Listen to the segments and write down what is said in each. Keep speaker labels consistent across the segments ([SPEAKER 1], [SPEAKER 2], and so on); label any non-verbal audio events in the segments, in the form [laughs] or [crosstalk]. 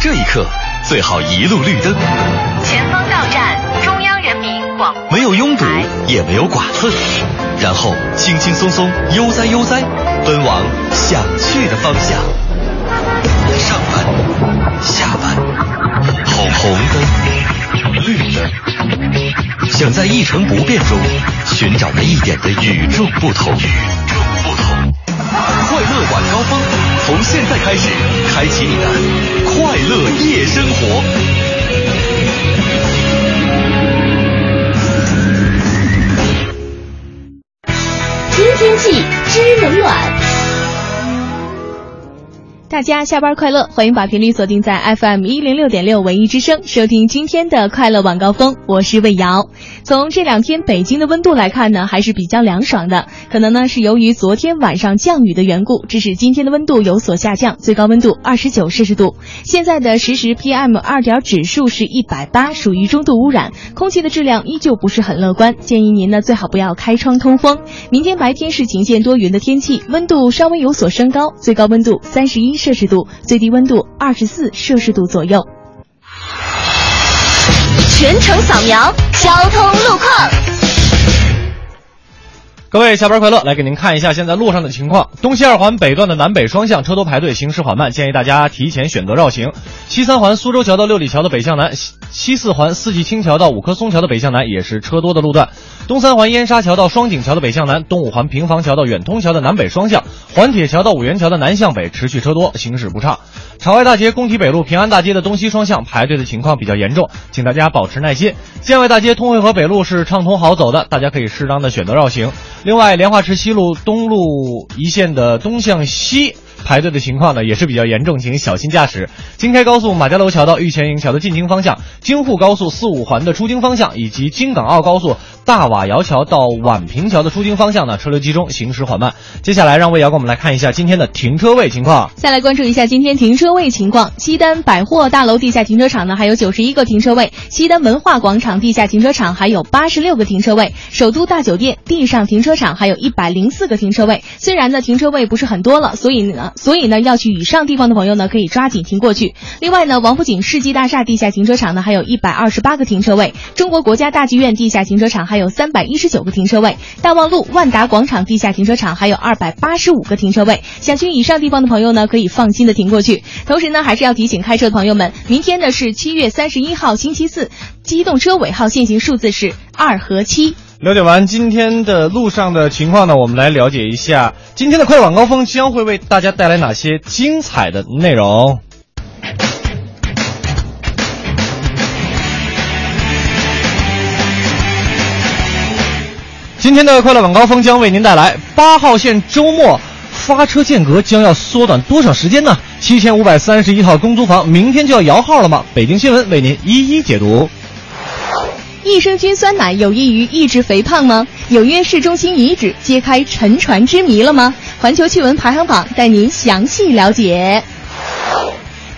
[SPEAKER 1] 这一刻最好一路绿灯，
[SPEAKER 2] 前方到站中央人民广播
[SPEAKER 1] 没有拥堵
[SPEAKER 2] 台，
[SPEAKER 1] 也没有剐蹭，然后轻轻松松悠哉悠哉奔往想去的方向。上班，下班，跑红灯、绿灯，想在一成不变中寻找那一点的与众不同。与众不同。快乐晚高峰，从现在开始，开启你的快乐夜生活。
[SPEAKER 3] 听天气知冷暖。
[SPEAKER 4] 大家下班快乐！欢迎把频率锁定在 FM 一零六点六文艺之声，收听今天的快乐晚高峰，我是魏瑶。从这两天北京的温度来看呢，还是比较凉爽的。可能呢是由于昨天晚上降雨的缘故，致使今天的温度有所下降，最高温度二十九摄氏度。现在的实时 PM 二点指数是一百八，属于中度污染，空气的质量依旧不是很乐观，建议您呢最好不要开窗通风。明天白天是晴见多云的天气，温度稍微有所升高，最高温度三十一摄氏度，最低温度二十四摄氏度左右。
[SPEAKER 3] 全程扫描交通路况。
[SPEAKER 5] 各位下班快乐！来给您看一下现在路上的情况。东西二环北段的南北双向车多排队，行驶缓慢，建议大家提前选择绕行。西三环苏州桥到六里桥的北向南，西西四环四季青桥到五棵松桥的北向南也是车多的路段。东三环燕莎桥到双井桥的北向南，东五环平房桥到远通桥的南北双向，环铁桥到五元桥的南向北持续车多，行驶不畅。朝外大街、工体北路、平安大街的东西双向排队的情况比较严重，请大家保持耐心。建外大街、通惠河北路是畅通好走的，大家可以适当的选择绕行。另外，莲花池西路东路一线的东向西。排队的情况呢也是比较严重，请小心驾驶。京开高速马家楼桥到御前营桥的进京方向，京沪高速四五环的出京方向，以及京港澳高速大瓦窑桥到宛平桥的出京方向呢，车流集中，行驶缓慢。接下来让魏瑶跟我们来看一下今天的停车位情况。
[SPEAKER 4] 再来关注一下今天停车位情况。西单百货大楼地下停车场呢，还有九十一个停车位；西单文化广场地下停车场还有八十六个停车位；首都大酒店地上停车场还有一百零四个停车位。虽然呢停车位不是很多了，所以呢，所以呢要去以上地方的朋友呢，可以抓紧停过去。另外呢，王府井世纪大厦地下停车场呢，还有一百二十八个停车位；中国国家大剧院地下停车场还有三百一十九个停车位；大望路万达广场地下停车场还有二百八十五个停车位。想去以上地方的朋友呢，可以放心的停过去。同时呢，还是要提醒开车的朋友们，明天呢是七月三十一号星期四，机动车尾号限行数字是二和七。
[SPEAKER 5] 了解完今天的路上的情况呢，我们来了解一下今天的快晚高峰将会为大家带来哪些精彩的内容。今天的快乐晚高峰将为您带来八号线周末发车间隔将要缩短多少时间呢？七千五百三十一套公租房明天就要摇号了吗？北京新闻为您一一解读。
[SPEAKER 4] 益生菌酸奶有益于抑制肥胖吗？纽约市中心遗址揭开沉船之谜了吗？环球趣闻排行榜带您详细了解。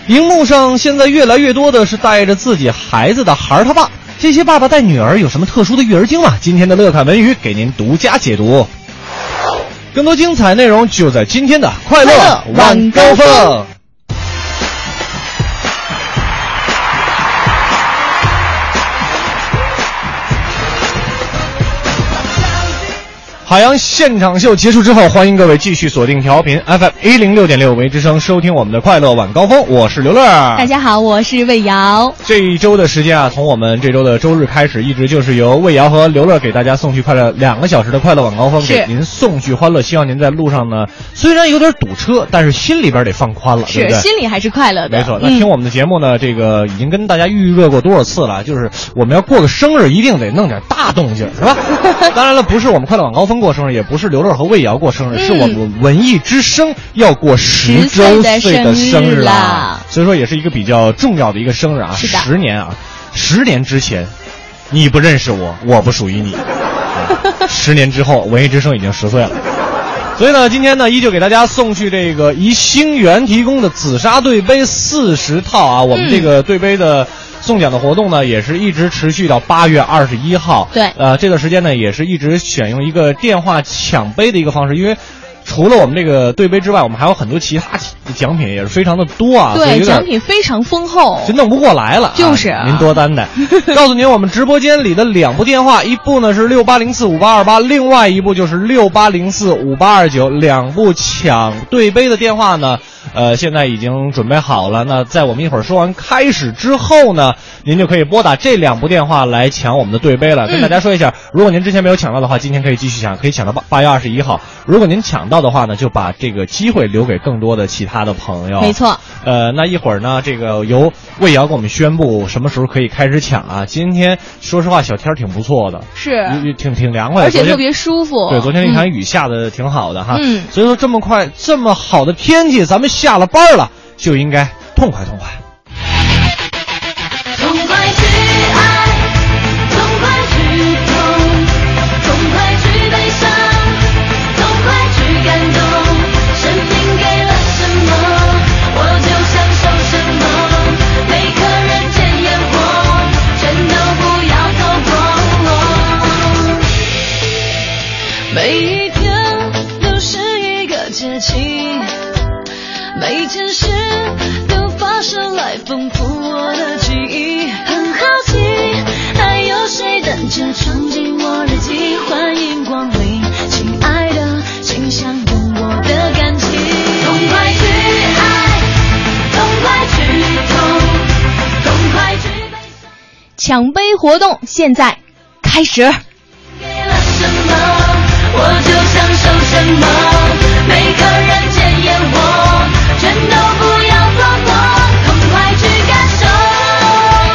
[SPEAKER 5] 荧幕上现在越来越多的是带着自己孩子的孩儿他爸，这些爸爸带女儿有什么特殊的育儿经吗？今天的乐侃文娱给您独家解读，更多精彩内容就在今天的快乐
[SPEAKER 4] 快乐
[SPEAKER 5] 晚
[SPEAKER 4] 晚
[SPEAKER 5] 高
[SPEAKER 4] 高
[SPEAKER 5] 峰
[SPEAKER 4] 峰。
[SPEAKER 5] 海洋现场秀结束之后，欢迎各位继续锁定调频 FM 一零六点六为之声，收听我们的快乐晚高峰。我是刘乐，
[SPEAKER 4] 大家好，我是魏瑶。
[SPEAKER 5] 这一周的时间啊，从我们这周的周日开始，一直就是由魏瑶和刘乐给大家送去快乐两个小时的快乐晚高峰，
[SPEAKER 4] 是
[SPEAKER 5] 给您送去欢乐。希望您在路上呢，虽然有点堵车，但是心里边得放宽了，对
[SPEAKER 4] 是
[SPEAKER 5] 不对？
[SPEAKER 4] 心里还是快乐的，
[SPEAKER 5] 没错，那
[SPEAKER 4] 嗯
[SPEAKER 5] 听我们的节目呢，这个已经跟大家预热过多少次
[SPEAKER 4] 嗯
[SPEAKER 5] 了？就是我们要过个生日，一定得弄点大动静，
[SPEAKER 4] [laughs]
[SPEAKER 5] 是吧？当然了，不是我们快乐晚高峰过生日，也不是刘乐和魏瑶过生日，
[SPEAKER 4] 嗯
[SPEAKER 5] 是我们文艺之声要过十周岁的生日啦。所以说，也是一个比较重要的一个生日啊，
[SPEAKER 4] 是的
[SPEAKER 5] 十年啊，十年之前，你不认识我，我不属于你。对 [laughs] 十年之后，文艺之声已经十岁了。所以呢，今天呢，依旧给大家送去这个宜兴源提供的紫砂对杯四十套啊。我
[SPEAKER 4] 嗯
[SPEAKER 5] 们这个对杯的送奖的活动呢，也是一直持续到八月二十一号。
[SPEAKER 4] 对
[SPEAKER 5] 呃，这段时间呢，也是一直选用一个电话抢杯的一个方式，因为。除了我们这个对杯之外，我们还有很多其他奖品也是非常的多啊，所以
[SPEAKER 4] 对，
[SPEAKER 5] 有点
[SPEAKER 4] 奖品非常丰厚。
[SPEAKER 5] 就弄不过来了啊、
[SPEAKER 4] 哦就是啊
[SPEAKER 5] 您多担
[SPEAKER 4] [laughs]
[SPEAKER 5] 待。告诉您，我们直播间里的两部电话，一部呢是六八零四五八二八，另外一部就是六八零四五八二九，两部抢对杯的电话呢，呃，现在已经准备好了。那在我们一会儿说完开始之后呢，您就可以拨打这两部电话来抢我们的对杯
[SPEAKER 4] 嗯
[SPEAKER 5] 了。跟大家说一下，如果您之前没有抢到的话，今天可以继续抢，可以抢到八八月二十一号。如果您抢到的话呢，就把这个机会留给更多的其他的朋友。
[SPEAKER 4] 没错。
[SPEAKER 5] 呃，那一会儿呢，这个由魏瑶给我们宣布什么时候可以开始抢啊。今天说实话，小天儿挺不错的，
[SPEAKER 4] 是
[SPEAKER 5] 也也挺挺凉快的，
[SPEAKER 4] 啊而且
[SPEAKER 5] 昨天
[SPEAKER 4] 特别舒服。
[SPEAKER 5] 对，昨天那
[SPEAKER 4] 嗯
[SPEAKER 5] 场雨下的挺好的哈，
[SPEAKER 4] 嗯
[SPEAKER 5] 所以说这么快这么好的天气，咱们下了班了就应该痛快痛快。
[SPEAKER 3] 痛快去爱，痛快去痛，痛快去悲伤，痛快去感动。生命给了什么，我就享受什么。每个人间烟火，全都不要错过。每一天都是一个节气。每件事都发生来丰富我的记忆。很好奇，还有谁等着闯进我日记？欢迎光临，亲爱的，请享用我的感情。痛快去爱，痛快去痛，痛快去悲伤。
[SPEAKER 4] 抢杯活动现在开始。
[SPEAKER 5] 啊
[SPEAKER 3] 给了什么，我就享受什么。每个人间烟火，全都不要错过，痛快去感受。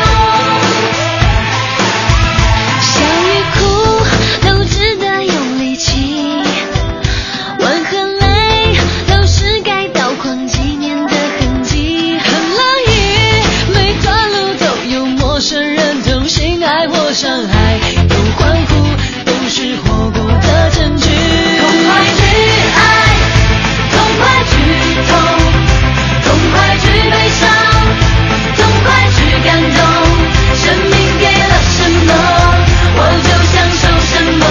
[SPEAKER 3] 笑与哭都值得用力气，吻和泪都是该刀光纪念的痕迹。很乐意，每段路都有陌生人同行，爱或伤害，有欢呼，都是活过的证据。痛快去爱，痛快去痛，痛快去悲伤，痛快去感动。生命给了什么，我就享受什么。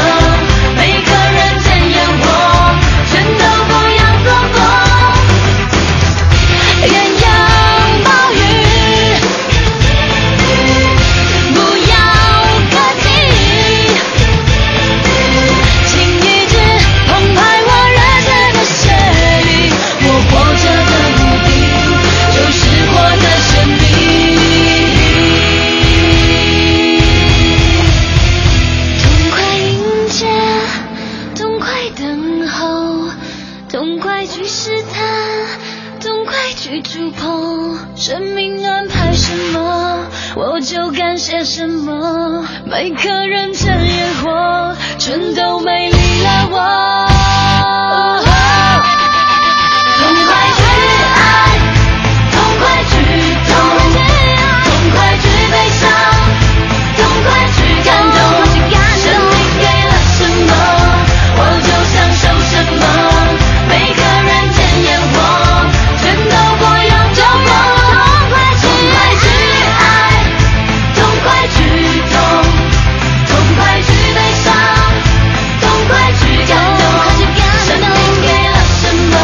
[SPEAKER 3] 每个人间烟火，全都不要错过。鸳鸯暴雨，不要客气。请一直澎湃我热血的血液，我活着的目的就是活得神秘。痛快迎接，痛快等候，痛快去试探，痛快去触碰。生命安排什么，我就感谢什么。每个人间烟火，全都美丽了我。痛快去爱，痛快去痛，痛快去悲伤，痛快去感动。生命给了什么，我就享受什么。每个人间烟火，全都不要琢磨。痛快去爱，痛快去痛，痛快去悲伤，痛快去感动。生命给了什么，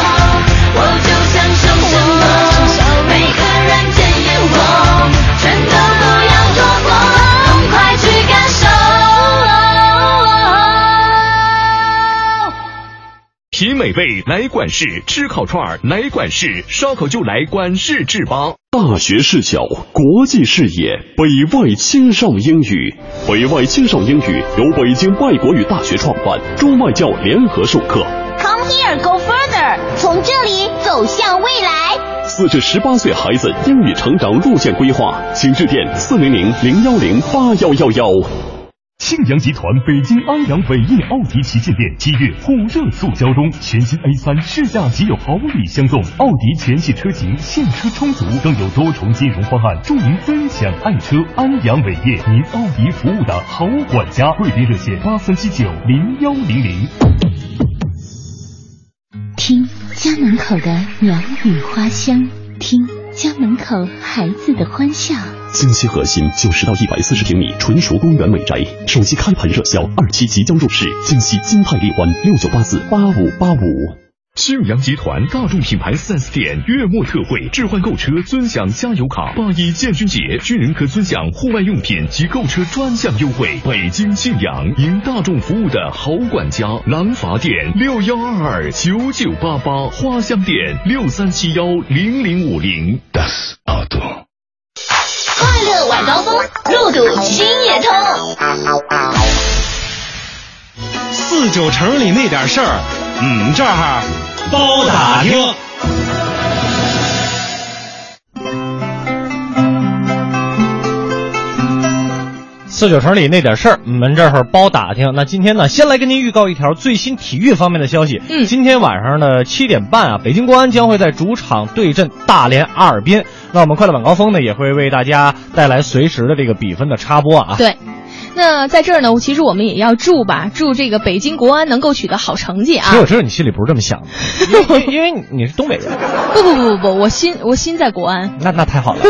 [SPEAKER 3] 我就享受什么。每个人间烟火，全都不要错过，痛快去感受。
[SPEAKER 6] 品美味来管事，吃烤串儿来管事，烧烤就来管事志邦。
[SPEAKER 7] 大学视角，国际视野，北外青少英语。北外青少英语由北京外国语大学创办，中外教联合授课。
[SPEAKER 8] Come here, go further，从这里走向未来。
[SPEAKER 7] 四至十八岁孩子英语成长路线规划，请致电四零零零幺零八幺幺幺。
[SPEAKER 6] 庆阳集团北京安阳伟业奥迪旗舰店七月火热促销中，全新 A 三试驾即有好礼相送，奥迪全系车型现车充足，更有多重金融方案助您分享爱车。安阳伟业，您奥迪服务的好管家，贵宾热线八三七九零幺零零。
[SPEAKER 8] 听家门口的鸟语花香，听家门口孩子的欢笑。
[SPEAKER 7] 京西核心九十到一百四十平米纯熟公园美宅，首期开盘热销，二期即将入市。京西金泰丽湾六九八四八五八五。
[SPEAKER 6] 庆阳集团大众品牌 4S 店月末特惠，置换购车尊享加油卡。八一建军节，军人可尊享户外用品及购车专项优惠。北京庆阳，迎大众服务的好管家。廊坊店六幺二二九九八八，花乡店六三七幺零零五零。Das Auto。
[SPEAKER 3] 快乐晚高峰，路堵心也通。
[SPEAKER 9] 四九城里那点事儿，嗯，这儿包打听。
[SPEAKER 5] 四九城里那点事儿，我们这儿包打听。那今天呢，先来跟您预告一条最新体育方面的消息。
[SPEAKER 4] 嗯
[SPEAKER 5] 今天晚上呢七点半啊，北京国安将会在主场对阵大连阿尔滨。那我们快乐晚高峰呢，也会为大家带来随时的这个比分的插播啊。
[SPEAKER 4] 对。那在这儿呢，其实我们也要祝吧，祝这个北京国安能够取得好成绩啊
[SPEAKER 5] 其实！我知道你心里不是这么
[SPEAKER 4] [laughs]
[SPEAKER 5] 想的，因为因为你是东北人，
[SPEAKER 4] 不不不不不，我心我心在国安。
[SPEAKER 5] 那那太好
[SPEAKER 4] [laughs]
[SPEAKER 5] 了。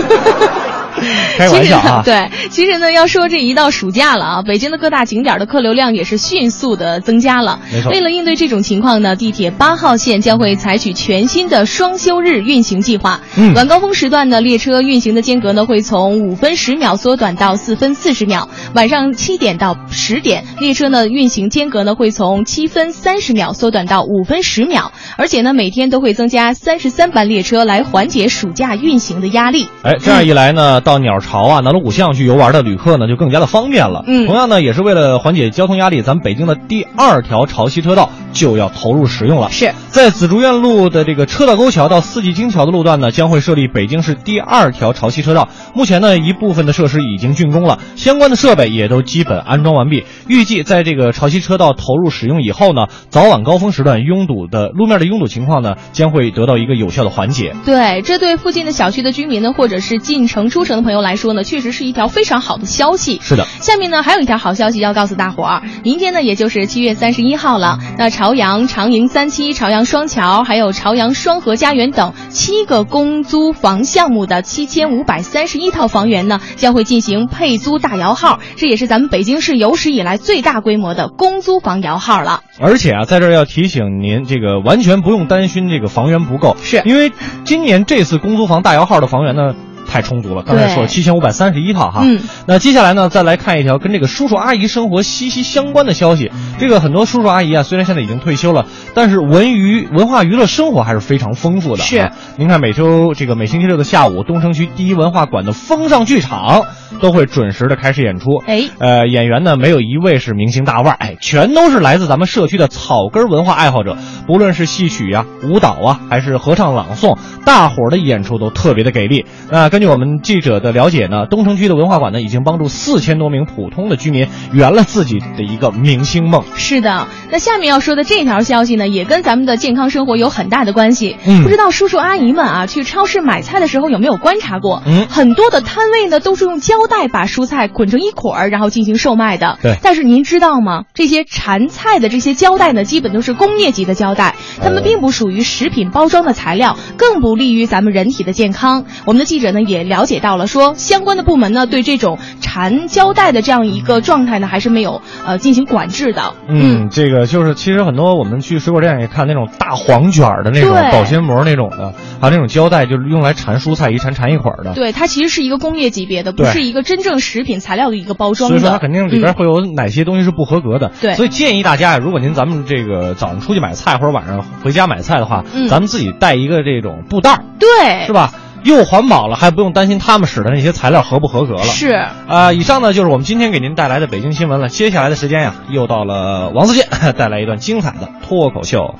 [SPEAKER 5] 开玩笑啊，
[SPEAKER 4] 其实呢， [laughs] 对，其实呢，要说这一到暑假了啊，北京的各大景点的客流量也是迅速的增加了。
[SPEAKER 5] 没错
[SPEAKER 4] 为了应对这种情况呢，地铁八号线将会采取全新的双休日运行计划。
[SPEAKER 5] 嗯
[SPEAKER 4] 晚高峰时段呢，列车运行的间隔呢会从五分十秒缩短到四分四十秒；晚上七点到十点，列车呢运行间隔呢会从七分三十秒缩短到五分十秒。而且呢，每天都会增加三十三班列车来缓解暑假运行的压力。
[SPEAKER 5] 哎，这样一来
[SPEAKER 4] [laughs]
[SPEAKER 5] 呢，到鸟巢啊、南锣鼓巷去游玩的旅客呢，就更加的方便了。
[SPEAKER 4] 嗯
[SPEAKER 5] 同样呢，也是为了缓解交通压力，咱们北京的第二条潮汐车道就要投入使用了。
[SPEAKER 4] 是。
[SPEAKER 5] 在紫竹院路的这个车道沟桥到四季青桥的路段呢，将会设立北京市第二条潮汐车道。目前呢，一部分的设施已经竣工了，相关的设备也都基本安装完毕。预计在这个潮汐车道投入使用以后呢，早晚高峰时段拥堵的路面的拥堵情况呢，将会得到一个有效的缓解。
[SPEAKER 4] 对，这对附近的小区的居民呢，或者是进城出城的朋友来说呢，确实是一条非常好的消息。
[SPEAKER 5] 是的。
[SPEAKER 4] 下面呢，还有一条好消息要告诉大伙儿，明天呢，也就是七月三十一号了。那朝阳、长宁三期、朝阳双桥，还有朝阳双河家园等七个公租房项目的七千五百三十一套房源呢，将会进行配租大摇号，这也是咱们北京市有史以来最大规模的公租房摇号了。
[SPEAKER 5] 而且啊，在这儿要提醒您，这个完全不用担心这个房源不够，
[SPEAKER 4] 是
[SPEAKER 5] 因为今年这次公租房大摇号的房源呢。太充足了，刚才
[SPEAKER 4] 对
[SPEAKER 5] 说七千五百三十一套哈。
[SPEAKER 4] 嗯，
[SPEAKER 5] 那接下来呢，再来看一条跟这个叔叔阿姨生活息息相关的消息。这个很多叔叔阿姨啊，虽然现在已经退休了，但是文娱文化娱乐生活还是非常丰富的。
[SPEAKER 4] 是
[SPEAKER 5] 啊，您看每周这个每星期六的下午，东城区第一文
[SPEAKER 4] 哎
[SPEAKER 5] 化馆的风尚剧场都会准时的开始演出。
[SPEAKER 4] 哎，
[SPEAKER 5] 呃，演员呢没有一位是明星大腕儿，哎，全都是来自咱们社区的草根文化爱好者。不论是戏曲呀、舞蹈啊，还是合唱朗诵，大伙儿的演出都特别的给力。那根据我们记者的了解呢，东城区的文化馆呢已经帮助四千多名普通的居民圆了自己的一个明星梦。
[SPEAKER 4] 是的，那下面要说的这条消息呢，也跟咱们的健康生活有很大的关系。
[SPEAKER 5] 嗯
[SPEAKER 4] 不知道叔叔阿姨们啊，去超市买菜的时候有没有观察过？
[SPEAKER 5] 嗯
[SPEAKER 4] 很多的摊位呢都是用胶带把蔬菜捆成一捆儿，然后进行售卖的。
[SPEAKER 5] 对
[SPEAKER 4] 但是您知道吗？这些缠菜的这些胶带呢，基本都是工业级的胶带，它们并不属于食品包装的材料，更不利于咱们人体的健康。我们的记者呢也了解到了说，相关的部门呢对这种缠胶带的这样一个状态呢，还是没有呃进行管制的。
[SPEAKER 5] 嗯，这个就是其实很多我们去水果店也看那种大黄卷儿的那种
[SPEAKER 4] 对
[SPEAKER 5] 保鲜膜那种的，还有那种胶带，就是用来缠蔬菜一缠缠一捆儿的。
[SPEAKER 4] 对，它其实是一个工业级别的，不
[SPEAKER 5] 啊对
[SPEAKER 4] 是一个真正食品材料的一个包
[SPEAKER 5] 所
[SPEAKER 4] 装的。嗯
[SPEAKER 5] 以说它肯定里边会有哪些东西是不合格的。
[SPEAKER 4] 对
[SPEAKER 5] 所以建议大家，如果您咱们这个早上出去买菜或者晚上回家买菜的话，
[SPEAKER 4] 嗯
[SPEAKER 5] 咱们自己带一个这种布袋儿，
[SPEAKER 4] 嗯、对，
[SPEAKER 5] 是吧？又环保了，还不用担心他们使的那些材料合不合格了。。
[SPEAKER 4] 是
[SPEAKER 5] 啊、以上呢就是我们今天给您带来的北京新闻了。接下来的时间呀，又到了王自健 [laughs] 带来一段精彩的脱口秀。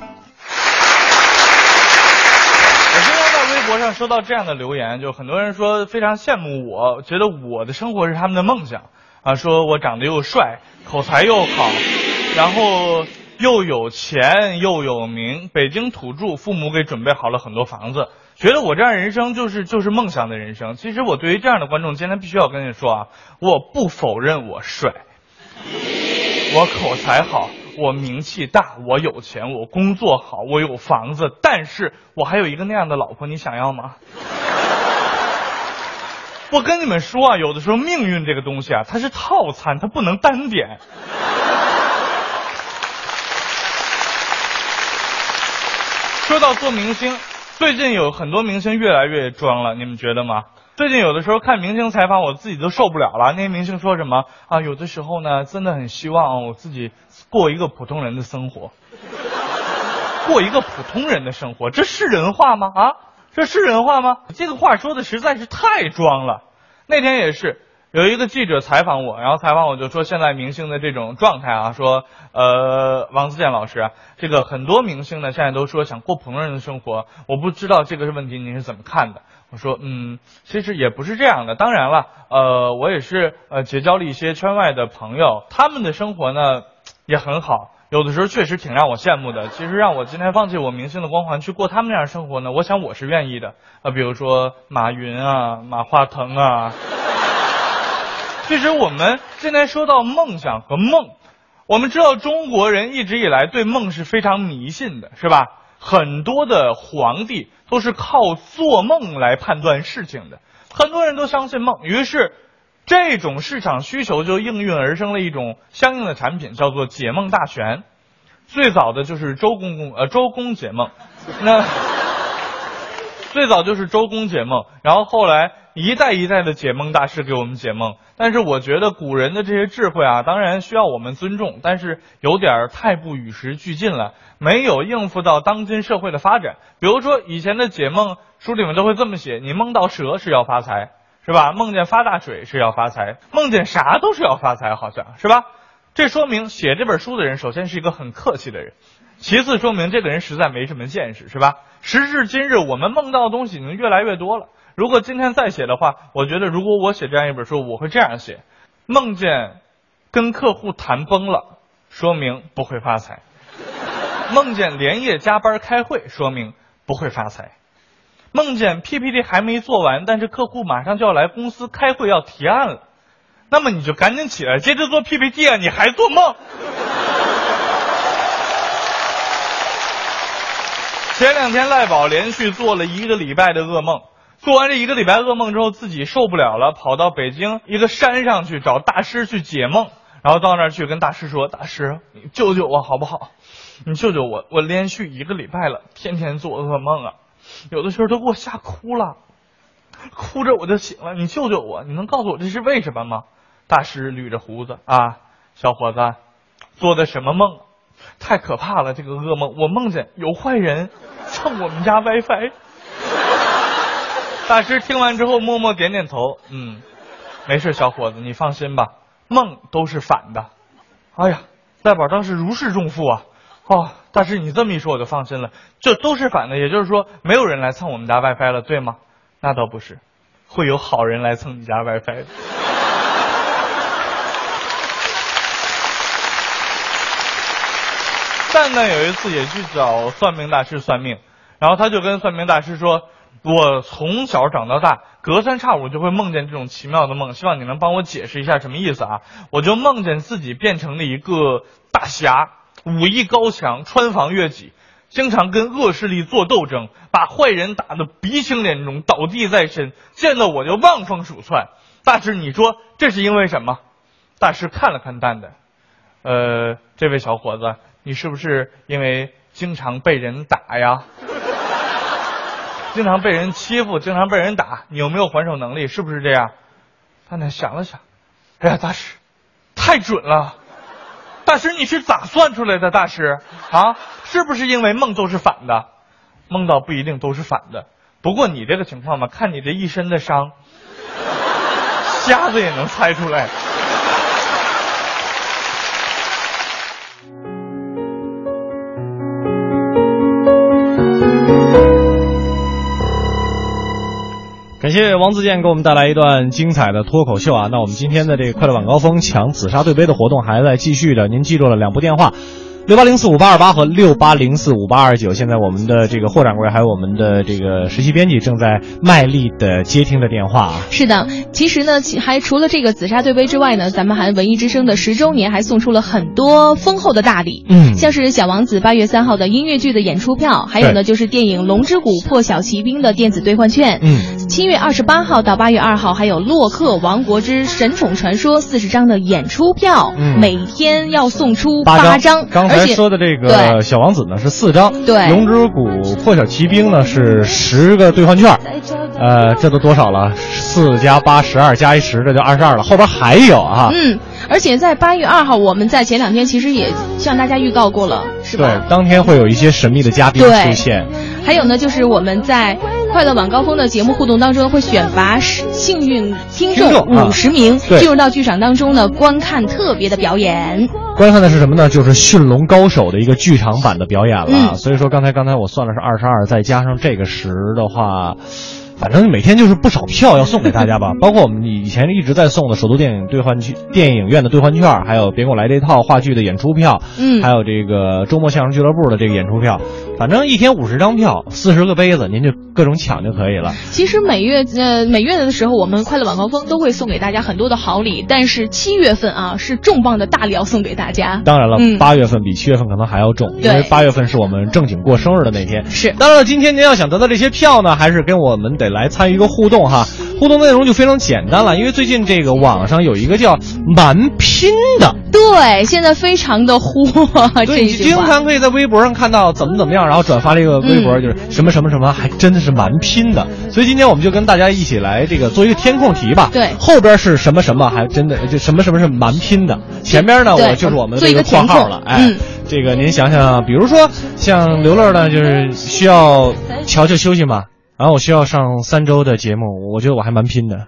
[SPEAKER 10] 我经常在微博上收到这样的留言，就很多人说非常羡慕我，觉得我的生活是他们的梦想啊，说我长得又帅，口才又好，然后又有钱又有名，北京土著，父母给准备好了很多房子，觉得我这样人生就是就是梦想的人生。其实我对于这样的观众，今天必须要跟你说啊，我不否认我帅，我口才好，我名气大，我有钱，我工作好，我有房子，但是我还有一个那样的老婆，你想要吗？我跟你们说啊，有的时候命运这个东西啊，它是套餐，它不能单点。说到做明星，最近有很多明星越来越装了，你们觉得吗？最近有的时候看明星采访，我自己都受不了了。那些明星说什么啊？有的时候呢，真的很希望我自己过一个普通人的生活，过一个普通人的生活，这是人话吗？啊，这是人话吗？这个话说的实在是太装了。那天也是有一个记者采访我，然后采访我就说现在明星的这种状态啊，说呃王自健老师啊，这个很多明星呢现在都说想过普通人的生活，我不知道这个问题您是怎么看的？我说嗯，其实也不是这样的，当然了，呃我也是呃结交了一些圈外的朋友，他们的生活呢也很好。有的时候确实挺让我羡慕的。其实让我今天放弃我明星的光环去过他们那样的生活呢，我想我是愿意的。呃，比如说马云啊、马化腾啊。其实我们今天说到梦想和梦，我们知道中国人一直以来对梦是非常迷信的，是吧？很多的皇帝都是靠做梦来判断事情的，很多人都相信梦，于是。这种市场需求就应运而生了一种相应的产品，叫做解梦大全。最早的就是周公公呃周公解梦，那最早就是周公解梦，然后后来一代一代的解梦大师给我们解梦。但是我觉得古人的这些智慧啊，当然需要我们尊重，但是有点儿太不与时俱进了，没有应付到当今社会的发展。比如说以前的解梦书里面都会这么写：你梦到蛇是要发财。是吧？梦见发大水是要发财，梦见啥都是要发财，好像是吧？这说明写这本书的人首先是一个很客气的人，其次说明这个人实在没什么见识，是吧？时至今日，我们梦到的东西已经越来越多了。如果今天再写的话，我觉得如果我写这样一本书，我会这样写：梦见跟客户谈崩了，说明不会发财；梦见连夜加班开会，说明不会发财。梦见 PPT 还没做完，但是客户马上就要来公司开会要提案了，那么你就赶紧起来接着做 PPT 啊！你还做梦？前两天赖宝连续做了一个礼拜的噩梦，做完这一个礼拜噩梦之后，自己受不了了，跑到北京一个山上去找大师去解梦，然后到那儿去跟大师说：“大师，你救救我好不好？你救救我！我连续一个礼拜了，天天做噩梦啊！”有的时候都给我吓哭了，哭着我就醒了。你救救我！你能告诉我这是为什么吗？大师捋着胡子啊，小伙子，做的什么梦？太可怕了！这个噩梦，我梦见有坏人蹭我们家 WiFi。大师听完之后默默点点头，嗯，没事，小伙子，你放心吧，梦都是反的。哎呀，赖宝当时如释重负啊。哦，大师，你这么一说我就放心了，这都是反的，也就是说没有人来蹭我们家 WiFi 了，对吗？那倒不是，会有好人来蹭你家 WiFi 的。蛋蛋有一次也去找算命大师算命，然后他就跟算命大师说：“我从小长到大，隔三差五就会梦见这种奇妙的梦，希望你能帮我解释一下什么意思啊？”我就梦见自己变成了一个大侠。武艺高强，穿房越脊，经常跟恶势力做斗争，把坏人打得鼻青脸肿，倒地在身，见到我就望风鼠窜。大师，你说这是因为什么？大师看了看蛋蛋，呃，这位小伙子，你是不是因为经常被人打呀？经常被人欺负，经常被人打，你有没有还手能力？是不是这样？蛋蛋想了想，哎呀，大师，太准了。大师，你是咋算出来的？大师啊，是不是因为梦都是反的？梦到不一定都是反的。不过你这个情况吧，看你这一身的伤， [laughs] 瞎子也能猜出来。
[SPEAKER 5] 感谢王自健给我们带来一段精彩的脱口秀啊！那我们今天的这个快乐晚高峰抢紫砂对杯的活动还在继续着，您记住了两部电话。六八零四五八二八和六八零四五八二九，现在我们的这个霍掌柜还有我们的这个实习编辑正在卖力的接听着电话啊。
[SPEAKER 4] 是的，其实呢，其还除了这个紫砂对杯之外呢，咱们还文艺之声的十周年还送出了很多丰厚的大礼，
[SPEAKER 5] 嗯
[SPEAKER 4] 像是小王子八月三号的音乐剧的演出票，还有呢就是电影《龙之谷：破晓奇兵》的电子兑换券，
[SPEAKER 5] 嗯，
[SPEAKER 4] 七月二十八号到八月二号还有《洛克王国之神宠传说》四十张的演出票，
[SPEAKER 5] 嗯
[SPEAKER 4] 每天要送出
[SPEAKER 5] 八
[SPEAKER 4] 张，
[SPEAKER 5] 刚
[SPEAKER 4] 而
[SPEAKER 5] 才
[SPEAKER 4] 且
[SPEAKER 5] 说的这个
[SPEAKER 4] 对
[SPEAKER 5] 小王子呢是四张，
[SPEAKER 4] 对
[SPEAKER 5] 龙之谷破晓骑兵呢是十个兑换券，呃，这都多少了？四加八十二加一十，这就二十二了。后边还有啊，
[SPEAKER 4] 嗯，而且在八月二号，我们在前两天其实也向大家预告过了，是吧？
[SPEAKER 5] 对，当天会有一些神秘的嘉宾
[SPEAKER 4] 对
[SPEAKER 5] 出现。
[SPEAKER 4] 还有呢，就是我们在快乐晚高峰的节目互动当中，会选拔十幸运听
[SPEAKER 5] 听
[SPEAKER 4] 众
[SPEAKER 5] 众啊
[SPEAKER 4] 五十名，
[SPEAKER 5] 对
[SPEAKER 4] 进入到剧场当中呢，观看特别的表演。
[SPEAKER 5] 观看的是什么呢？就是《驯龙高手》的一个剧场版的表演了。
[SPEAKER 4] 嗯
[SPEAKER 5] 所以说，刚才刚才我算了是二十二，再加上这个十的话，反正每天就是不少票要送给大家
[SPEAKER 4] [laughs]
[SPEAKER 5] 吧。包括我们以前一直在送的首都电影兑换券、电影院的兑换券，还有别给我来这套话剧的演出票，
[SPEAKER 4] 嗯
[SPEAKER 5] 还有这个周末相声俱乐部的这个演出票，反正一天五十张票，四十个杯子，您就各种抢就可以了。
[SPEAKER 4] 其实每月呃每月的时候，我们快乐晚高峰都会送给大家很多的好礼，但是七月份啊是重磅的大礼要送给大家。
[SPEAKER 5] 当然了
[SPEAKER 4] 嗯，
[SPEAKER 5] 八、月份比七月份可能还要重，因为
[SPEAKER 4] 对
[SPEAKER 5] 八月份是我们正经过生日的那天。
[SPEAKER 4] 是
[SPEAKER 5] 当然了，今天您要想得到这些票呢，还是跟我们得来参与一个互动哈。互动内容就非常简单了，因为最近这个网上有一个叫“蛮拼”的，
[SPEAKER 4] 对，现在非常的火这
[SPEAKER 5] 对，
[SPEAKER 4] 一
[SPEAKER 5] 你
[SPEAKER 4] 句
[SPEAKER 5] 经
[SPEAKER 4] 话。
[SPEAKER 5] 常可以在微博上看到怎么怎么样，然后转发了一个微博，
[SPEAKER 4] 嗯
[SPEAKER 5] 就是什么什么什么，还真的是蛮拼的。所以今天我们就跟大家一起来这个做一个填空题吧。
[SPEAKER 4] 对
[SPEAKER 5] 后边是什么什么，还真的就什么什么是蛮拼的。前边呢，
[SPEAKER 4] 对
[SPEAKER 5] 我就是我们的
[SPEAKER 4] 做
[SPEAKER 5] 这
[SPEAKER 4] 一
[SPEAKER 5] 个括
[SPEAKER 4] 个填
[SPEAKER 5] 号
[SPEAKER 4] 空
[SPEAKER 5] 了。哎
[SPEAKER 4] 嗯，
[SPEAKER 5] 这个您想想，比如说像刘乐呢，就是需要乔乔休息嘛。然后我需要上三周的节目，我觉得我还蛮拼
[SPEAKER 4] [laughs]
[SPEAKER 5] 的，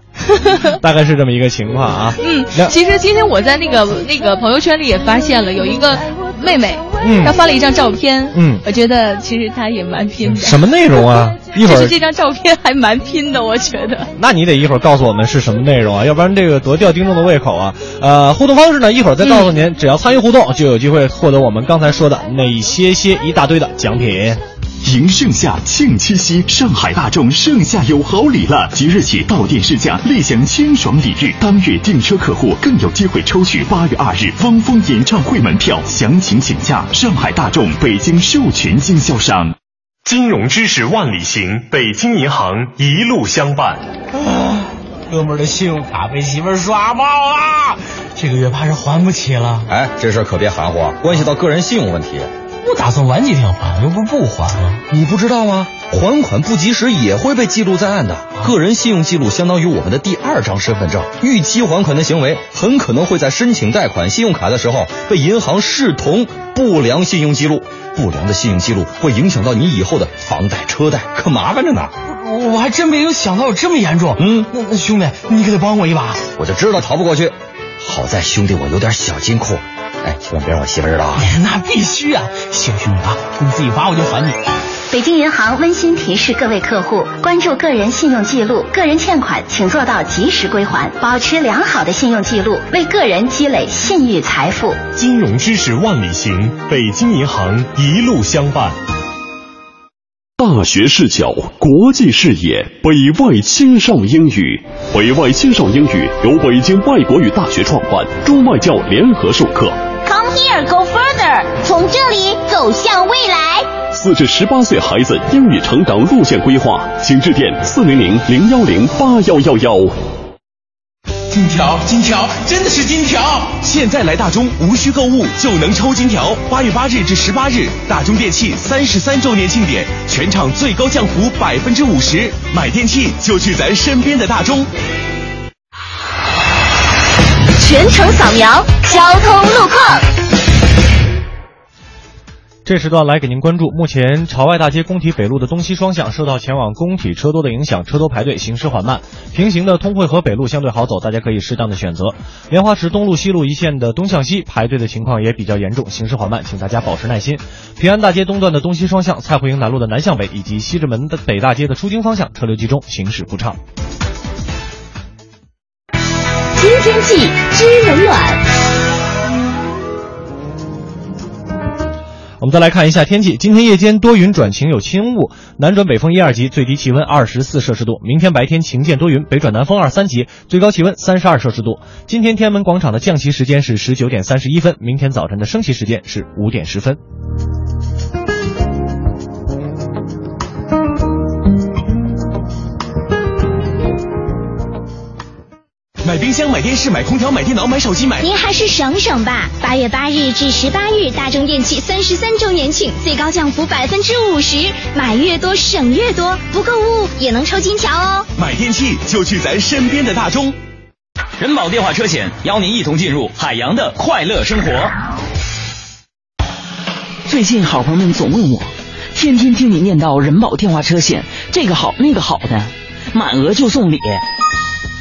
[SPEAKER 5] 大概是这么一个情况啊。
[SPEAKER 4] 嗯
[SPEAKER 5] 那，
[SPEAKER 4] 其实今天我在那个那个朋友圈里也发现了，有一个妹妹，
[SPEAKER 5] 嗯
[SPEAKER 4] 她发了一张照片，
[SPEAKER 5] 嗯
[SPEAKER 4] 我觉得其实她也蛮拼的。
[SPEAKER 5] 什么内容
[SPEAKER 4] [laughs]
[SPEAKER 5] 啊？一会
[SPEAKER 4] 就
[SPEAKER 5] 儿
[SPEAKER 4] 是嗯这张照片还蛮拼的，我觉得。
[SPEAKER 5] [laughs] 那你得一会儿告诉我们是什么内容啊，要不然这个多吊听众的胃口啊。呃，互动方式呢，一会儿再告诉您，只要参与互动，就有机会获得我们刚才说的那些些一大堆的奖品。
[SPEAKER 6] 迎盛夏，庆七夕，上海大众盛夏有好礼了！即日起到店试驾，立享清爽礼遇。当月订车客户更有机会抽取八月二日汪峰演唱会门票，详情请洽上海大众北京授权经销商。金融知识万里行，北京银行一路相伴。
[SPEAKER 11] 哥们儿的信用卡被媳妇儿刷爆了，这个月怕是还不起了。
[SPEAKER 12] 哎，这事儿可别含糊，啊，关系到个人信用问题。
[SPEAKER 11] 我打算晚几天还，又不是不还啊了。
[SPEAKER 12] 你不知道吗？还款不及时也会被记录在案的。
[SPEAKER 11] 啊
[SPEAKER 12] 个人信用记录相当于我们的第二张身份证，逾期还款的行为很可能会在申请贷款、信用卡的时候被银行视同不良信用记录。不良的信用记录会影响到你以后的房贷、车贷，可麻烦着呢。
[SPEAKER 11] 我还真没有想到有这么严重。嗯，那那兄弟，你可得帮我一把。
[SPEAKER 12] 我就知道逃不过去。好在兄弟我有点小金库，哎，千万别让我媳妇儿知道啊。
[SPEAKER 11] 哎那必须啊，小兄弟啊，工资一发我就还你。
[SPEAKER 2] 北京银行温馨提示各位客户，关注个人信用记录，个人欠款请做到及时归还，保持良好的信用记录，为个人积累信誉财富。
[SPEAKER 6] 金融知识万里行，北京银行一路相伴。
[SPEAKER 7] 大学视角，国际视野，北外青少英语。北外青少英语由北京外国语大学创办，中外教联合授课。
[SPEAKER 3] Come here, go further，从这里走向未来。
[SPEAKER 7] 四至十八岁孩子英语成长路线规划，请致电四零零零幺零八幺幺幺。
[SPEAKER 9] 金条，金条，真的是金条！现在来大中，无需购物就能抽金条。八月八日至十八日，大中电器三十三周年庆典，全场最高降幅百分之五十，买电器就去咱身边的大中。
[SPEAKER 3] 全程扫描交通路况。
[SPEAKER 5] 这时段来给您关注，目前朝外大街工体北路的东西双向受到前往工体车多的影响，车多排队，行驶缓慢。平行的通惠河北路相对好走，大家可以适当的选择。莲花池东路西路一线的东向西排队的情况也比较严重，行驶缓慢，请大家保持耐心。平安大街东段的东西双向、蔡胡营南路的南向北以及西直门的北大街的出京方向车流集中，行驶不畅。
[SPEAKER 3] 知天气，知冷暖。
[SPEAKER 5] 我们再来看一下天气，今天夜间多云转晴有轻雾，南转北风一二级，最低气温二十四摄氏度；明天白天晴见多云，北转南风二三级，最高气温三十二摄氏度。今天天安门广场的降旗时间是十九点三十一分，明天早晨的升旗时间是五点十分。
[SPEAKER 9] 冰箱、买电视、买空调、买电脑、买手机、买。
[SPEAKER 13] 您还是省省吧。八月八日至十八日，大中电器三十三周年庆，最高降幅百分之五十，买越多省越多，不购物也能抽金条哦。
[SPEAKER 9] 买电器就去咱身边的大中。人保电话车险邀您一同进入海洋的快乐生活。
[SPEAKER 14] 最近好朋友们总问我，天天听你念叨人保电话车险，这个好那个好的，满额就送礼。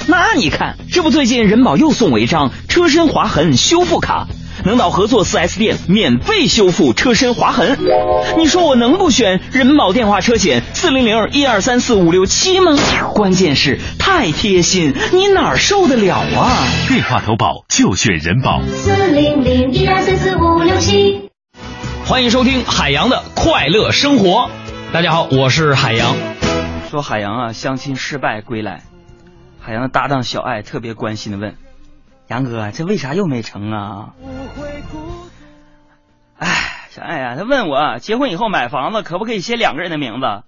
[SPEAKER 14] 那你看，这不最近人保又送我一张车身划痕修复卡，能到合作 4S 店免费修复车身划痕。你说我能不选人保电话车险四零零一二三四五六七吗？关键是太贴心，你哪儿受得了啊？
[SPEAKER 15] 电话投保就选人保。
[SPEAKER 16] 四零零一二三四五六七。
[SPEAKER 9] 欢迎收听海洋的快乐生活。大家好，我是海洋。
[SPEAKER 11] 说海洋啊，相亲失败归来，海洋的搭档小爱特别关心的问：“杨哥，这为啥又没成啊？”哎，小爱呀、他问我结婚以后买房子可不可以写两个人的名字？啊，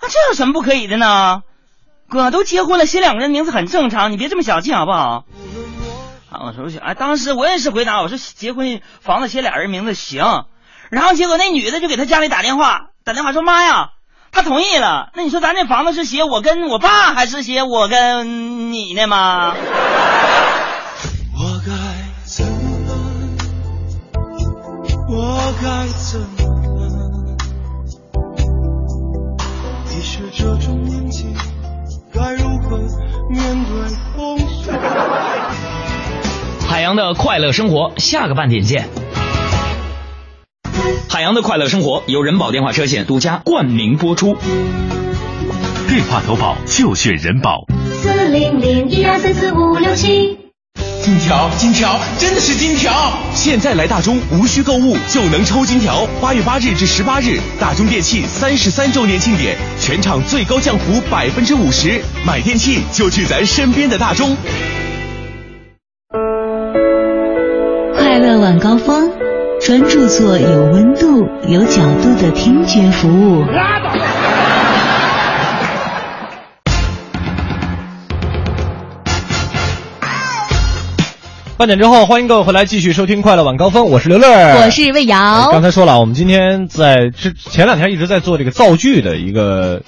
[SPEAKER 11] 这有什么不可以的呢？哥都结婚了，写两个人名字很正常，你别这么小气好不好？啊，我说哎，当时我也是回答我说结婚房子写俩人名字行，然后结果那女的就给他家里打电话，打电话说妈呀，她同意了。那你说咱这房子是写我跟我爸还是写我跟你呢妈？
[SPEAKER 16] 我该怎么办？你是这种年纪，该如何面对风雪？
[SPEAKER 9] 海洋的快乐生活，下个半点见。海洋的快乐生活由人保电话车险独家冠名播出。
[SPEAKER 15] 电话投保就选人保。
[SPEAKER 16] 四零零一二三四五六七。
[SPEAKER 9] 金条，金条，真的是金条！现在来大中，无需购物就能抽金条。八月八日至十八日，大中电器三十三周年庆典，全场最高降幅百分之五十，买电器就去咱身边的大中。
[SPEAKER 8] 快乐晚高峰，专注做有温度、有角度的听觉服务。
[SPEAKER 5] 半点之后，欢迎各位回来继续收听《快乐晚高峰》，我是刘乐，
[SPEAKER 4] 我是魏
[SPEAKER 5] 呃
[SPEAKER 4] 瑶。
[SPEAKER 5] 刚才说了，我们今天在之前两天一直在做这个造句的一个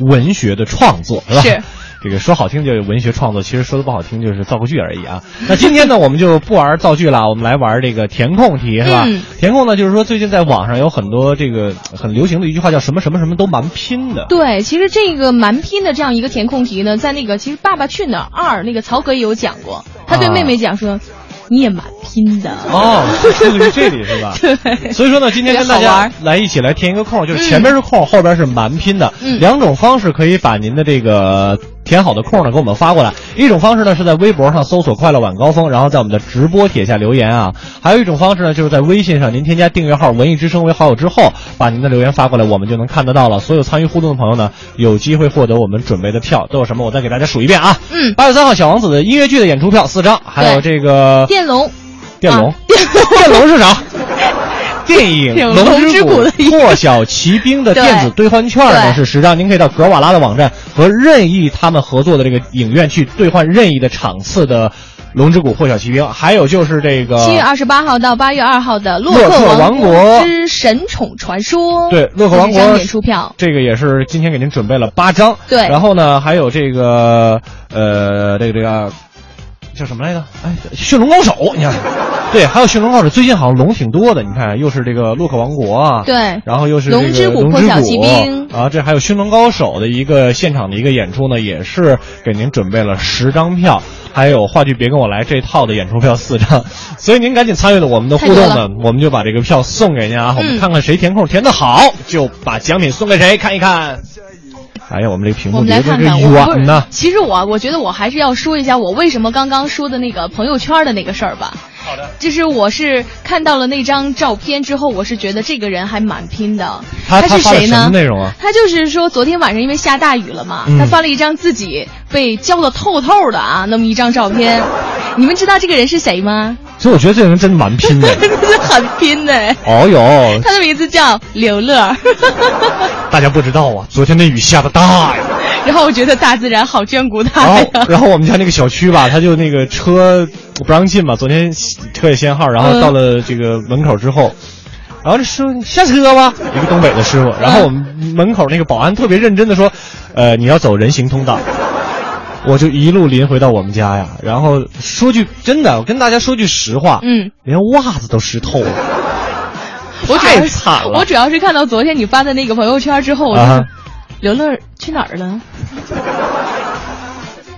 [SPEAKER 5] 呃文学的创作，是吧？
[SPEAKER 4] 是
[SPEAKER 5] 这个说好听就是文学创作，其实说的不好听就是造个句而已啊。那今天呢，我们就不玩造句了，我们来玩这个填空题，是吧？
[SPEAKER 4] 嗯
[SPEAKER 5] 填空呢，就是说最近在网上有很多这个呃很流行的一句话叫什么什么什么都蛮拼的，
[SPEAKER 4] 对，其实这个蛮拼的这样一个填空题呢，在那个其实《爸爸去哪儿二》那个曹格也有讲过，他对
[SPEAKER 5] 啊
[SPEAKER 4] 妹妹讲说，你也蛮拼的 [laughs]
[SPEAKER 5] 哦，出自于这里是吧？
[SPEAKER 4] 对，
[SPEAKER 5] 所以说呢，今天跟大
[SPEAKER 4] 比较好
[SPEAKER 5] 家
[SPEAKER 4] 玩
[SPEAKER 5] 来一起来填一个空，就是前面是空，后边是蛮拼的。
[SPEAKER 4] 嗯
[SPEAKER 5] 两种方式可以把您的这个填好的空呢给我们发过来。一种方式呢是在微博上搜索“快乐晚高峰”，然后在我们的直播帖下留言啊。还有一种方式呢，就是在微信上您添加订阅号“文艺之声”为好友之后，把您的留言发过来，我们就能看得到了。所有参与互动的朋友呢，有机会获得我们准备的票，都有什么？我再给大家数一遍啊。
[SPEAKER 4] 嗯，
[SPEAKER 5] 八月三号小王子的音乐剧的演出票四张，还有这个
[SPEAKER 4] 电龙，
[SPEAKER 5] 电
[SPEAKER 4] 啊
[SPEAKER 5] 龙，电龙是
[SPEAKER 4] [laughs]
[SPEAKER 5] 啥？电影
[SPEAKER 4] 电
[SPEAKER 5] 《
[SPEAKER 4] 影
[SPEAKER 5] 龙
[SPEAKER 4] 龙之
[SPEAKER 5] 谷
[SPEAKER 4] 谷》的一个
[SPEAKER 5] 破晓骑兵
[SPEAKER 4] [laughs]
[SPEAKER 5] 的电子兑换券呢
[SPEAKER 4] 对
[SPEAKER 5] 是十张，您可以到格瓦拉的网站和任意他们合作的这个影院去兑换任意的场次的《龙之谷》破晓骑兵，还有就是这个
[SPEAKER 4] 七月二十八号到八月二号的《
[SPEAKER 5] 啊洛克
[SPEAKER 4] 克
[SPEAKER 5] 王
[SPEAKER 4] 国
[SPEAKER 5] 国
[SPEAKER 4] 之神宠传说》，
[SPEAKER 5] 对，洛克王
[SPEAKER 4] 这张
[SPEAKER 5] 国
[SPEAKER 4] 演出票，
[SPEAKER 5] 这个也是今天给您准备了八张。
[SPEAKER 4] 对
[SPEAKER 5] 然后呢，还有这个呃，这个这个叫什么来着？哎，驯龙高手，你看，对，还有驯龙高手。最近好像龙挺多的，你看，又是这个洛克王国啊，
[SPEAKER 4] 对
[SPEAKER 5] 然后又是这个
[SPEAKER 4] 龙之谷
[SPEAKER 5] 龙
[SPEAKER 4] 破
[SPEAKER 5] 之
[SPEAKER 4] 晓
[SPEAKER 5] 谷
[SPEAKER 4] 骑兵
[SPEAKER 5] 啊，这还有驯龙高手的一个现场的一个演出呢，也是给您准备了十张票。还有话剧《别跟我来》这套的演出票四张， [laughs] 所以您赶紧参与了我们的互动
[SPEAKER 4] 太
[SPEAKER 5] 呢
[SPEAKER 4] 多，
[SPEAKER 5] 我们就把这个票送给您啊！我们
[SPEAKER 4] 嗯
[SPEAKER 5] 看看谁填空填得好，就把奖品送给谁，看一看。哎呀，我们这个屏
[SPEAKER 4] 我
[SPEAKER 5] 幕
[SPEAKER 4] 们
[SPEAKER 5] 离
[SPEAKER 4] 来
[SPEAKER 5] 得
[SPEAKER 4] 看
[SPEAKER 5] 这
[SPEAKER 4] 看，我不
[SPEAKER 5] 远呢
[SPEAKER 4] 是，。其实我我觉得我还是要说一下我为什么刚刚说的那个朋友圈的那个事儿吧。
[SPEAKER 5] 好的，
[SPEAKER 4] 就是我是看到了那张照片之后，我是觉得这个人还蛮拼的。
[SPEAKER 5] 他
[SPEAKER 4] 是
[SPEAKER 5] 发的
[SPEAKER 4] 谁
[SPEAKER 5] 什么
[SPEAKER 4] 呢？
[SPEAKER 5] 内容啊？
[SPEAKER 4] 他就是说，昨天晚上因为下大雨了嘛，
[SPEAKER 5] 嗯
[SPEAKER 4] 他发了一张自己被浇得透透的啊，那么一张照片。你们知道这个人是谁吗？
[SPEAKER 5] 所以我觉得这人真的蛮拼的。
[SPEAKER 4] [laughs] 真的很拼呢、
[SPEAKER 5] 哦哟，
[SPEAKER 4] 他的名字叫刘乐，
[SPEAKER 5] 大家不知道啊，昨天那雨下的大呀。
[SPEAKER 4] [laughs] 然后我觉得大自然好眷顾 [laughs]
[SPEAKER 5] 然
[SPEAKER 4] 哎他呀
[SPEAKER 5] 后。，然后我们家那个小区吧，他就那个车不让进嘛，昨天车也限号，然后
[SPEAKER 4] 嗯
[SPEAKER 5] 到了这个门口之后，然后这师傅下车
[SPEAKER 4] [laughs]
[SPEAKER 5] 吧，一个东北的师
[SPEAKER 4] 嗯
[SPEAKER 5] 傅，然后我们门口那个保安特别认真的说，呃，你要走人行通道。我就一路淋回到我们家呀，然后说句真的，我跟大家说句实话，
[SPEAKER 4] 嗯，
[SPEAKER 5] 连袜子都湿透了，
[SPEAKER 4] 我主
[SPEAKER 5] 太
[SPEAKER 4] 要是
[SPEAKER 5] 惨了。
[SPEAKER 4] 我主要是看到昨天你发的那个朋友圈之后，我就、
[SPEAKER 5] 啊
[SPEAKER 4] 刘乐去哪儿了？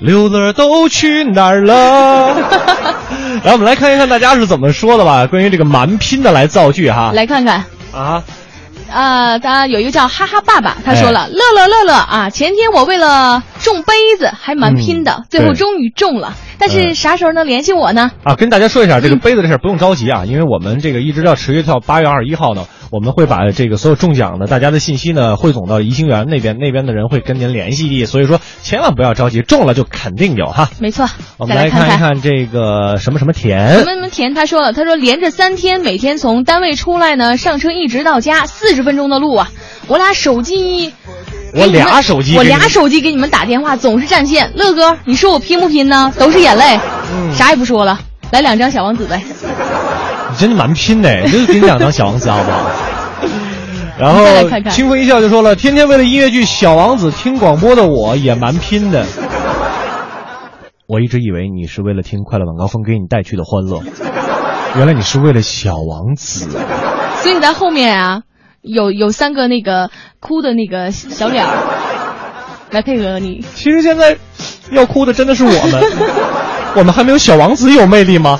[SPEAKER 5] 溜子儿都去哪儿
[SPEAKER 4] [laughs]
[SPEAKER 5] 了？来，我们来看一看大家是怎么说的吧，关于这个蛮拼的来造句哈。
[SPEAKER 4] 来看看。
[SPEAKER 5] 啊，
[SPEAKER 4] 啊，他有一个叫哈哈爸爸，他说了：“
[SPEAKER 5] 哎
[SPEAKER 4] 乐乐乐乐啊，前天我为了中杯子还蛮拼的，最后
[SPEAKER 5] 嗯对
[SPEAKER 4] 终于中了。但是
[SPEAKER 5] 嗯
[SPEAKER 4] 啥时候能联系我呢？
[SPEAKER 5] 啊，跟大家说一下这个杯子的事儿，不用着急啊，
[SPEAKER 4] [laughs]
[SPEAKER 5] 因为我们这个一直到持续到八月二十一号呢，我们会把这个所有中奖的大家的信息呢汇总到宜兴园那边，那边的人会跟您联系的，所以说千万不要着急，中了就肯定有哈。
[SPEAKER 4] 没错，
[SPEAKER 5] 我
[SPEAKER 4] 再
[SPEAKER 5] 们来
[SPEAKER 4] 看
[SPEAKER 5] 看一看这个什么什么
[SPEAKER 4] 我
[SPEAKER 5] 田，
[SPEAKER 4] 们们田他说了，他说连着三天，每天从单位出来呢，上车一直到家，四十分钟的路啊，我俩手机。
[SPEAKER 5] 我
[SPEAKER 4] 给你们
[SPEAKER 5] 俩手机
[SPEAKER 4] 我
[SPEAKER 5] 给你们
[SPEAKER 4] 俩手机给你们打电话，总是占线。乐哥，你说我拼不拼呢？都是眼泪，啥也不说了，来两张小王子呗。
[SPEAKER 5] 你真的蛮拼
[SPEAKER 4] [laughs]
[SPEAKER 5] 的，你就给你两张小王子好不好？然后
[SPEAKER 4] 再来看看
[SPEAKER 5] 清风一笑就说了：“天天为了音乐剧《小王子》听广播的我也蛮拼的。我一直以为你是为了听《快乐晚高峰》给你带去的欢乐，原来你是为了《小王子》。
[SPEAKER 4] 所以你在后面啊，有有三个那个哭的那个小脸儿，来配合你。
[SPEAKER 5] 其实现在要哭的真的是我 [laughs] 们，我们还没有《小王子》有魅力吗？”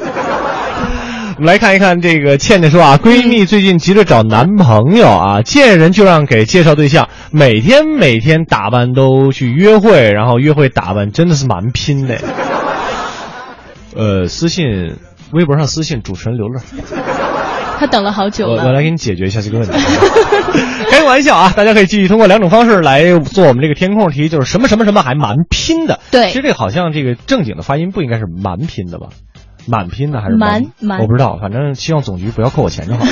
[SPEAKER 5] 我们来看一看这个倩倩说啊，闺蜜最近急着找男朋友啊，见人就让给介绍对象，每天每天打扮都去约会，然后约会打扮真的是蛮拼的。呃，私信微博上私信主持人刘乐，
[SPEAKER 4] 他等了好久
[SPEAKER 5] 我
[SPEAKER 4] 了。
[SPEAKER 5] 我来给你解决一下这个问题。
[SPEAKER 4] [laughs]
[SPEAKER 5] 开个玩笑啊，大家可以继续通过两种方式来做我们这个填空题，就是什么什么什么还蛮拼的。
[SPEAKER 4] 对
[SPEAKER 5] 其实这个好像这个正经的发音不应该是蛮拼的吧？满拼的还是
[SPEAKER 4] 蛮蛮
[SPEAKER 5] 我不知道，反正希望总局不要扣我钱就好了。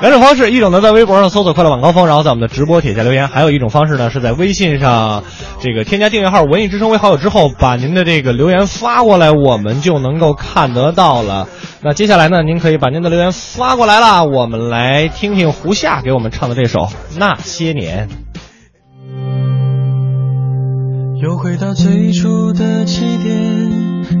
[SPEAKER 5] 两种方式，一种呢在微博上搜索“快乐晚高峰”，然后在我们的直播帖下留言；还有一种方式呢是在微信上，这个添加订阅号“文艺之声”为好友之后，把您的这个留言发过来，我们就能够看得到了。那接下来呢，您可以把您的留言发过来了，我们来听听胡夏给我们唱的这首《那些年》。
[SPEAKER 17] 又回到最初的起点，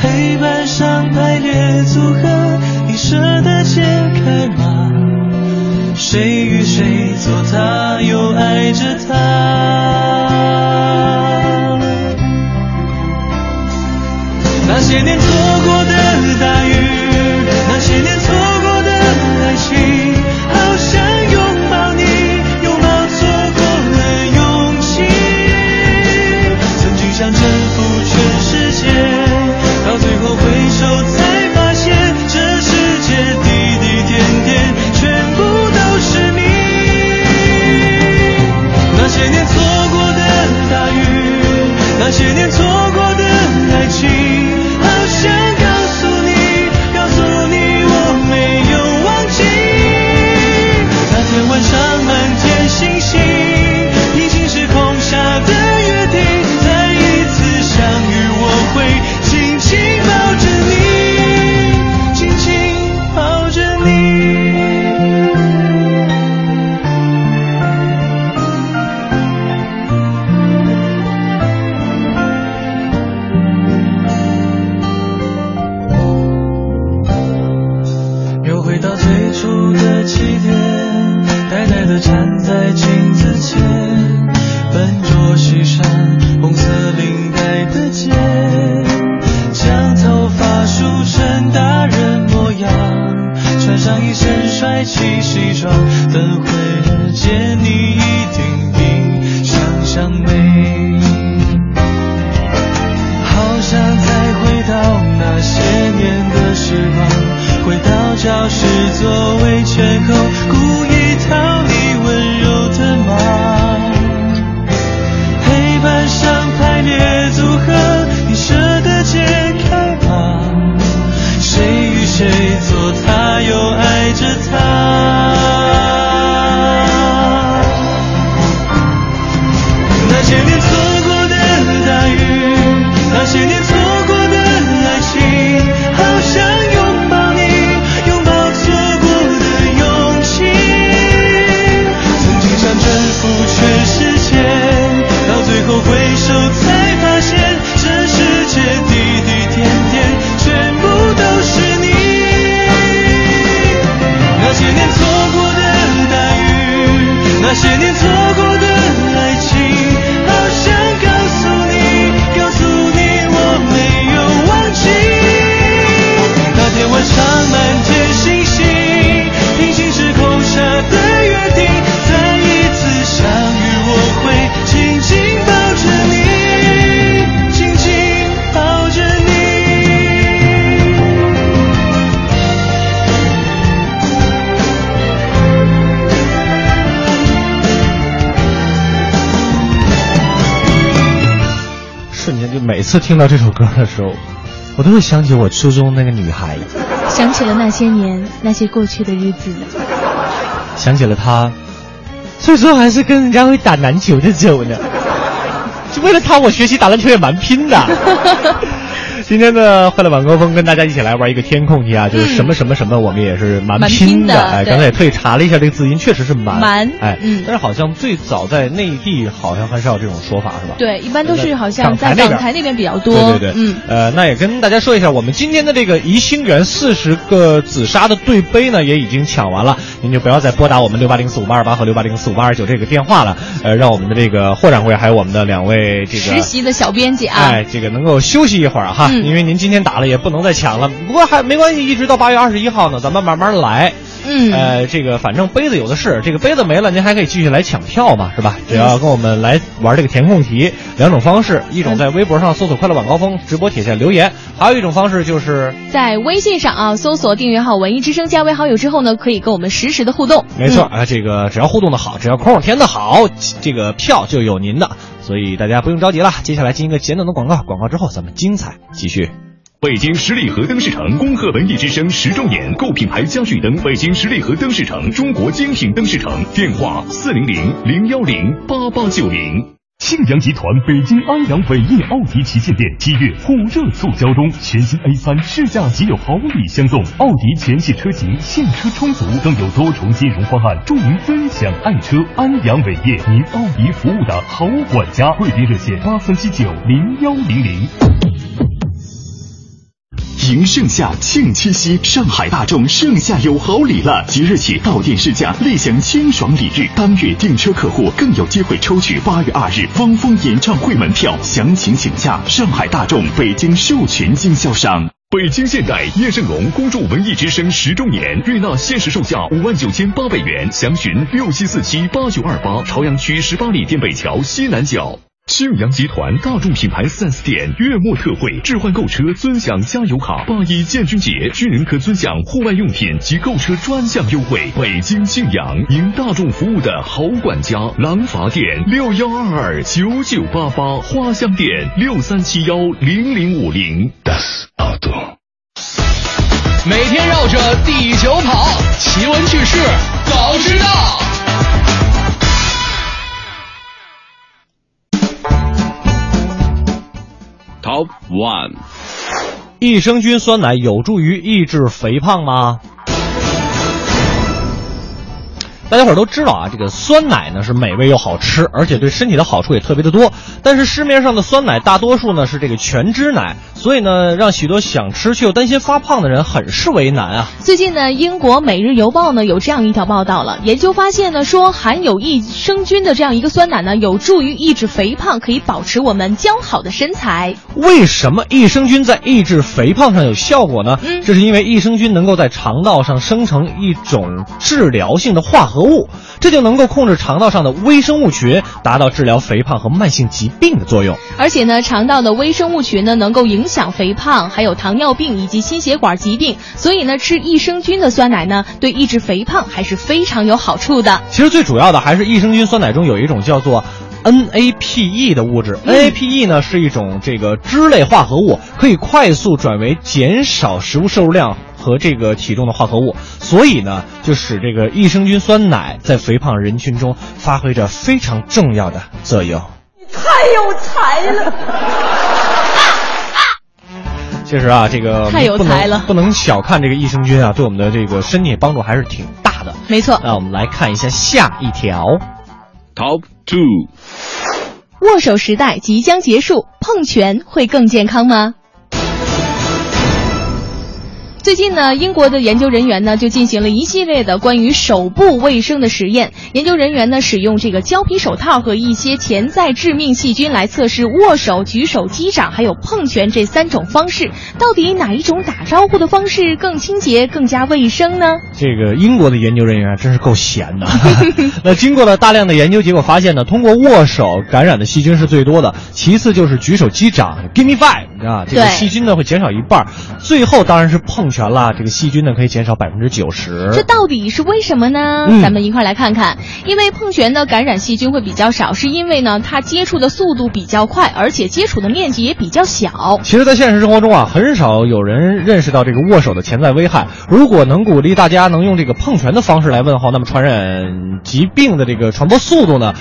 [SPEAKER 17] 黑板上排列组合，你舍得解开吗？谁与谁做他，又爱着他？那些年错过的大雨，那些年错过的爱情，好想拥抱你，拥抱错过的勇气。曾经想征服全世界，到最后回首才发现，这世界滴滴点点全部都是你。那些年错过的大雨，那些年错过的爱情，好想告诉你，双，等会儿见你一定比想象美。好想再回到那些年的时光，回到教室座位缺口，故意讨你温柔的骂。黑板上排列组合，你舍得解开吗？谁与谁做他，又爱着他？那些年错过的大雨，那些年错过的爱情，好想拥抱你，拥抱错过的勇气。曾经想征服全世界，到最后回首才发现，这世界滴滴点点，全部都是你。那些年错过的大雨，那些年错过的爱情，好想告诉你，告诉你我没有忘记。那天晚上满天星星，平行时空下的约定，再一次相遇，我会紧紧抱着你，紧紧抱着你。
[SPEAKER 5] 瞬间就每次听到这首歌的时候，我都会想起我初中那个女孩，
[SPEAKER 4] 想起了那些年，那些过去的日子。
[SPEAKER 5] 想起了她，最终还是跟人家会打篮球的走
[SPEAKER 4] [laughs]
[SPEAKER 5] 呢。就为了她，我学习打篮球也蛮拼
[SPEAKER 4] [laughs]
[SPEAKER 5] 的。今天的快乐晚高峰跟大家一起来玩一个填空题啊，就是什么什么什么，我们也是蛮
[SPEAKER 4] 嗯蛮拼的
[SPEAKER 5] 哎，
[SPEAKER 4] 对
[SPEAKER 5] 刚才也特意查了一下这个字音，确实是蛮。
[SPEAKER 4] 蛮
[SPEAKER 5] 哎
[SPEAKER 4] 嗯，
[SPEAKER 5] 但是好像最早在内地好像很少有这种说法，是吧？
[SPEAKER 4] 对，一般都是好像在
[SPEAKER 5] 在
[SPEAKER 4] 港
[SPEAKER 5] 港台
[SPEAKER 4] 台那
[SPEAKER 5] 那
[SPEAKER 4] 边比较多。
[SPEAKER 5] 对对对，
[SPEAKER 4] 嗯，，
[SPEAKER 5] 呃，那也跟大家说一下，我们今天的这个宜兴园四十个紫砂的对杯呢，也已经抢完了，您就不要再拨打我们六八零四五八二八和六八零四五八二九这个电话了，呃，让我们的这个霍掌柜还有我们的两位这
[SPEAKER 4] 实
[SPEAKER 5] 个。
[SPEAKER 4] 习的小编辑啊，
[SPEAKER 5] 哎，这个能够休息一会儿哈，
[SPEAKER 4] 嗯
[SPEAKER 5] 因为您今天打了也不能再抢了。不过还没关系，一直到八月二十一号呢，咱们慢慢来。
[SPEAKER 4] 嗯
[SPEAKER 5] 呃，这个反正杯子有的是，这个杯子没了，您还可以继续来抢票嘛，是
[SPEAKER 4] 嗯
[SPEAKER 5] 吧？只要跟我们来玩这个填空题，两种方式，
[SPEAKER 4] 嗯
[SPEAKER 5] 一种在微博上搜索“快乐晚高峰”直播帖下留言，还有一种方式就是。
[SPEAKER 4] 在微信上啊，搜索订阅号“文艺之声”，加为好友之后呢，可以跟我们实时的互动。
[SPEAKER 5] 没错啊，这个只要互动的好，只要空填的好，这个票就有您的，所以大家不用着急了。接下来进一个简短的广告，广告之后咱们精彩继续。
[SPEAKER 6] 北京十里河灯饰城恭贺文艺之声十周年，购品牌家具灯，北京十里河灯饰城，中国精品灯饰城，电话四零零零幺零八八九零。
[SPEAKER 7] 庆阳集团北京安阳伟业奥迪旗舰店
[SPEAKER 6] 七月火热促销中，全新 A 3试驾即有好礼相送，奥迪全系车型现车充足，更有多重金融方案助您分享爱车。安阳伟业，您奥迪服务的好管家，贵宾热线八三七九零幺零零。
[SPEAKER 7] 迎盛夏，庆七夕，上海大众盛夏有好礼了！即日起到店试驾，立享清爽礼遇。当月订车客户更有机会抽取八月二日汪峰演唱会门票，详情请洽上海大众北京授权经销商。
[SPEAKER 6] 北京现代叶盛龙恭祝文艺之声十周年，瑞纳限时售价五万九千八百元，详询六七四七八九二八，朝阳区十八里店北桥西南角。庆阳集团大众品牌 4S 店月末特惠，置换购车尊享加油卡。八一建军节，军人可尊享户外用品及购车专项优惠。北京庆阳，您大众服务的好管家。廊坊店六幺二二九九八八，花乡店六三七幺零零五零。
[SPEAKER 18] 每天绕着地球跑，奇闻趣事早知道。
[SPEAKER 5] Top One，益生菌酸奶有助于抑制肥胖吗？大家伙儿都知道啊，这个酸奶呢是美味又好吃，而且对身体的好处也特别的多。但是市面上的酸奶大多数呢是这个全脂奶，所以呢让许多想吃却又担心发胖的人很是为难啊。
[SPEAKER 4] 最近呢，英国《每日邮报呢》有这样一条报道了，研究发现呢，说含有益生菌的这样一个酸奶呢，有助于抑制肥胖，可以保持我们姣好的身材。
[SPEAKER 5] 为什么益生菌在抑制肥胖上有效果呢？这是因为益生菌能够在肠道上生成一种治疗性的化合物，这就能够控制肠道上的微生物群，达到治疗肥胖和慢性疾病的作用。
[SPEAKER 4] 而且呢，肠道的微生物群呢，能够影响肥胖，还有糖尿病以及心血管疾病。所以呢，吃益生菌的酸奶呢，对抑制肥胖还是非常有好处的。
[SPEAKER 5] 其实最主要的还是益生菌酸奶中有一种叫做 NAPE E 的物质、n
[SPEAKER 4] 嗯
[SPEAKER 5] a p e 呢是一种这个脂类化合物，可以快速转为减少食物摄入量和这个体重的化合物，所以呢，就使这个益生菌酸奶在肥胖人群中发挥着非常重要的作用。
[SPEAKER 3] 太有才了！
[SPEAKER 5] 其实啊，这个
[SPEAKER 4] 太有
[SPEAKER 5] 不能
[SPEAKER 4] 才了
[SPEAKER 5] 不能小看这个益生菌啊，对我们的这个身体帮助还是挺大的。
[SPEAKER 4] 没错，
[SPEAKER 5] 那我们来看一下下一条
[SPEAKER 7] ，Top Two。
[SPEAKER 4] 握手时代即将结束，碰拳会更健康吗？最近呢，英国的研究人员呢就进行了一系列的关于手部卫生的实验。研究人员呢使用这个胶皮手套和一些潜在致命细菌来测试握手、举手、击掌还有碰拳这三种方式，到底哪一种打招呼的方式更清洁、更加卫生呢？
[SPEAKER 5] 这个英国的研究人员啊真是够闲的。 [laughs] 那经过了大量的研究，结果发现呢，通过握手感染的细菌是最多的，其次就是举手击掌 （give me five） 啊，这个
[SPEAKER 4] 对
[SPEAKER 5] 细菌呢会减少一半儿，最后当然是碰拳啦，这个细菌呢可以减少百分之九十。
[SPEAKER 4] 这到底是为什么呢？
[SPEAKER 5] 嗯
[SPEAKER 4] 咱们一块儿来看看。因为碰拳呢，感染细菌会比较少，是因为呢它接触的速度比较快，而且接触的面积也比较小。
[SPEAKER 5] 其实，在现实生活中啊，很少有人认识到这个握手的潜在危害。如果能鼓励大家能用这个碰拳的方式来问候，那么传染疾病的这个传播速度呢，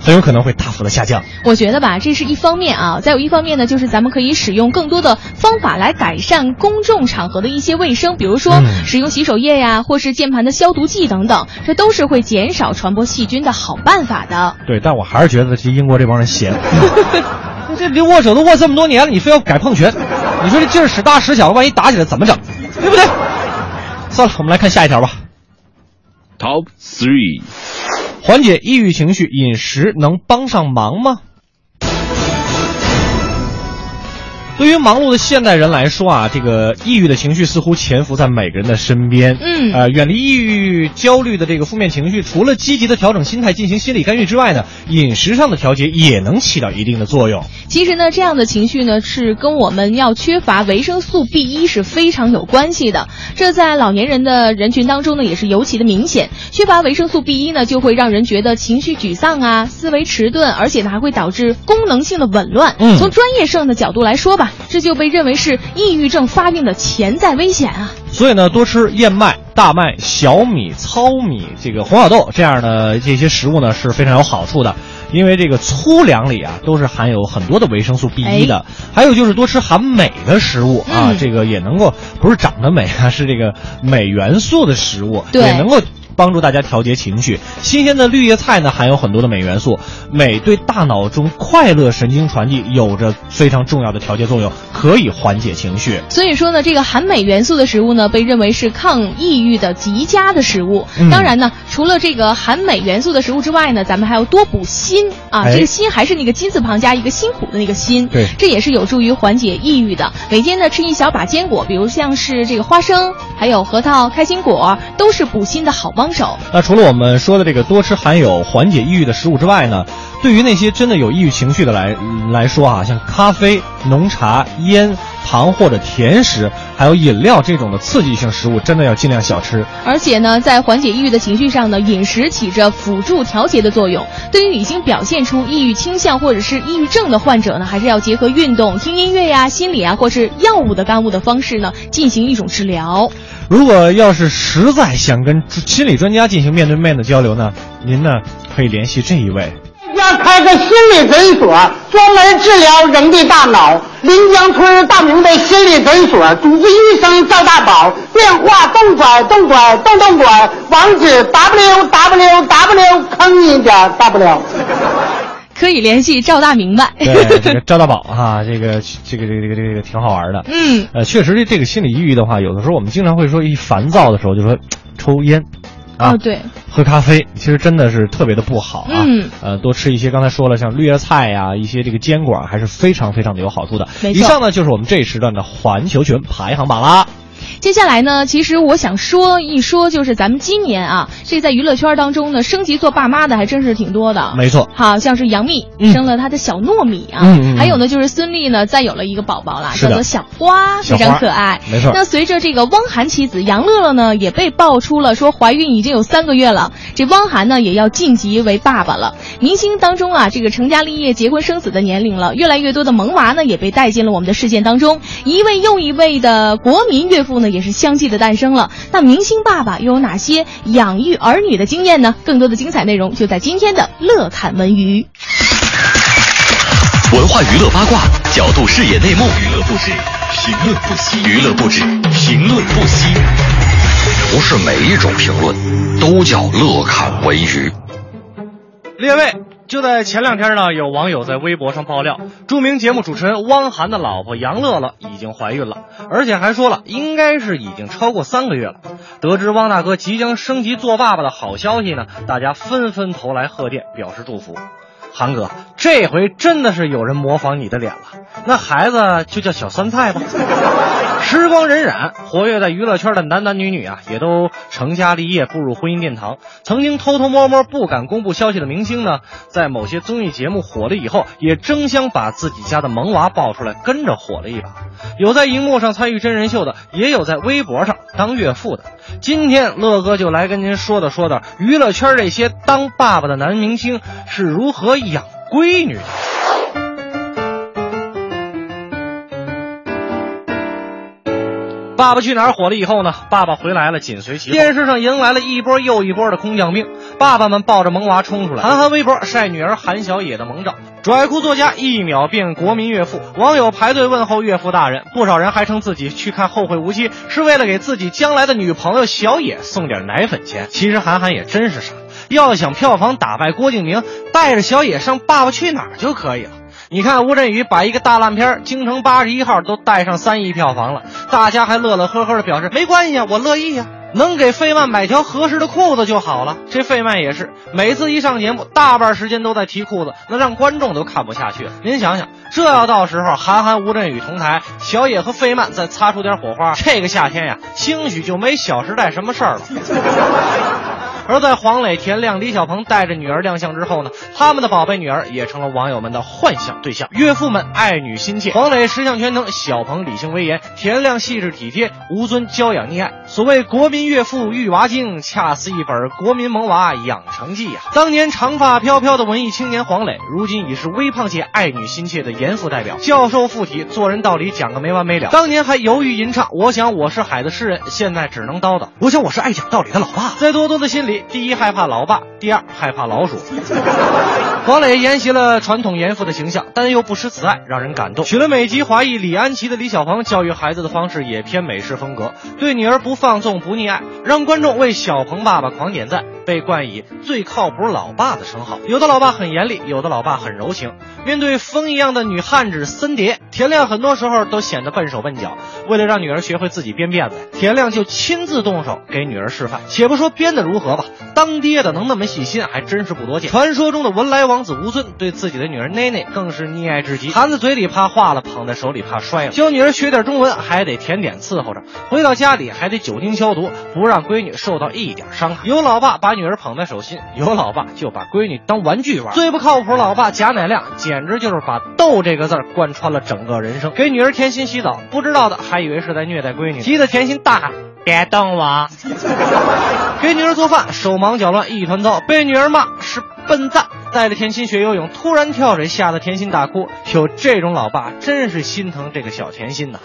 [SPEAKER 5] 很有可能会大幅的下降。
[SPEAKER 4] 我觉得吧，这是一方面啊，再有一方面呢，就是咱们可以使用更多的方法来改善公众场合的一些卫生，比如说使用洗手液呀、或是键盘的消毒剂等等，这都是会减少传播细菌的好办法的。
[SPEAKER 5] 对，但我还是觉得这英国这帮人闲。 [laughs] 这这握手都握这么多年了，你非要改碰拳，你说这劲儿使大使小，万一打起来怎么整？对不对？算了，我们来看下一条吧。
[SPEAKER 7] Top Three。
[SPEAKER 5] 缓解抑郁情绪，饮食能帮上忙吗？对于忙碌的现代人来说啊，这个抑郁的情绪似乎潜伏在每个人的身边。
[SPEAKER 4] 嗯
[SPEAKER 5] 呃，远离抑郁、焦虑的这个负面情绪，除了积极的调整心态进行心理干预之外呢，饮食上的调节也能起到一定的作用。
[SPEAKER 4] 其实呢，这样的情绪呢，是跟我们要缺乏维生素 B 一是非常有关系的。这在老年人的人群当中呢，也是尤其的明显。缺乏维生素 B 一呢，就会让人觉得情绪沮丧啊，思维迟钝，而且呢，还会导致功能性的紊乱。
[SPEAKER 5] 嗯
[SPEAKER 4] 从专业上的角度来说吧，这就被认为是抑郁症发病的潜在危险啊。
[SPEAKER 5] 所以呢，多吃燕麦、大麦、小米、糙米、这个红小豆这样的这些食物呢是非常有好处的，因为这个粗粮里啊都是含有很多的维生素 B 一的。还有就是多吃含镁的食物啊，
[SPEAKER 4] 哎嗯
[SPEAKER 5] 这个也能够不是长得美啊，是这个镁元素的食物，
[SPEAKER 4] 对
[SPEAKER 5] 也能够。帮助大家调节情绪。新鲜的绿叶菜呢，含有很多的镁元素，镁对大脑中快乐神经传递有着非常重要的调节作用，可以缓解情绪。
[SPEAKER 4] 所以说呢，这个含镁元素的食物呢，被认为是抗抑郁的极佳的食物。
[SPEAKER 5] 嗯
[SPEAKER 4] 当然呢，除了这个含镁元素的食物之外呢，咱们还要多补锌啊。
[SPEAKER 5] 哎
[SPEAKER 4] 这个锌还是那个金字旁加一个辛苦的那个辛，
[SPEAKER 5] 对
[SPEAKER 4] 这也是有助于缓解抑郁的。每天呢吃一小把坚果，比如像是这个花生，还有核桃、开心果，都是补锌的好帮手。
[SPEAKER 5] 那除了我们说的这个多吃含有缓解抑郁的食物之外呢，对于那些真的有抑郁情绪的来来说啊，像咖啡、浓茶、烟、糖或者甜食，还有饮料这种的刺激性食物，真的要尽量少吃。
[SPEAKER 4] 而且呢，在缓解抑郁的情绪上呢，饮食起着辅助调节的作用。对于已经表现出抑郁倾向或者是抑郁症的患者呢，还是要结合运动、听音乐呀、心理啊，或是药物的干物的方式呢，进行一种治疗。
[SPEAKER 5] 如果要是实在想跟心理专家进行面对面的交流呢，您呢可以联系这一位。
[SPEAKER 19] 要开个心理诊所，专门治疗人的大脑。临江村大明备心理诊所，主治医生赵大宝，电话动拐动拐动动拐，网址 w
[SPEAKER 5] 啊
[SPEAKER 19] w w 坑你点 w。
[SPEAKER 4] 可以联系赵大明 [laughs] 白。
[SPEAKER 5] 对，这个赵大宝哈、这个这个这个这个这个挺好玩的。
[SPEAKER 4] 嗯，
[SPEAKER 5] 呃，确实这这个心理抑郁的话，有的时候我们经常会说，一烦躁的时候就说抽烟，啊，
[SPEAKER 4] 哦对，
[SPEAKER 5] 喝咖啡，其实真的是特别的不好啊。
[SPEAKER 4] 嗯
[SPEAKER 5] 呃，多吃一些刚才说了，像绿叶菜呀、一些这个坚果，还是非常非常的有好处的。
[SPEAKER 4] 没错
[SPEAKER 5] 以上呢就是我们这一时段的环球群排行榜啦。
[SPEAKER 4] 接下来呢，其实我想说一说，就是咱们今年啊，这在娱乐圈当中呢，升级做爸妈的还真是挺多的。
[SPEAKER 5] 没错
[SPEAKER 4] 好像是杨幂、生了她的小糯米啊，
[SPEAKER 5] 嗯嗯嗯
[SPEAKER 4] 还有呢就是孙俪呢再有了一个宝宝啦，
[SPEAKER 5] 是
[SPEAKER 4] 叫
[SPEAKER 5] 的
[SPEAKER 4] 做小花，
[SPEAKER 5] 小
[SPEAKER 4] 非
[SPEAKER 5] 花
[SPEAKER 4] 常可爱。
[SPEAKER 5] 没错
[SPEAKER 4] 那随着这个汪涵妻子杨乐乐呢，也被爆出了说怀孕已经有三个月了，这汪涵呢也要晋级为爸爸了。明星当中啊，这个成家立业、结婚生子的年龄了，越来越多的萌娃呢也被带进了我们的视线当中，一位又一位的国民岳父呢也是相继的诞生了。那明星爸爸又有哪些养育儿女的经验呢？更多的精彩内容就在今天的乐侃文娱。
[SPEAKER 1] 文化娱乐八卦，角度视野内幕，娱乐不止，评论不息，娱乐不止，评论不息。
[SPEAKER 20] 不是每一种评论都叫乐侃文娱。
[SPEAKER 5] 列位，就在前两天呢，有网友在微博上爆料，著名节目主持人汪涵的老婆杨乐乐已经怀孕了，而且还说了，应该是已经超过三个月了。得知汪大哥即将升级做爸爸的好消息呢，大家纷纷投来贺电，表示祝福。韩哥，这回真的是有人模仿你的脸了，那孩子就叫小酸菜吧。时光荏苒，活跃在娱乐圈的男男女女啊，也都成家立业，步入婚姻殿堂。曾经偷偷摸摸不敢公布消息的明星呢，在某些综艺节目火了以后，也争相把自己家的萌娃爆出来，跟着火了一把。有在荧幕上参与真人秀的，也有在微博上当岳父的。今天乐哥就来跟您说道说道娱乐圈这些当爸爸的男明星是如何养闺女的。《爸爸去哪儿》火了以后呢，《爸爸回来了》紧随其后，电视上迎来了一波又一波的空降兵，爸爸们抱着萌娃冲出来。韩寒微博晒女儿韩小野的萌照，拽酷作家一秒变国民岳父，网友排队问候岳父大人，不少人还称自己去看《后会无期》是为了给自己将来的女朋友小野送点奶粉钱。其实韩寒也真是傻，要想票房打败郭敬明，带着小野上《爸爸去哪儿》就可以了。你看吴镇宇把一个大烂片儿《京城八十一号》都带上三亿票房了，大家还乐乐呵呵的表示没关系啊，我乐意啊，能给费曼买条合适的裤子就好了。这费曼也是，每次一上节目，大半时间都在提裤子，那让观众都看不下去了。您想想，这要到时候韩寒、吴镇宇同台，小野和费曼再擦出点火花，这个夏天呀，兴许就没《小时代》什么事儿了。而在黄磊、田亮、李小鹏带着女儿亮相之后呢，他们的宝贝女儿也成了网友们的幻想对象。岳父们爱女心切，黄磊十项全能，小鹏理性威严，田亮细致体贴，吴尊娇养溺爱。所谓国民岳父育娃经，恰似一本国民萌娃养成记呀、当年长发飘飘的文艺青年黄磊，如今已是微胖界爱女心切的严父代表，教授附体，做人道理讲个没完没了。当年还犹豫吟唱“我想我是海”的诗人，现在只能叨叨“我想我是爱讲道理的老爸”。在多多的心里，第一害怕老爸，第二害怕老鼠。 [laughs] 黄磊沿袭了传统严父的形象，但又不失慈爱，让人感动。娶了美籍华裔李安琪的李小鹏，教育孩子的方式也偏美式风格，对女儿不放纵不溺爱，让观众为小鹏爸爸狂点赞，被冠以“最靠谱老爸”的称号。有的老爸很严厉，有的老爸很柔情。面对风一样的女汉子森碟，田亮很多时候都显得笨手笨脚。为了让女儿学会自己编辫子，田亮就亲自动手给女儿示范。且不说编的如何吧，当爹的能那么细心还真是不多见。传说中的文莱王子吴尊对自己的女儿奈奈更是溺爱至极，含在嘴里怕化了，捧在手里怕摔了。教女儿学点中文还得甜点伺候着，回到家里还得酒精消毒，不让闺女受到一点伤害。有老爸把女儿捧在手心，有老爸就把闺女当玩具玩。最不靠谱老爸贾乃亮，简直就是把“逗”这个字儿贯穿了整个人生。给女儿甜心洗澡，不知道的还以为是在虐待闺女，急得甜心大喊：“别动我！”给女儿做饭，手忙脚乱，一团糟，被女儿骂是笨蛋。带着甜心学游泳，突然跳水，吓得甜心大哭。有这种老爸，真是心疼这个小甜心呐、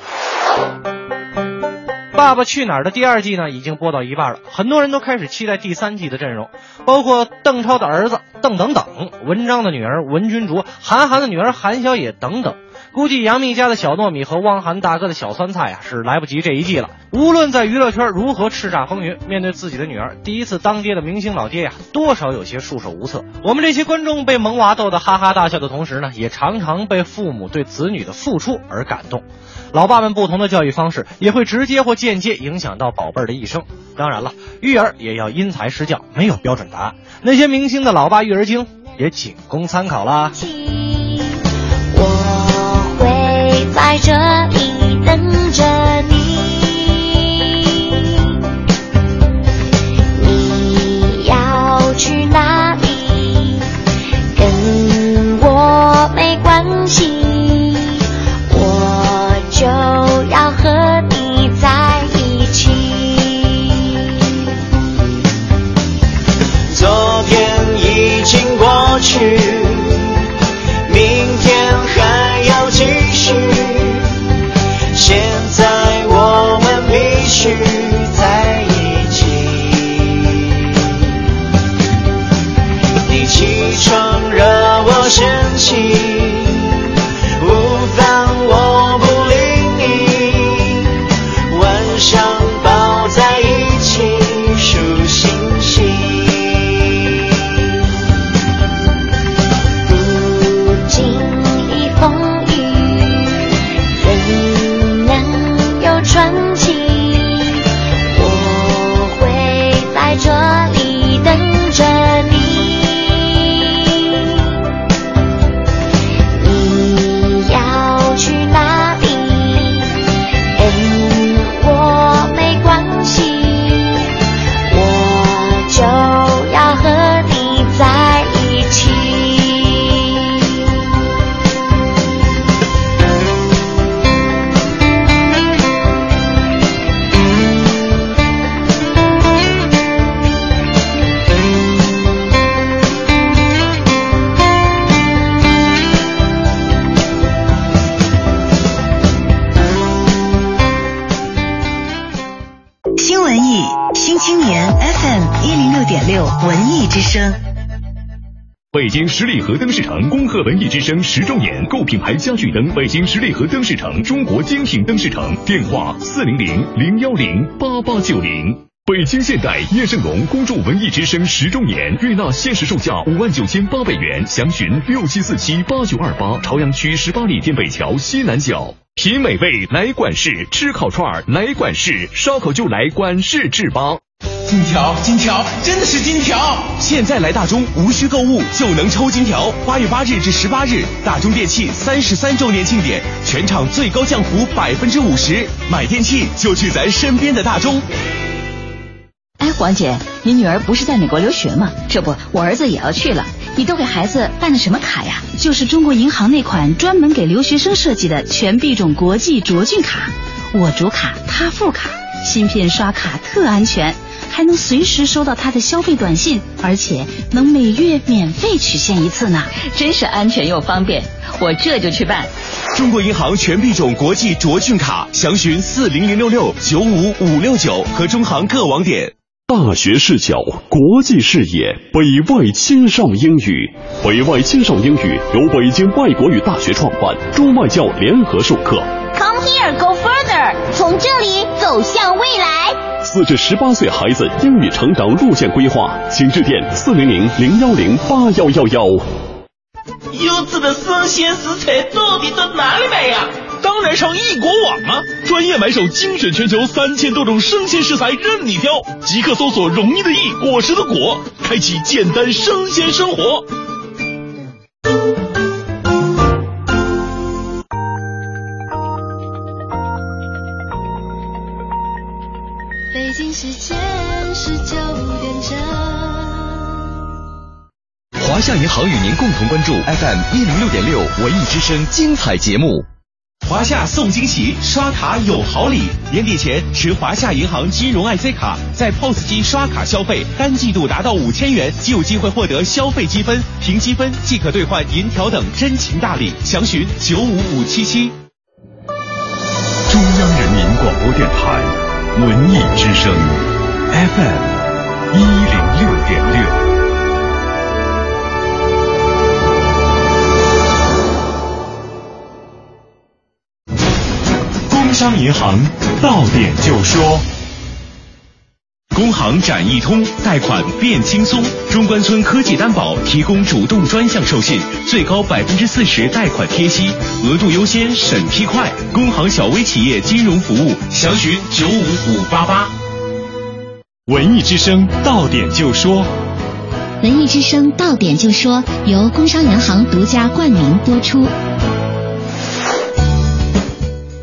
[SPEAKER 5] 《爸爸去哪儿》的第二季呢，已经播到一半了，很多人都开始期待第三季的阵容，包括邓超的儿子邓等等、文章的女儿文君竹、韩寒的女儿韩小野等等。估计杨幂家的小糯米和汪涵大哥的小酸菜啊是来不及这一季了。无论在娱乐圈如何叱咤风云，面对自己的女儿，第一次当爹的明星老爹呀、多少有些束手无策。我们这些观众被萌娃逗得哈哈大笑的同时呢，也常常被父母对子女的付出而感动。老爸们不同的教育方式，也会直接或间接影响到宝贝儿的一生。当然了，育儿也要因材施教，没有标准答案。那些明星的老爸育儿经也仅供参考啦。
[SPEAKER 3] 会在这里等着你。你要去哪里？跟我没关系，我就要和你在一起。
[SPEAKER 17] 昨天已经过去，明天还要继续。现在我们必须在一起。你启程惹我生气，午饭我不理你，晚上抱在一起数星星。
[SPEAKER 3] 不经历风雨，怎能有传奇？我会在这里等着你。你要去哪里？跟我没关系，我就要和你在一起。
[SPEAKER 8] 新文艺新青年 FM 一零六点六文艺之声。
[SPEAKER 6] 北京十里河灯饰城恭贺文艺之声十周年，购品牌家具灯。北京十里河灯饰城，中国精品灯饰城。电话：四零零零幺零八八九零。北京现代叶盛龙恭祝文艺之声十周年，悦纳限时售价五万九千八百元，详询六七四七八九二八，朝阳区十八里店北桥西南角。品美味来管事，吃烤串儿来管事，烧烤就来管事制吧。
[SPEAKER 9] 金条，金条，真的是金条！现在来大中，无需购物就能抽金条。八月八日至十八日，大中电器三十三周年庆典，全场最高降幅百分之五十，买电器就去咱身边的大中。
[SPEAKER 21] 哎，黄姐，你女儿不是在美国留学吗？这不，我儿子也要去了。你都给孩子办的什么卡呀？
[SPEAKER 2] 就是中国银行那款专门给留学生设计的全币种国际卓俊卡，我主卡，他副卡，芯片刷卡特安全，还能随时收到他的消费短信，而且能每月免费取现一次呢。
[SPEAKER 21] 真是安全又方便，我这就去办。
[SPEAKER 9] 中国银行全币种国际卓俊卡，详询四零零六六九五五六九和中行各网点。
[SPEAKER 7] 大学视角，国际视野，北外青少英语。北外青少英语由北京外国语大学创办，中外教联合授课。
[SPEAKER 22] Come here, go further，从这里走向未来。
[SPEAKER 7] 四至十八岁孩子英语成长路线规划，请致电四零零零幺零八幺幺幺。
[SPEAKER 23] 优质的生鲜食材到底到哪里买呀？
[SPEAKER 9] 当然上易果网啊！专业买手精选全球三千多种生鲜食材任你挑，即刻搜索“容易的易，果实的果”，开启简单生鲜生活。
[SPEAKER 3] 北京时间十九点整。
[SPEAKER 9] 华夏银行与您共同关注 FM 一零六点六文艺之声精彩节目。华夏送惊喜，刷卡有好礼！年底前持华夏银行金融 IC 卡，在 POS 机刷卡消费，单季度达到五千元，即有机会获得消费积分，凭积分即可兑换银条等真情大礼。详询九五五七七。
[SPEAKER 6] 中央人民广播电台文艺之声，FM 一零六点六。商银行到点就说。
[SPEAKER 9] 工行展易通，贷款变轻松。中关村科技担保提供主动专项授信，最高百分之四十贷款贴息，额度优先，审批快。工行小微企业金融服务，详询九五五八八。
[SPEAKER 6] 文艺之声到点就说，
[SPEAKER 2] 文艺之声到点就说，由工商银行独家冠名播出。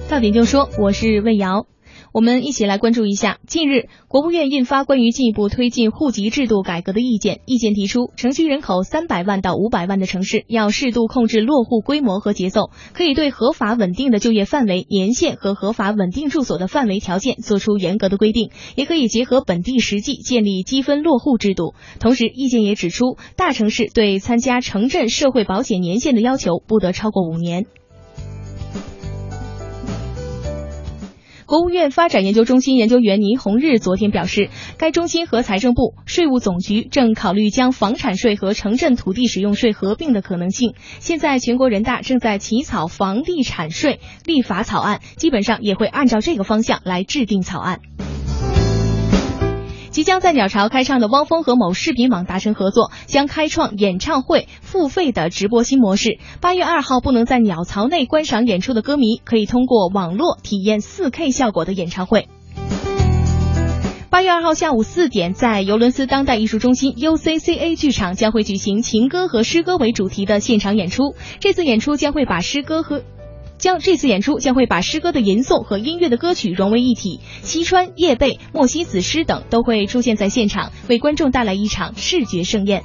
[SPEAKER 4] 到点就说，我是魏瑶。我们一起来关注一下，近日，国务院印发关于进一步推进户籍制度改革的意见。意见提出，城区人口三百万到五百万的城市，要适度控制落户规模和节奏，可以对合法稳定的就业范围、年限和合法稳定住所的范围条件做出严格的规定，也可以结合本地实际建立积分落户制度。同时，意见也指出，大城市对参加城镇社会保险年限的要求不得超过五年。国务院发展研究中心研究员倪虹日昨天表示，该中心和财政部、税务总局正考虑将房产税和城镇土地使用税合并的可能性。现在，全国人大正在起草房地产税立法草案，基本上也会按照这个方向来制定草案。即将在鸟巢开唱的汪峰和某视频网达成合作，将开创演唱会付费的直播新模式。八月二号不能在鸟巢内观赏演出的歌迷，可以通过网络体验 4K 效果的演唱会。八月二号下午四点，在尤伦斯当代艺术中心 UCCA 剧场将会举行情歌和诗歌为主题的现场演出。这次演出将会把诗歌和将这次演出将会把诗歌的吟诵和音乐的歌曲融为一体，西川、叶蓓、莫西子诗等都会出现在现场，为观众带来一场视觉盛宴。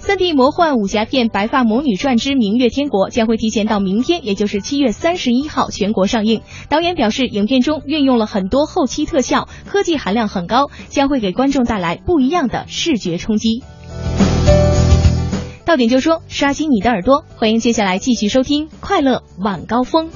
[SPEAKER 4] 3D 魔幻武侠片《白发魔女传之明月天国》将会提前到明天，也就是七月三十一号全国上映。导演表示，影片中运用了很多后期特效，科技含量很高，将会给观众带来不一样的视觉冲击。到点就说，刷新你的耳朵，欢迎接下来继续收听《快乐晚高峰》。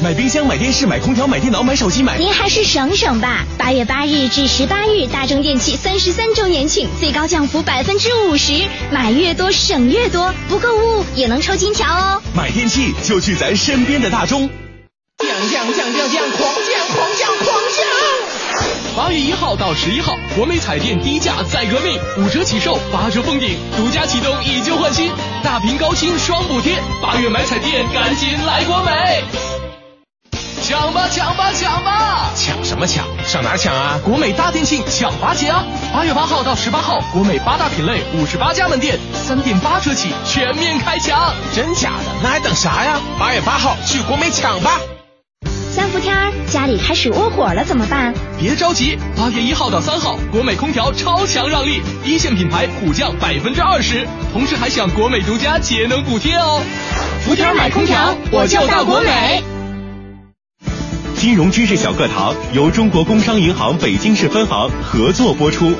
[SPEAKER 9] 买冰箱、买电视、买空调、买电脑、买手机、买。
[SPEAKER 13] 您还是省省吧。八月八日至十八日，大中电器三十三周年庆，最高降幅百分之五十，买越多省越多，不购物也能抽金条哦。
[SPEAKER 9] 买电器就去咱身边的大中。
[SPEAKER 24] 降降降降降，狂降狂降狂降！
[SPEAKER 18] 八月一号到十一号，国美彩电低价再革命，五折起售，八折封顶，独家启动以旧换新，大屏高清双补贴。八月买彩电，赶紧来国美！抢吧抢吧抢吧！
[SPEAKER 9] 啊抢什么抢？上哪儿抢啊？
[SPEAKER 18] 国美大店庆抢八节啊！八月八号到十八号，国美八大品类五十八家门店，三点八折起，全面开抢！
[SPEAKER 9] 真假的？那还等啥呀？八月八号去国美抢吧！
[SPEAKER 13] 三伏天儿家里开始窝火了怎么办？
[SPEAKER 18] 别着急，八月一号到三号，国美空调超强让利，一线品牌普降百分之二十，同时还享国美独家节能补贴哦！
[SPEAKER 13] 伏天买空调，我就到国美。
[SPEAKER 9] 金融知识小课堂由中国工商银行北京市分行合作播出。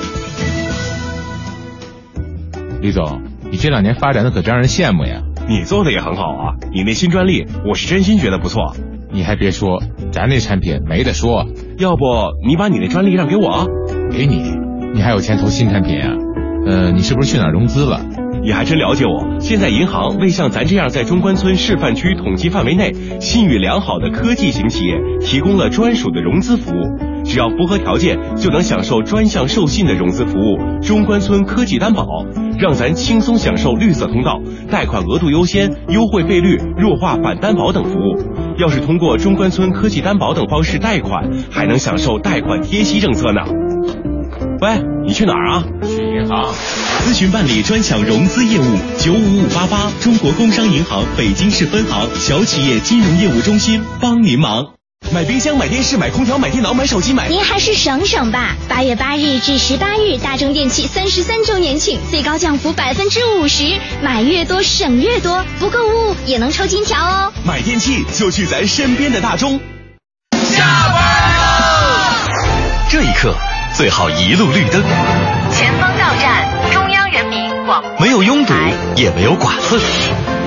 [SPEAKER 8] 李总，你这两年发展的可让人羡慕呀！
[SPEAKER 9] 你做的也很好啊，你那新专利，我是真心觉得不错。
[SPEAKER 8] 你还别说，咱那产品没得说。
[SPEAKER 9] 要不你把你那专利让给我啊？
[SPEAKER 8] 给你？你还有钱投新产品啊？呃，你是不是去哪儿融资了？
[SPEAKER 9] 你还真了解我。现在银行为像咱这样在中关村示范区统计范围内信誉良好的科技型企业提供了专属的融资服务，只要符合条件就能享受专项授信的融资服务。中关村科技担保，让咱轻松享受绿色通道、贷款额度优先、优惠费率、弱化反担保等服务。要是通过中关村科技担保等方式贷款，还能享受贷款贴息政策呢。喂，你去哪儿啊？
[SPEAKER 8] 去银行。
[SPEAKER 9] 咨询办理专享融资业务，九五五八八，中国工商银行北京市分行小企业金融业务中心帮您忙。买冰箱、买电视、买空调、买电脑、买手机、买。
[SPEAKER 13] 您还是省省吧。八月八日至十八日，大中电器三十三周年庆，最高降幅百分之五十，买越多省越多，不购物也能抽金条哦。
[SPEAKER 9] 买电器就去咱身边的大中。
[SPEAKER 24] 下班喽！
[SPEAKER 1] 这一刻最好一路绿灯，
[SPEAKER 10] 前方到站中央人民广播。
[SPEAKER 1] 没有拥堵，也没有剐蹭，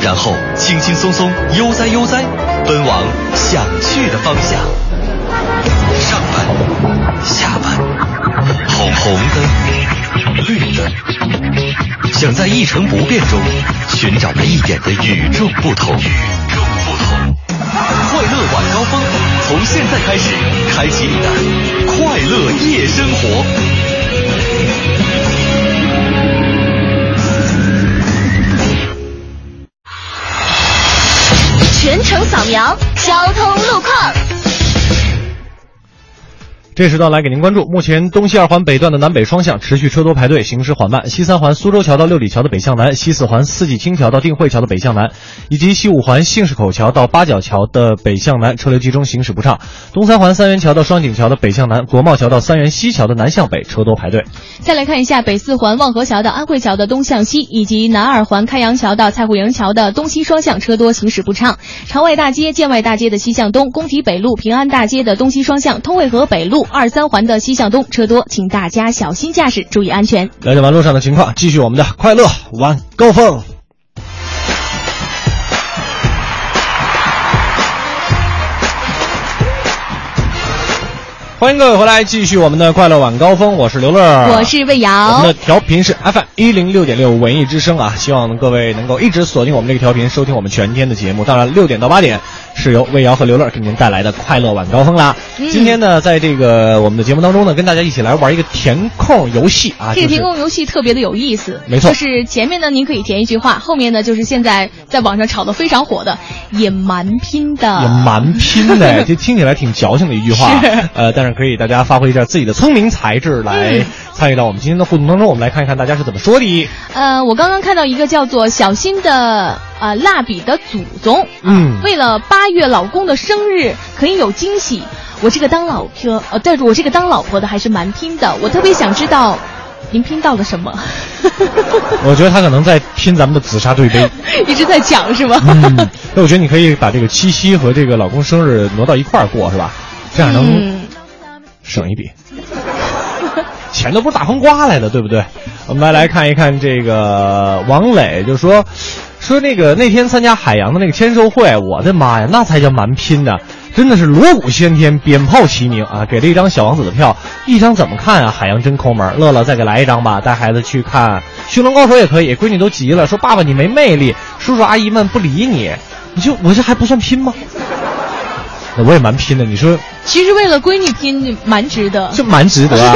[SPEAKER 1] 然后轻轻松松、悠哉悠哉，奔往想去的方向。上班，下班，红红灯，绿的，想在一成不变中寻找着一点的与众不同。与众不同，快乐晚高峰，从现在开始，开启你的快乐夜生活。
[SPEAKER 13] 全程扫描交通路况。
[SPEAKER 5] 这时段来给您关注，目前东西二环北段的南北双向持续车多排队，行驶缓慢；西三环苏州桥到六里桥的北向南，西四环四季青桥到定慧桥的北向南，以及西五环杏市口桥到八角桥的北向南车流集中，行驶不畅；东三环三元桥到双井桥的北向南，国贸桥到三元西桥的南向北车多排队。
[SPEAKER 4] 再来看一下北四环望河桥到安慧桥的东向西，以及南二环开阳桥到蔡户营桥的东西双向车多，行驶不畅。朝外大街、建外大街的西向东，工体北路、平安大街的东西双向，通渭河北路二三环的西向东车多，请大家小心驾驶，注意安全。
[SPEAKER 5] 了解完路上的情况，继续我们的快乐晚高峰。欢迎各位回来，继续我们的快乐晚高峰，我是刘乐，
[SPEAKER 4] 我是魏
[SPEAKER 5] 我们
[SPEAKER 4] 瑶
[SPEAKER 5] 的，调频是 FM 一零六点六文艺之声啊，希望各位能够一直锁定我们这个调频，收听我们全天的节目。当然，六点到八点是由魏瑶和刘乐给您带来的快乐晚高峰啦。
[SPEAKER 4] 嗯
[SPEAKER 5] 今天呢，在这个我们的节目当中呢，跟大家一起来玩一个填空游戏
[SPEAKER 4] [laughs]
[SPEAKER 5] 啊，就
[SPEAKER 4] 这个
[SPEAKER 5] 是
[SPEAKER 4] 填空游戏特别的有意思，
[SPEAKER 5] 没错
[SPEAKER 4] 就是前面呢您可以填一句话，后面呢就是现在在网上炒得非常火的野蛮拼的，
[SPEAKER 5] 也蛮拼的，这听起来挺矫情的一句话
[SPEAKER 4] 啊是，嗯
[SPEAKER 5] 呃，但是可以大家发挥一下自己的聪明才智来参与到我们今天的互动当中。我们来看一看大家是怎么说的。
[SPEAKER 4] 呃，我刚刚看到一个叫做小新的呃蜡笔的祖宗，
[SPEAKER 5] 嗯
[SPEAKER 4] 为了八月老公的生日可以有惊喜，我这个当老婆呃，但是我这个当老婆的还是蛮拼的，我特别想知道您拼到了什么， [laughs]
[SPEAKER 5] 我觉得他可能在拼咱们的紫砂对杯。
[SPEAKER 4] 一直在讲是吗？ [laughs]
[SPEAKER 5] 嗯，那我觉得你可以把这个七夕和这个老公生日挪到一块儿过，是吧？这样能
[SPEAKER 4] 嗯
[SPEAKER 5] 省一笔。钱都不是大风刮来的，对不对？我们来来看一看这个王磊就说，说那个那天参加海洋的那个签售会，我的妈呀，那才叫蛮拼呢！真的是锣鼓喧天，鞭炮齐鸣啊！给了一张小王子的票，一张怎么看啊？海洋真抠门，乐乐再给来一张吧，带孩子去看《驯龙高手》也可以。闺女都急了，说爸爸你没魅力，叔叔阿姨们不理你，你就我这还不算拼吗？ [laughs] 我也蛮拼的，你说
[SPEAKER 4] 其实为了闺女拼蛮值得，
[SPEAKER 5] 这蛮值
[SPEAKER 4] [laughs]
[SPEAKER 5] 得啊。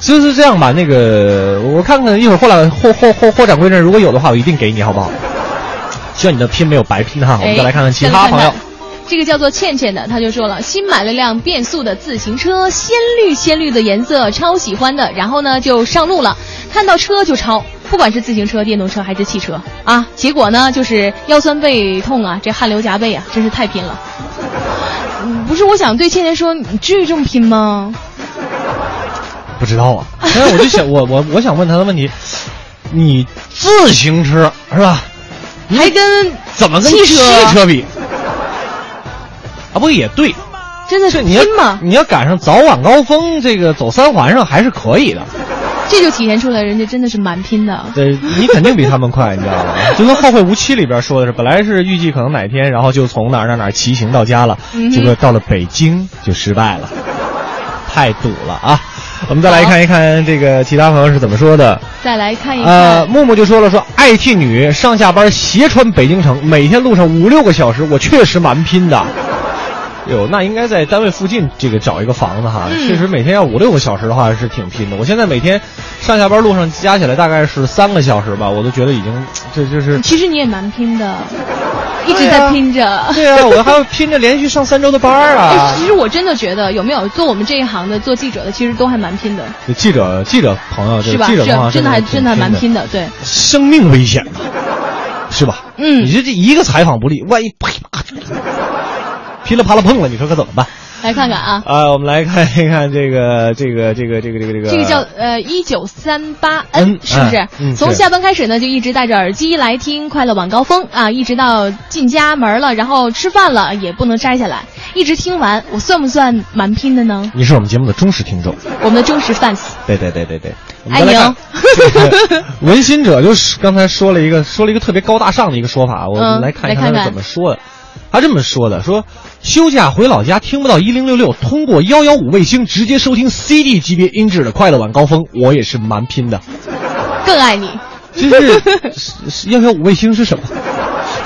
[SPEAKER 5] 就是这样吧，那个我看看一会儿霍掌霍霍霍霍掌柜那儿如果有的话，我一定给你，好不好？希望你的拼没有白拼
[SPEAKER 4] 哎
[SPEAKER 5] 哈。我们再来看看其他朋友。
[SPEAKER 4] 这个叫做倩倩的，她就说了，新买了辆变速的自行车，鲜绿鲜绿的颜色，超喜欢的。然后呢，就上路了，看到车就超，不管是自行车、电动车还是汽车啊。结果呢，就是腰酸背痛啊，这汗流浃背啊，真是太拼了。嗯不是，我想对倩倩说，你至于这么拼吗？
[SPEAKER 5] 不知
[SPEAKER 4] [laughs]
[SPEAKER 5] 道啊，但是我就想，我我我想问他的问题，你自行车是吧？
[SPEAKER 4] 还跟
[SPEAKER 5] 怎么跟
[SPEAKER 4] 汽
[SPEAKER 5] 汽
[SPEAKER 4] 车
[SPEAKER 5] 车比？啊，不过也对，
[SPEAKER 4] 真的
[SPEAKER 5] 是你要你要赶上早晚高峰，这个走三环上还是可以的。
[SPEAKER 4] 这就体现出来人家真的是蛮拼的。
[SPEAKER 5] 对你肯定比他们快，你知道吗？就跟《后会无期》里边说的是，本来是预计可能哪天，然后就从哪儿哪儿哪儿骑行到家了，
[SPEAKER 4] 嗯哼
[SPEAKER 5] 结果到了北京就失败了，太堵了啊！我们再来看一看这个其他朋友是怎么说的。
[SPEAKER 4] 再来看一看，
[SPEAKER 5] 呃，木木就说了说，爱 t 女上下班斜穿北京城，每天路上五六个小时，我确实蛮拼
[SPEAKER 4] [laughs]
[SPEAKER 5] 的。哟，那应该在单位附近这个找一个房子哈，
[SPEAKER 11] 嗯
[SPEAKER 5] 确实每天要五六个小时的话是挺拼的。我现在每天上下班路上加起来大概是三个小时吧，我都觉得已经这
[SPEAKER 4] [laughs]
[SPEAKER 5] 就是
[SPEAKER 4] 其实你也蛮拼的，一直在拼着。
[SPEAKER 5] 对啊，我还要拼着连续上三周的班儿
[SPEAKER 4] 哎
[SPEAKER 5] 啊。
[SPEAKER 4] 其实我真的觉得，有没有做我们这一行的、做记者的，其实都还蛮拼的，
[SPEAKER 5] 这记者记者朋友，这个
[SPEAKER 4] 是吧？
[SPEAKER 5] 啊记者
[SPEAKER 4] 是啊
[SPEAKER 5] 朋友
[SPEAKER 4] 真的还真的还蛮拼
[SPEAKER 5] 的，
[SPEAKER 4] 的，对。
[SPEAKER 5] 生命危险嘛，是吧？
[SPEAKER 4] 嗯，
[SPEAKER 5] 你这这一个采访不利，万一啪噼里啪啦碰了，你说可怎么办？
[SPEAKER 4] 来看看啊，
[SPEAKER 5] 啊，我们来看一看这个这个这个这个这个这个
[SPEAKER 4] 这个叫呃一九三八 N
[SPEAKER 5] 嗯
[SPEAKER 4] 是不是
[SPEAKER 5] 嗯？嗯
[SPEAKER 4] 从
[SPEAKER 5] 对
[SPEAKER 4] 下班开始呢，就一直戴着耳机来听《快乐晚高峰》啊，一直到进家门了，然后吃饭了也不能摘下来，一直听完，我算不算蛮拼的呢？
[SPEAKER 5] 你是我们节目的忠实听众，
[SPEAKER 4] 我们的忠实 fans，
[SPEAKER 5] 对对对对对。我
[SPEAKER 4] 爱
[SPEAKER 5] 们再
[SPEAKER 4] 你
[SPEAKER 5] 来
[SPEAKER 4] 哦
[SPEAKER 5] 看。文心者就是刚才说了一个说了一个特别高大上的一个说法，我
[SPEAKER 4] 嗯
[SPEAKER 5] 们来看一
[SPEAKER 4] 来看
[SPEAKER 5] 他
[SPEAKER 4] 看
[SPEAKER 5] 是怎么说的。他这么说的：说休假回老家听不到一零六六，通过幺幺五卫星直接收听 CD 级别音质的快乐晚高峰，我也是蛮拼的。
[SPEAKER 4] 更爱你。
[SPEAKER 5] 这是是是幺幺五卫星是什么？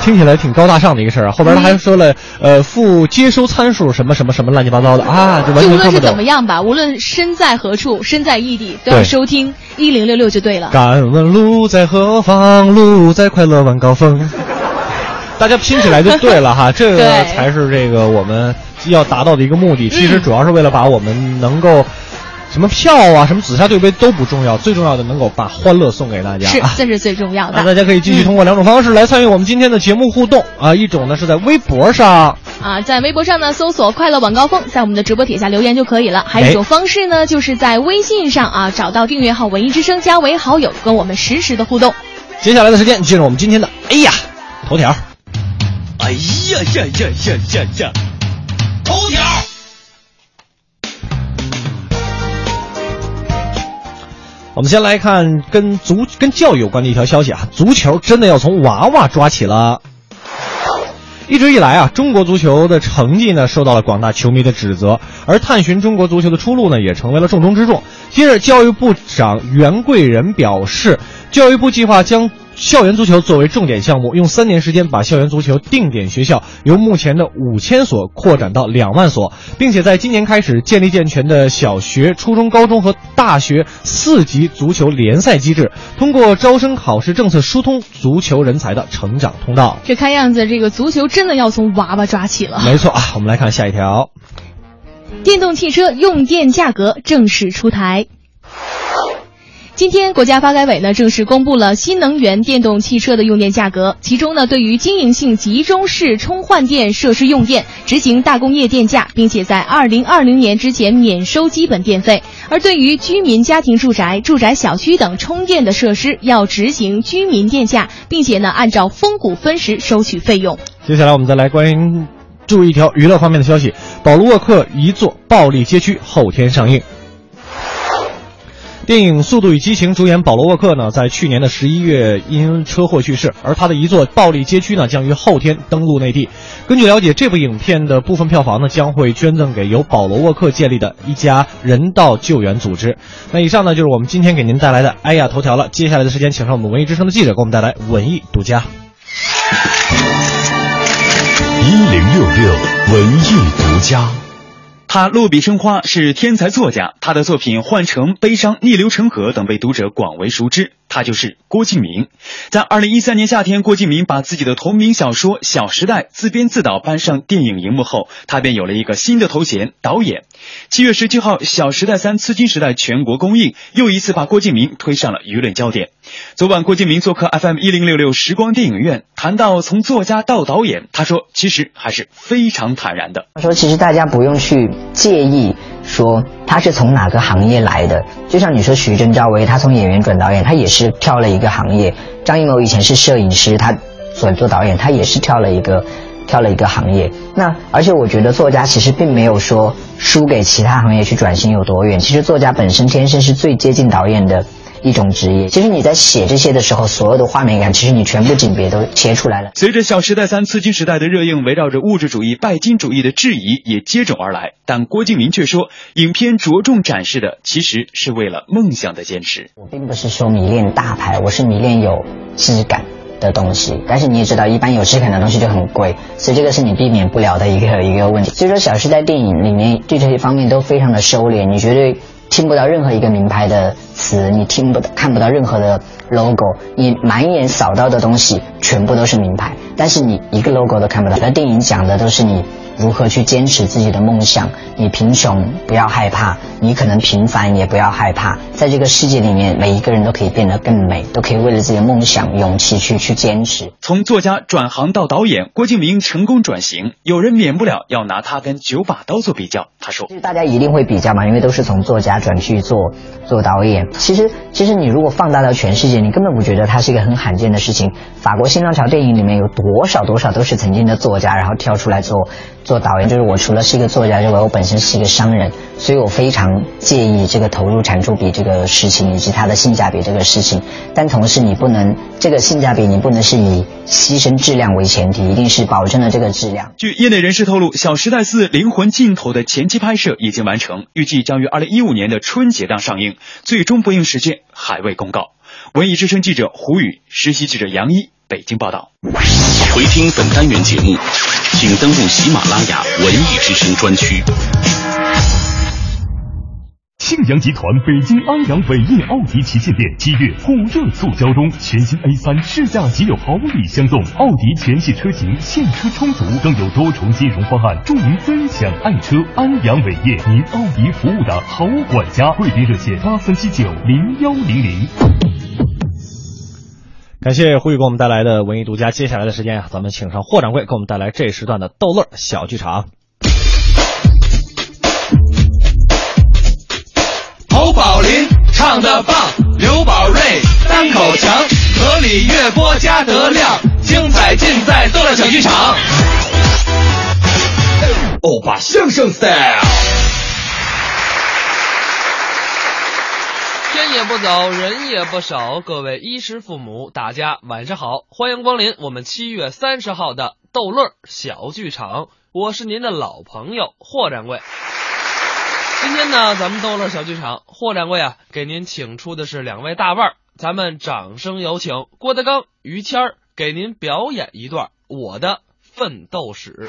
[SPEAKER 5] 听起来挺高大上的一个事儿啊。后边他还说了，呃，附接收参数什么什么什么乱七八糟的啊，这完
[SPEAKER 4] 就无
[SPEAKER 5] 全
[SPEAKER 4] 论
[SPEAKER 5] 看不
[SPEAKER 4] 是
[SPEAKER 5] 懂
[SPEAKER 4] 怎么。样吧，无论身在何处，身在异地，都要
[SPEAKER 5] 对
[SPEAKER 4] 收听一零六六就对了。
[SPEAKER 5] 敢问路在何方？路在快乐晚高峰。 [laughs] 大家拼起来就对
[SPEAKER 4] [laughs]
[SPEAKER 5] 了哈，这个
[SPEAKER 4] 对嗯
[SPEAKER 5] 才是这个我们要达到的一个目的。其实主要是为了把我们能够什么票啊、什么紫砂对杯都不重要，最重要的能够把欢乐送给大家。
[SPEAKER 4] 是
[SPEAKER 5] 啊。，
[SPEAKER 4] 这是最重要
[SPEAKER 5] 那
[SPEAKER 4] 的。
[SPEAKER 5] 大家可以继续通过两种方式来参与我们今天的节目互动啊，一种呢是在微博上，
[SPEAKER 4] 啊，在微博上呢搜索“快乐晚高峰”，在我们的直播帖下留言就可以了。还有一种方式呢，就是在微信上啊找到订阅号“文艺之声”，加为好友，跟我们实时的互动。
[SPEAKER 5] 接下来的时间进入我们今天的哎呀头条。
[SPEAKER 11] 哎呀呀呀呀呀呀！头条。
[SPEAKER 5] 我们先来看跟足跟教育有关的一条消息啊，足球真的要从娃娃抓起了。一直以来啊，中国足球的成绩呢受到了广大球迷的指责，而探寻中国足球的出路呢也成为了重中之重。近日，教育部长袁贵仁表示，教育部计划将校园足球作为重点项目，用三年时间把校园足球定点学校由目前的五千所扩展到两万所，并且在今年开始建立健全的小学、初中、高中和大学四级足球联赛机制，通过招生考试政策疏通足球人才的成长通道。
[SPEAKER 4] 这看样子，这个足球真的要从娃娃抓起了。
[SPEAKER 5] 没错啊，我们来看下一条。
[SPEAKER 4] 电动汽车用电价格正式出台。今天，国家发改委呢正式公布了新能源电动汽车的用电价格，其中呢，对于经营性集中式充换电设施用电执行大工业电价，并且在二零二零年之前免收基本电费；而对于居民家庭住宅、住宅小区等充电的设施，要执行居民电价，并且呢，按照峰谷分时收取费用。
[SPEAKER 5] 接下来我们再来关注一条娱乐方面的消息，《保罗沃克一座暴力街区》后天上映。电影《速度与激情》主演保罗·沃克呢，在去年的十一月因车祸去世，而他的一座暴力街区呢，将于后天登陆内地。根据了解，这部影片的部分票房呢，将会捐赠给由保罗·沃克建立的一家人道救援组织。那以上呢，就是我们今天给您带来的《哎呀头条》了。接下来的时间，请上我们文艺之声的记者，给我们带来文艺独家。
[SPEAKER 25] 一零六六文艺独家。他落笔生花是天才作家，他的作品《幻城》《悲伤》《逆流成河》等被读者广为熟知。他就是郭敬明。在二零一三年夏天，郭敬明把自己的同名小说《小时代》自编自导搬上电影荧幕后，他便有了一个新的头衔——导演。七月十七号，《小时代三：刺金时代》全国公映，又一次把郭敬明推上了舆论焦点。昨晚，郭敬明做客 FM 一零六六时光电影院，谈到从作家到导演，他说其实还是非常坦然的。
[SPEAKER 12] 他说，其实大家不用去介意说他是从哪个行业来的，就像你说徐峥、赵薇，他从演员转导演，他也是跳了一个行业；张艺谋以前是摄影师，他转做导演，他也是跳了一个跳了一个行业。那而且我觉得作家其实并没有说输给其他行业去转型有多远，其实作家本身天生是最接近导演的。一种职业，其实你在写这些的时候，所有的画面感，其实你全部景别都切出来了。
[SPEAKER 25] 随着《小时代三：刺金时代》的热映，围绕着物质主义、拜金主义的质疑也接踵而来。但郭敬明却说，影片着重展示的其实是为了梦想的坚持。
[SPEAKER 12] 我并不是说迷恋大牌，我是迷恋有质感的东西。但是你也知道，一般有质感的东西就很贵，所以这个是你避免不了的一个一个问题。所以说，《小时代》电影里面对这些方面都非常的收敛，你绝对听不到任何一个名牌的词，你听不到看不到任何的 logo，你满眼扫到的东西全部都是名牌，但是你一个 logo 都看不到。那电影讲的都是你如何去坚持自己的梦想，你贫穷不要害怕，你可能平凡也不要害怕，在这个世界里面，每一个人都可以变得更美，都可以为了自己的梦想、勇气去去坚持。
[SPEAKER 25] 从作家转行到导演，郭敬明成功转型，有人免不了要拿他跟九把刀做比较。他说，
[SPEAKER 12] 大家一定会比较嘛，因为都是从作家转去做做导演。其实，其实你如果放大到全世界，你根本不觉得它是一个很罕见的事情。法国新浪潮电影里面有多少多少都是曾经的作家，然后跳出来做做做导演，就是我除了是一个作家之外，我本身是一个商人，所以我非常介意这个投入产出比这个事情以及它的性价比这个事情。但同时，你不能这个性价比你不能是以牺牲质量为前提，一定是保证了这个质量。
[SPEAKER 25] 据业内人士透露，《小时代四：灵魂尽头》的前期拍摄已经完成，预计将于二零一五年的春节档上映，最终播映时间还未公告。文艺之声记者胡宇，实习记者杨一，北京报道。
[SPEAKER 26] 回听本单元节目，请登录喜马拉雅文艺之声专区。
[SPEAKER 6] 庆阳集团北京安阳伟业奥迪旗舰店七月火热促销中，全新 A 3试驾即有豪礼相送，奥迪全系车型现车充足，更有多重金融方案助您分享爱车。安阳伟业，您奥迪服务的好管家，贵宾热线八三七九零幺零零。
[SPEAKER 5] 感谢胡宇给我们带来的文艺独家。接下来的时间啊，咱们请上霍掌柜给我们带来这时段的逗乐儿小剧场。
[SPEAKER 17] 侯宝林唱的棒，刘宝瑞单口强，河里月波加德亮，精彩尽在逗乐小剧场。欧巴相声 style。
[SPEAKER 19] 天也不早，人也不少，各位衣食父母，大家晚上好，欢迎光临我们七月三十号的逗乐儿小剧场，我是您的老朋友霍掌柜。今天呢，咱们逗乐儿小剧场，霍掌柜啊，给您请出的是两位大腕儿，咱们掌声有请郭德纲、于谦儿给您表演一段我的奋斗史。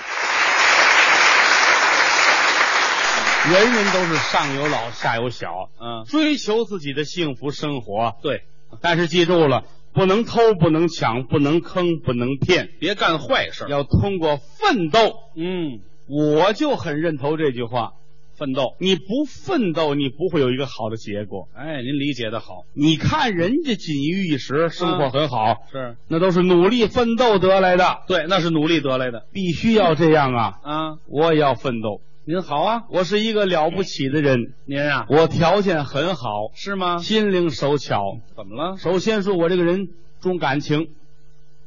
[SPEAKER 20] 人人都是上有老下有小，嗯，追求自己的幸福生活。对，但是记住了，不能偷，不能抢，不能坑，不能骗，别干坏事，要通过奋斗。嗯，我就很认同这句话。奋斗，你不奋斗，你不会有一个好的结果。哎，您理解的好。你看人家锦衣玉食，生活很好，是那都是努力奋斗得来的。对，那是努力得来的。必须要这样啊！啊，我也要奋斗。您好啊，我是一个了不起的人，您啊，我条件很好，是吗？心灵手巧。怎么了？首先说，我这个人重感情。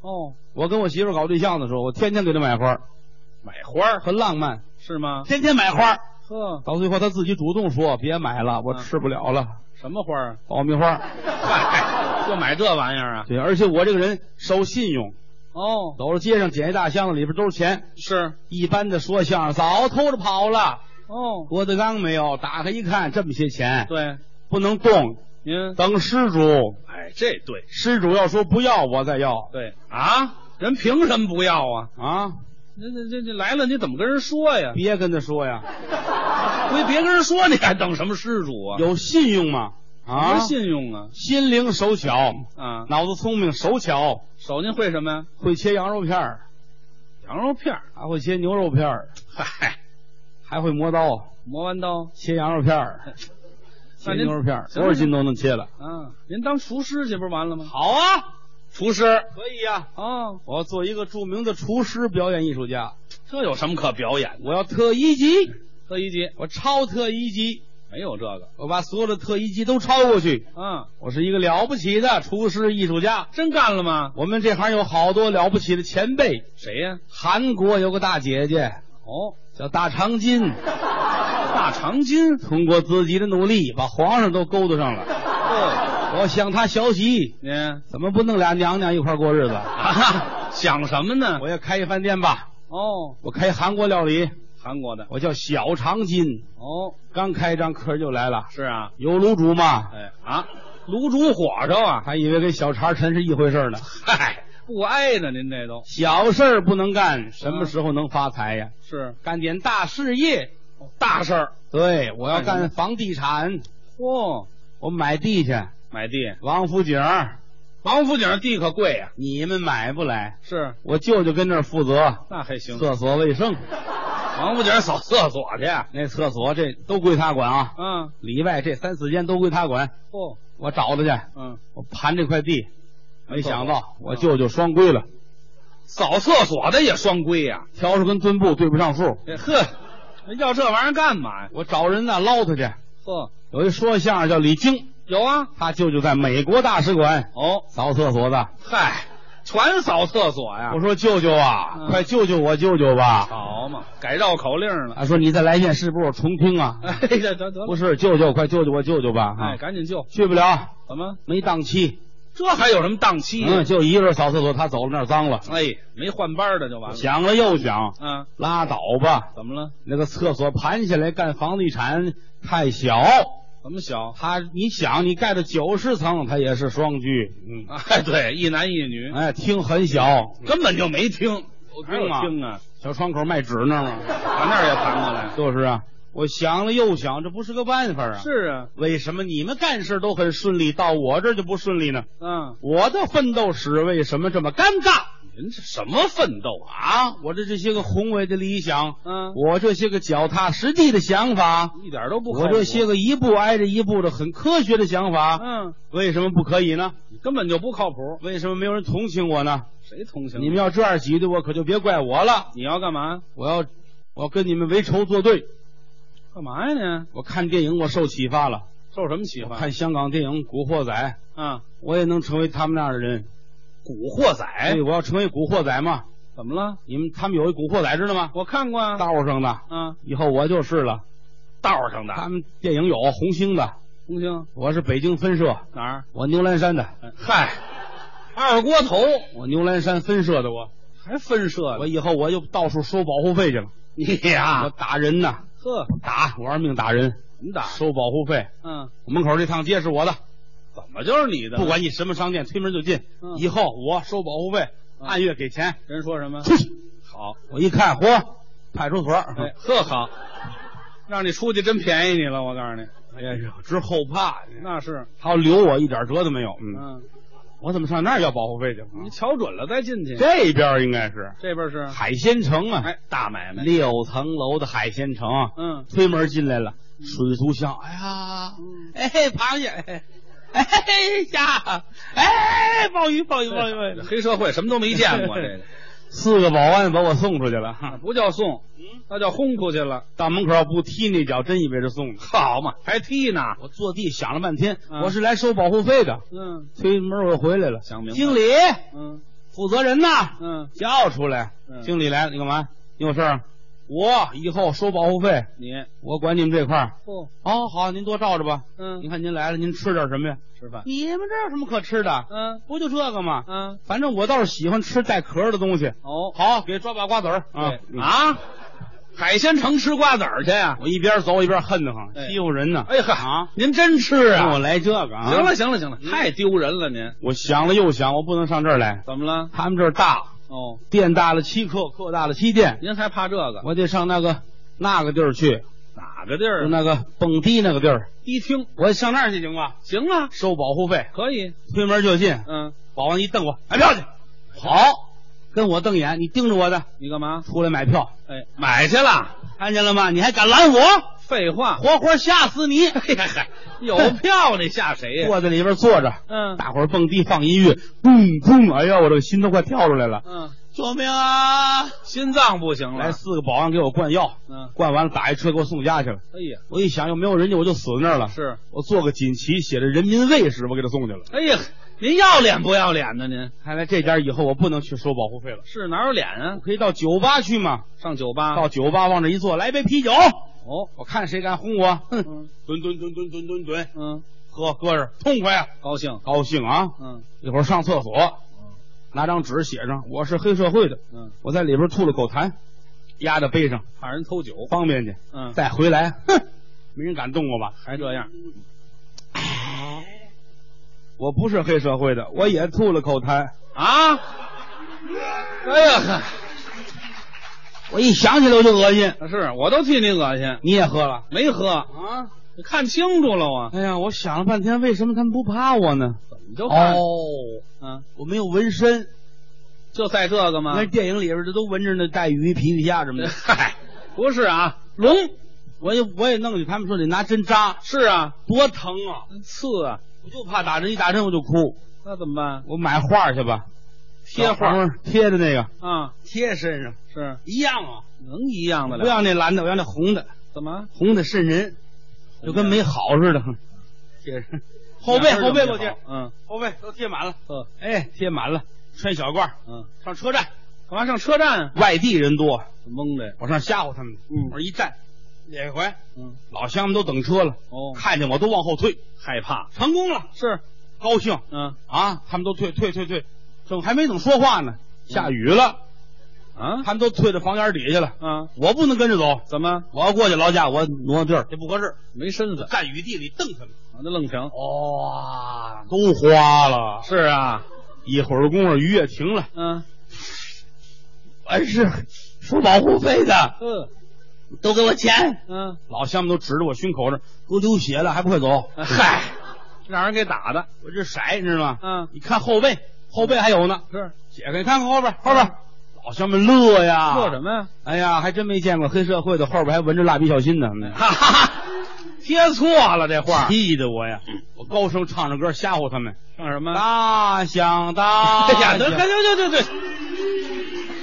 [SPEAKER 20] 哦，我跟我媳妇搞对象的时候，我天天给她买花，买花很浪漫，是吗？天天买花。呵，到最后他自己主动说别买了，我吃不了了。什么花啊？爆米花。嗨， [laughs] 就买这玩意儿啊？对，而且我这个人守信用。哦，走到街上捡一大箱子，里边都是钱。是一般的说相声早偷着跑了。哦，郭德纲没有，打开一看，这么些钱，对，不能动，您等施主。哎，这对，施主要说不要，我再要。对啊，人凭什么不要啊？啊，那那这这来了，你怎么跟人说呀？别跟他说呀， [laughs] 你别跟人说，你还等什么施主啊？有信用吗？什啊，么信用啊？心灵手巧啊，那那我脑子聪明，手巧，手您会什么呀？会切羊肉片儿，羊肉片儿，还会切牛肉片儿，嗨，还会磨刀，磨完刀，切羊肉片儿，切 [laughs] 那您牛肉片儿，行多了少行斤了都能切了。啊，您当厨师去不是完了吗？好啊，厨师可以呀、啊，我要做一个著名的厨师表演艺术家，这有什么可表演的？我要特一级，特一级我超特一级，没有这个，我把所有的特一级都超过去。嗯，我是一个了不起的厨师艺术家。真干了吗？我们这行有好多了不起的前辈，谁呀、韩国有个大姐姐哦，叫大长今， [laughs] 大长今，通过自己的努力把皇上都勾搭上了。对，嗯我向她学习，您怎么不弄俩娘娘一块儿过日子？啊， [laughs] 想什么呢？我也开一饭店吧，哦，我开韩国料理，韩国的我叫小长今。哦，刚开张，客人就来了，是啊，有卤煮吗？哎啊，卤煮火烧啊，还以为跟小茶陈是一回事 [laughs] 呢。嗨，不挨着您这都小事儿不能干，什么时候能发财呀？是哦干点大事业，大事儿。对，我要干什么干房地产，嚯、哦我买地去，买地，王府井儿，王府井地可贵呀、你们买不来，是，我舅舅跟那儿负责那还行。厕所卫生，王府井扫厕所去，那厕所这都归他管啊，嗯，里外这三四间都归他管。嚯、我找他去，嗯，我盘这块地，没想到嗯我舅舅双规了，扫厕所的也双规呀、笤帚跟墩布对不上数，哎呵，要这玩意儿干嘛呀？我找人呐捞他去。嚯，有一说相声叫李菁，有啊，他舅舅在美国大使馆哦，扫厕所的。嗨，全扫厕所呀我说舅舅啊，嗯快救救我舅舅吧！好好嘛，改绕口令了。啊，说你再来一遍，是不是我重听啊？
[SPEAKER 23] 哎呀，得得了，
[SPEAKER 20] 不是，舅舅，快救救我舅舅吧！啊
[SPEAKER 23] 哎，，赶紧救，
[SPEAKER 20] 去不了，
[SPEAKER 23] 怎么？
[SPEAKER 20] 没档期。
[SPEAKER 23] 这还有什么档期呀？
[SPEAKER 20] 嗯，就一个人扫厕所，他走了那儿脏了，
[SPEAKER 23] 哎，没换班的就完了。
[SPEAKER 20] 想了又想，
[SPEAKER 23] 嗯，
[SPEAKER 20] 拉倒吧，
[SPEAKER 23] 怎么了？
[SPEAKER 20] 那个厕所盘下来干房地产太小。
[SPEAKER 23] 怎么小？
[SPEAKER 20] 他，你想，你盖到九十层，它也是双居，嗯，
[SPEAKER 23] 哎，对，一男一女，
[SPEAKER 20] 哎，厅很小，
[SPEAKER 23] 根本就没听，
[SPEAKER 20] 哪有
[SPEAKER 23] 听啊，
[SPEAKER 20] 小窗口卖纸那儿吗？
[SPEAKER 23] 把那儿也盘过来。
[SPEAKER 20] 就是啊，我想了又想，这不是个办法啊。
[SPEAKER 23] 是啊，
[SPEAKER 20] 为什么你们干事都很顺利，到我这儿就不顺利呢？
[SPEAKER 23] 嗯，
[SPEAKER 20] 我的奋斗史为什么这么尴尬
[SPEAKER 23] 您这什么奋斗啊？
[SPEAKER 20] 啊？我的这些个宏伟的理想，
[SPEAKER 23] 嗯
[SPEAKER 20] 我这些个脚踏实地的想法，
[SPEAKER 23] 一点都不靠谱
[SPEAKER 20] 我这些个一步挨着一步的很科学的想法，
[SPEAKER 23] 嗯，
[SPEAKER 20] 为什么不可以呢？
[SPEAKER 23] 根本就不靠谱。
[SPEAKER 20] 为什么没有人同情我呢？
[SPEAKER 23] 谁同情
[SPEAKER 20] 你们要这样挤兑我，可就别怪我了。
[SPEAKER 23] 你要干嘛？
[SPEAKER 20] 我要，我要跟你们为仇作对。
[SPEAKER 23] 干嘛呀你？
[SPEAKER 20] 我看电影，我受启发了。
[SPEAKER 23] 受什么启发？
[SPEAKER 20] 看香港电影《古惑仔》，
[SPEAKER 23] 啊，
[SPEAKER 20] 我也能成为他们那样的人。
[SPEAKER 23] 古惑仔
[SPEAKER 20] 对，我要成为古惑仔嘛？
[SPEAKER 23] 怎么了？
[SPEAKER 20] 你们他们有一古惑仔知道吗？
[SPEAKER 23] 我看过啊，
[SPEAKER 20] 道上的，
[SPEAKER 23] 啊，
[SPEAKER 20] 以后我就是了。
[SPEAKER 23] 道上的
[SPEAKER 20] 他们电影有红星的，
[SPEAKER 23] 红星
[SPEAKER 20] 我是北京分社，
[SPEAKER 23] 哪儿？
[SPEAKER 20] 我牛栏山的，
[SPEAKER 23] 嗨，二锅头
[SPEAKER 20] 我牛栏山分社的我，
[SPEAKER 23] 还分社呢
[SPEAKER 20] 我以后我就到处收保护费去了。
[SPEAKER 23] 你
[SPEAKER 20] 我
[SPEAKER 23] 呀，
[SPEAKER 20] 打人呐，
[SPEAKER 23] 呵，
[SPEAKER 20] 打，玩命打人，
[SPEAKER 23] 怎么打？
[SPEAKER 20] 收保护费。
[SPEAKER 23] 嗯，
[SPEAKER 20] 门口这趟街是我的，
[SPEAKER 23] 怎么就是你的？
[SPEAKER 20] 不管你什么商店，推门就进。
[SPEAKER 23] 嗯
[SPEAKER 20] 以后我收保护费，
[SPEAKER 23] 嗯
[SPEAKER 20] 按月给钱。
[SPEAKER 23] 人说什么？
[SPEAKER 20] 出去！
[SPEAKER 23] 好，
[SPEAKER 20] 我一看，嚯，派出所。
[SPEAKER 23] 哎，呵好，让你出去真便宜你了，我告诉你，
[SPEAKER 20] 哎呀，直后怕，
[SPEAKER 23] 那是，
[SPEAKER 20] 他要留我一点辙都没有。嗯，
[SPEAKER 23] 嗯，
[SPEAKER 20] 我怎么上那儿要保护费去？
[SPEAKER 23] 你瞧准了再进去。
[SPEAKER 20] 这边应该是
[SPEAKER 23] 这边是，
[SPEAKER 20] 海鲜城啊，
[SPEAKER 23] 哎，大买卖，
[SPEAKER 20] 六层楼的海鲜城。啊
[SPEAKER 23] 嗯，
[SPEAKER 20] 推门进来了，水族箱。哎呀，哎，螃蟹，哎哎呀，哎，鲍鱼，鲍鱼，鲍鱼，鲍鱼。
[SPEAKER 23] [laughs] 黑社会什么都没
[SPEAKER 20] [laughs]
[SPEAKER 23] 见过，这个
[SPEAKER 20] 四个保安把我送出去了。
[SPEAKER 23] 那不叫送，
[SPEAKER 20] 嗯
[SPEAKER 23] 那叫轰出去了，
[SPEAKER 20] 到门口不踢那脚，真以为是送的。
[SPEAKER 23] 好嘛，还踢呢，
[SPEAKER 20] 我坐地想了半天，
[SPEAKER 23] 嗯
[SPEAKER 20] 我是来收保护费的。
[SPEAKER 23] 嗯
[SPEAKER 20] 推门我又回来了，
[SPEAKER 23] 想明白
[SPEAKER 20] 经理，
[SPEAKER 23] 嗯
[SPEAKER 20] 负责人呢？
[SPEAKER 23] 嗯，
[SPEAKER 20] 叫出来。
[SPEAKER 23] 嗯
[SPEAKER 20] 经理来了，你干嘛？你有事儿？我以后收保护费，
[SPEAKER 23] 你
[SPEAKER 20] 我管你们这块儿。
[SPEAKER 23] 不，
[SPEAKER 20] 哦，好，您多照着吧。您
[SPEAKER 23] 嗯，
[SPEAKER 20] 看您来了，您吃点什么呀？
[SPEAKER 23] 吃饭，
[SPEAKER 20] 你们这有什么可吃的？
[SPEAKER 23] 嗯
[SPEAKER 20] 不就这个吗？
[SPEAKER 23] 嗯，
[SPEAKER 20] 反正我倒是喜欢吃带壳的东西。
[SPEAKER 23] 哦，
[SPEAKER 20] 好，给抓把瓜子儿
[SPEAKER 23] 对
[SPEAKER 20] 啊！
[SPEAKER 23] 啊，海鲜城吃瓜子儿去呀？
[SPEAKER 20] 我一边走一边恨得慌，
[SPEAKER 23] 哎
[SPEAKER 20] 欺负人呢。
[SPEAKER 23] 哎呵
[SPEAKER 20] 啊，
[SPEAKER 23] 您真吃
[SPEAKER 20] 让我
[SPEAKER 23] 啊？
[SPEAKER 20] 来这个啊！
[SPEAKER 23] 行了，行了行了，太丢人了您，
[SPEAKER 20] 我想了又想，我不能上这儿来。
[SPEAKER 23] 怎么了？
[SPEAKER 20] 他们这儿大，
[SPEAKER 23] 哦，
[SPEAKER 20] 店大了七克，克大了七店，
[SPEAKER 23] 您还怕这个？
[SPEAKER 20] 我得上那个那个地儿去，
[SPEAKER 23] 哪个地
[SPEAKER 20] 就
[SPEAKER 23] 儿？
[SPEAKER 20] 那个蹦迪那个地儿，
[SPEAKER 23] 迪厅
[SPEAKER 20] 我上那儿去行吗？
[SPEAKER 23] 行啊，
[SPEAKER 20] 收保护费，
[SPEAKER 23] 可以，
[SPEAKER 20] 推门就进，
[SPEAKER 23] 嗯，
[SPEAKER 20] 保安一瞪我，哎买票去。好，跟我瞪眼，你盯着我的，
[SPEAKER 23] 你干嘛？
[SPEAKER 20] 出来买票，
[SPEAKER 23] 哎，买去了。
[SPEAKER 20] 看见了吗？你还敢拦我，
[SPEAKER 23] 废话，
[SPEAKER 20] 活活吓死你！
[SPEAKER 23] 哎呀嗨，有票你吓谁呀？
[SPEAKER 20] 坐在里边坐着，
[SPEAKER 23] 嗯
[SPEAKER 20] 大伙儿蹦迪放音乐，嘣嘣，哎呀，我这个心都快跳出来了！
[SPEAKER 23] 嗯，
[SPEAKER 20] 救命啊！
[SPEAKER 23] 心脏不行
[SPEAKER 20] 来
[SPEAKER 23] 了。
[SPEAKER 20] 四个保安给我灌药，
[SPEAKER 23] 嗯，
[SPEAKER 20] 灌完了打一车给我送家去了。
[SPEAKER 23] 哎呀，
[SPEAKER 20] 我一想又没有人家，我就死在那儿了。
[SPEAKER 23] 是，
[SPEAKER 20] 我做个锦旗，写着“人民卫士”，我给他送去了。
[SPEAKER 23] 哎呀，您要脸不要脸呢？您
[SPEAKER 20] 看来这家以后我不能去收保护费了，
[SPEAKER 23] 是哪有脸啊
[SPEAKER 20] 我？可以到酒吧去嘛？
[SPEAKER 23] 上酒吧
[SPEAKER 20] 到酒吧往这一坐，来杯啤酒，
[SPEAKER 23] 哦，
[SPEAKER 20] 我看谁敢轰我！哼，
[SPEAKER 23] 嗯
[SPEAKER 20] 蹲蹲蹲蹲蹲蹲蹲，
[SPEAKER 23] 嗯，
[SPEAKER 20] 喝搁着痛快啊，
[SPEAKER 23] 高兴，
[SPEAKER 20] 高兴啊！
[SPEAKER 23] 嗯
[SPEAKER 20] 一会儿上厕所，拿张纸写上我是黑社会的，
[SPEAKER 23] 嗯，
[SPEAKER 20] 我在里边吐了口痰，压在背上
[SPEAKER 23] 怕人偷酒，
[SPEAKER 20] 方便去，
[SPEAKER 23] 嗯，
[SPEAKER 20] 再回来，哼，没人敢动我吧？
[SPEAKER 23] 还这样，
[SPEAKER 20] 我不是黑社会的，我也吐了口痰。
[SPEAKER 23] 啊！哎呀，
[SPEAKER 20] 我一想起来我就恶心。
[SPEAKER 23] 嗨，啊是我都替你恶心，
[SPEAKER 20] 你也喝了
[SPEAKER 23] 没喝，
[SPEAKER 20] 啊？
[SPEAKER 23] 你看清楚了我，
[SPEAKER 20] 哎呀，我想了半天，为什么他们不怕我呢？哦
[SPEAKER 23] 你就看，嗯，
[SPEAKER 20] 我没有纹身，
[SPEAKER 23] 就在这个吗？
[SPEAKER 20] 那电影里边的都纹着那带鱼、皮皮虾什么的。
[SPEAKER 23] [laughs] 嗨，不是啊，龙
[SPEAKER 20] 我也我也弄去，他们说得拿针扎，
[SPEAKER 23] 是啊，
[SPEAKER 20] 多疼啊！
[SPEAKER 23] 刺啊，
[SPEAKER 20] 我就怕打针，一打针我就哭。
[SPEAKER 23] 那怎么办？
[SPEAKER 20] 我买画去吧，
[SPEAKER 23] 贴
[SPEAKER 20] 小
[SPEAKER 23] 画
[SPEAKER 20] 黄花贴的那个
[SPEAKER 23] 啊，
[SPEAKER 20] 贴身上
[SPEAKER 23] 是
[SPEAKER 20] 一样啊，
[SPEAKER 23] 能一样的
[SPEAKER 20] 不
[SPEAKER 23] 了？
[SPEAKER 20] 要那蓝的，我要那红的，
[SPEAKER 23] 怎么？
[SPEAKER 20] 红的瘆人，就跟没好似的。哼贴 [laughs] 身，后背后背给我贴，
[SPEAKER 23] 嗯
[SPEAKER 20] 后背都贴满了，
[SPEAKER 23] 呵，
[SPEAKER 20] 哎，贴满了，穿小褂儿
[SPEAKER 23] 嗯，
[SPEAKER 20] 上车站，
[SPEAKER 23] 干嘛上车站啊？
[SPEAKER 20] 外地人多，蒙的，我上吓唬他们去，嗯，我一站，两回，嗯，老乡们都等车了，哦，看见我都往后退，害怕，成功了，是，高兴，嗯啊，他们都退退退退，正还没等说话呢，下雨了。嗯啊！他们都退到房檐底下了。嗯，我不能跟着走。怎么？我要过去劳驾，我挪挪地儿，这不合适，没身子。站雨地里瞪他们，啊那愣停。哇，都花了。是啊，一会儿的功夫雨也停了。嗯，完事收保护费的。嗯，都给我钱。嗯，老乡们都指着我胸口这儿，都流血了，还不快走？ [laughs] 嗨，让人给打的，我这色你知道吗？嗯，你看后背，后背还有呢。是，解开，你看看后边，后边。老乡们乐呀，
[SPEAKER 7] 乐什么呀？
[SPEAKER 20] 哎呀，还真没见过黑社会的，后边还闻着蜡笔小新呢。哈哈，贴错了这话，气得我呀！
[SPEAKER 7] 嗯
[SPEAKER 20] 我高声唱着歌吓唬他们。唱什么？大响大
[SPEAKER 7] 哎呀，对对对对对，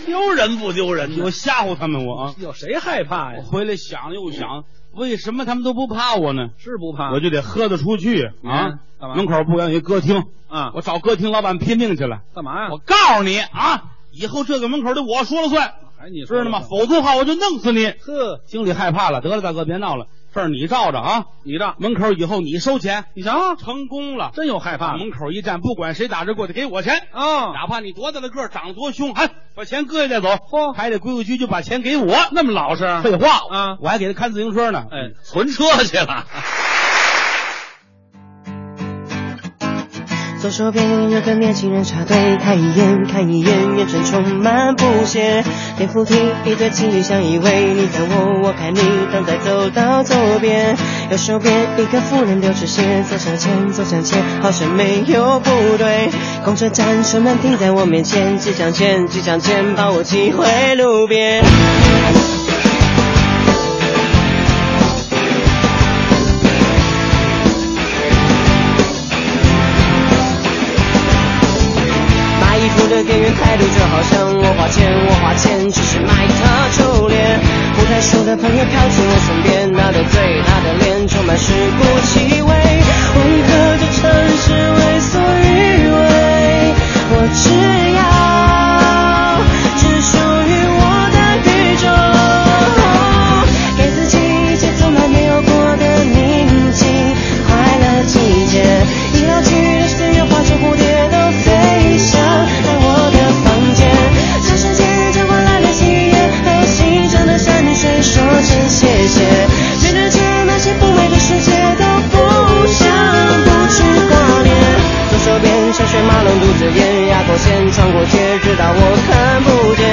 [SPEAKER 20] 丢人不丢人？我吓唬他们，我啊，
[SPEAKER 7] 有谁害怕
[SPEAKER 20] 我
[SPEAKER 7] 呀？
[SPEAKER 20] 回来想了又想，为什么他们都不怕我呢？
[SPEAKER 7] 是不怕？
[SPEAKER 20] 我就得喝得出去啊
[SPEAKER 7] 嗯！干嘛
[SPEAKER 20] 门口不远有一歌厅啊，我找歌厅老板拼命去了。
[SPEAKER 7] 干嘛呀？
[SPEAKER 20] 我告诉你啊，以后这个门口得我说了算，
[SPEAKER 7] 哎，你
[SPEAKER 20] 知道吗？
[SPEAKER 7] 说
[SPEAKER 20] 否则的话我就弄死你。
[SPEAKER 7] 呵，
[SPEAKER 20] 经理害怕了，得了，大哥别闹了，事儿你罩着啊，你罩。门口以后你收钱，你瞧，成功了，
[SPEAKER 7] 真有害怕哦
[SPEAKER 20] 往门口一站，不管谁打着过去，给我钱啊！哪怕你多大的个儿，长得多凶，哎，把钱搁下再走，还得规规矩矩把钱给我，那么老实。废话啊，我还给他看自行车呢，哎，存车去了。
[SPEAKER 27] 左手边有个年轻人插队，看一眼看一眼，眼神充满不屑。电扶梯一对情侣相依偎，你看我我看你，等待走到左边，右手边一个妇人流着血，走向前走向前，好像没有不对。公车站车门停在我面前，机场前机场前，把我挤回路边。卖衣服的店员态度就好像我花钱，我花钱只是买他臭脸。不太熟的朋友靠近我身边，他的嘴，他的脸充满食古气味，温和这城市为所欲为。我只要只属于我的宇宙，给自己一切从来没有过的宁静，快乐季节，一劳永逸的自由，化成蝴蝶都飞翔在我的房间。这世界将换来了喜悦和心中的山水，说声谢谢。全世界那些不美的世界都不想不去挂念。左手边山水马龙独自烟，压过线穿过街，直到我看不见。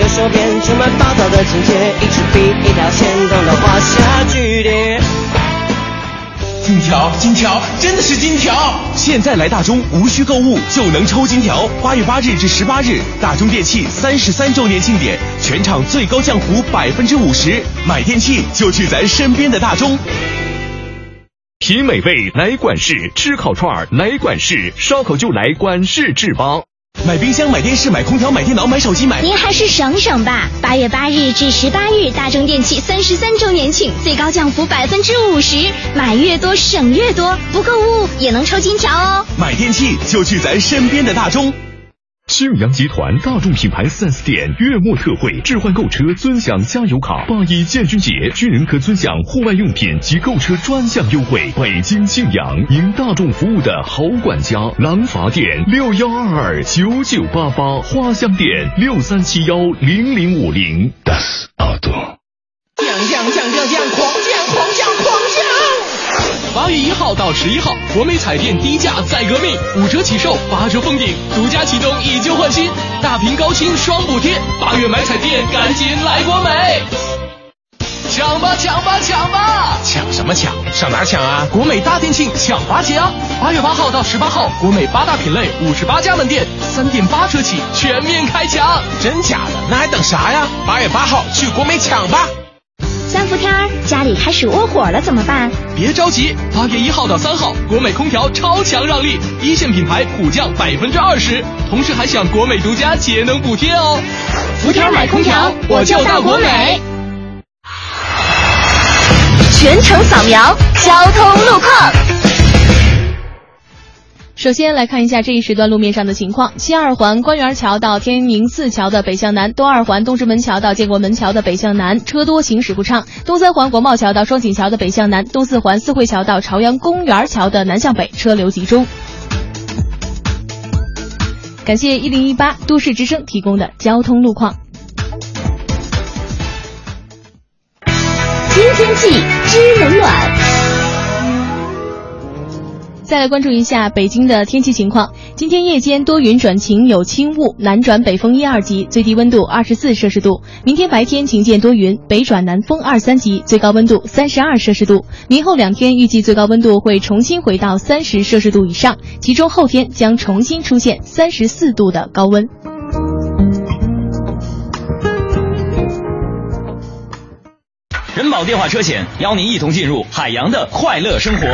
[SPEAKER 27] 右手边充满暴躁的情节，一支笔一条线，等到画下句点。
[SPEAKER 9] 金条，金条，真的是金条！现在来大中，无需购物就能抽金条。八月八日至十八日，大中电器三十三周年庆典，全场最高降幅百分之五十，买电器就去咱身边的大中。
[SPEAKER 28] 品美味来管事，吃烤串儿来管事，烧烤就来管事制帮。
[SPEAKER 9] 买冰箱、买电视、买空调、买电脑、买手机、买
[SPEAKER 13] 您还是省省吧。八月八日至十八日，大中电器三十三周年庆，最高降幅百分之五十，买越多省越多，不购物也能抽金条哦。
[SPEAKER 9] 买电器就去咱身边的大中。
[SPEAKER 28] 庆阳集团大众品牌 4S 店月末特惠，置换购车尊享加油卡；八一建军节，军人可尊享户外用品及购车专项优惠。北京庆阳，您大众服务的好管家。廊坊店六幺二二九九八八，花乡店六三七幺零零五零。Das Auto。
[SPEAKER 24] 降降降降降，狂降狂降狂降！
[SPEAKER 18] 八月一号到十一号，国美彩电低价再革命，五折起售，八折封顶，独家启动以旧换新，大屏高清双补贴，八月买彩电赶紧来国美，抢吧抢吧抢吧！
[SPEAKER 9] 抢什么抢？上哪儿抢啊？国美大店庆抢八节啊！八月八号到十八号，国美八大品类五十八家门店，三点八折起，全面开抢！真假的？那还等啥呀？八月八号去国美抢吧！
[SPEAKER 13] 三伏天儿家里开始窝火了怎么办？
[SPEAKER 18] 别着急，八月一号到三号，国美空调超强让利，一线品牌普降百分之二十，同时还享国美独家节能补贴哦。
[SPEAKER 3] 伏天买空调我就到国美。
[SPEAKER 10] 全程扫描交通路况。
[SPEAKER 4] 首先来看一下这一时段路面上的情况：西二环官园桥到天宁寺桥的北向南，东二环东直门桥到建国门桥的北向南，车多行驶不畅；东三环国贸桥到双井桥的北向南，东四环四惠桥到朝阳公园桥的南向北，车流集中。感谢一零一八都市之声提供的交通路况。
[SPEAKER 3] 新天气知冷暖。
[SPEAKER 4] 再来关注一下北京的天气情况。今天夜间多云转晴，有轻雾，南转北风一二级，最低温度二十四摄氏度。明天白天晴间多云，北转南风二三级，最高温度三十二摄氏度。明后两天预计最高温度会重新回到三十摄氏度以上，其中后天将重新出现三十四度的高温。
[SPEAKER 9] 人保电话车险邀您一同进入海洋的快乐生活。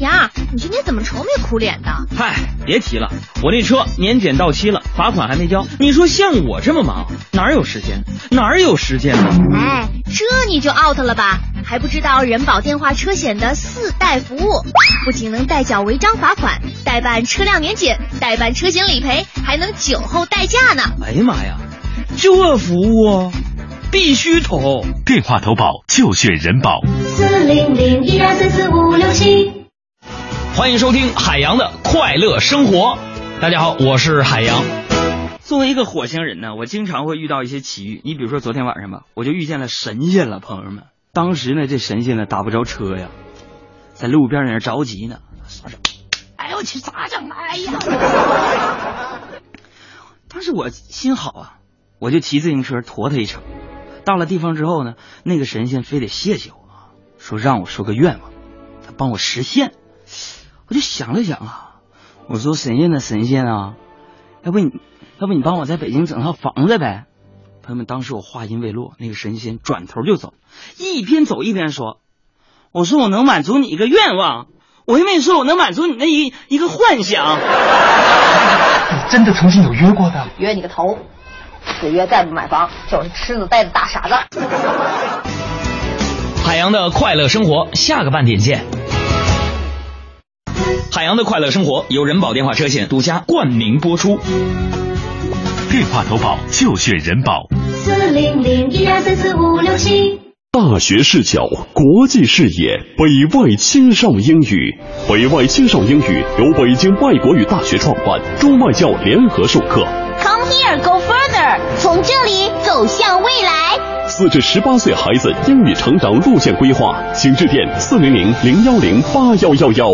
[SPEAKER 2] 杨儿，你今天怎么愁眉苦脸的？
[SPEAKER 11] 嗨，别提了，我那车年检到期了，罚款还没交。你说像我这么忙，哪有时间？哪有时间呢？
[SPEAKER 2] 哎，这你就 out 了吧？还不知道人保电话车险的四代服务，不仅能代缴违章罚款、代办车辆年检、代办车险理赔，还能酒后代驾呢。
[SPEAKER 11] 哎呀妈呀，这服务啊，必须投！
[SPEAKER 28] 电话投保就选人保。
[SPEAKER 3] 四零零一二三四五六七。
[SPEAKER 9] 欢迎收听海洋的快乐生活。大家好，我是海洋。
[SPEAKER 11] 作为一个火星人呢，我经常会遇到一些奇遇。你比如说昨天晚上吧，我就遇见了神仙了，朋友们。当时呢，这神仙呢打不着车呀，在路边儿在那儿着急呢，说是，哎呦我去，咋整？哎呀！当时我心好啊，我就骑自行车驮他一程。到了地方之后呢，那个神仙非得谢谢我，啊说让我说个愿望，他帮我实现。我就想了想啊，我说神仙呐神仙啊，要不你要不你帮我在北京整套房子呗？朋友们，当时我话音未落，那个神仙转头就走，一边走一边说：“我说我能满足你一个愿望，我又没说我能满足你那一一个幻想。”
[SPEAKER 7] 你 [laughs] 真的曾经有约过的？
[SPEAKER 24] 约你个头！子曰再不买房就是痴子呆子大傻子。
[SPEAKER 9] 海洋的快乐生活，下个半点见。海洋的快乐生活由人保电话车险独家冠名播出。
[SPEAKER 28] 电话投保就选人保。
[SPEAKER 3] 四零零一二三四五六七。
[SPEAKER 28] 大学视角，国际视野，北外青少英语。北外青少英语由北京外国语大学创办，中外教联合授课。
[SPEAKER 3] Come here, go further。从这里走向未来。
[SPEAKER 28] 四至十八岁孩子英语成长路线规划，请致电四零零零幺零八幺幺幺。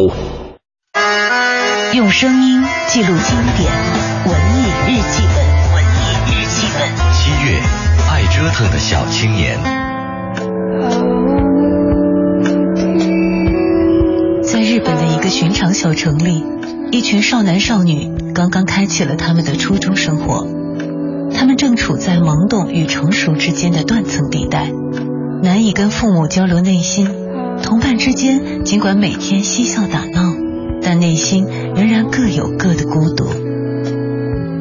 [SPEAKER 8] 用声音记录经典，文艺日记本，文艺日记本。
[SPEAKER 1] 七月，爱折腾的小青年。
[SPEAKER 8] 在日本的一个寻常小城里，一群少男少女刚刚开启了他们的初中生活，他们正处在懵懂与成熟之间的断层地带，难以跟父母交流内心，同伴之间尽管每天嬉笑打闹。但内心仍然各有各的孤独。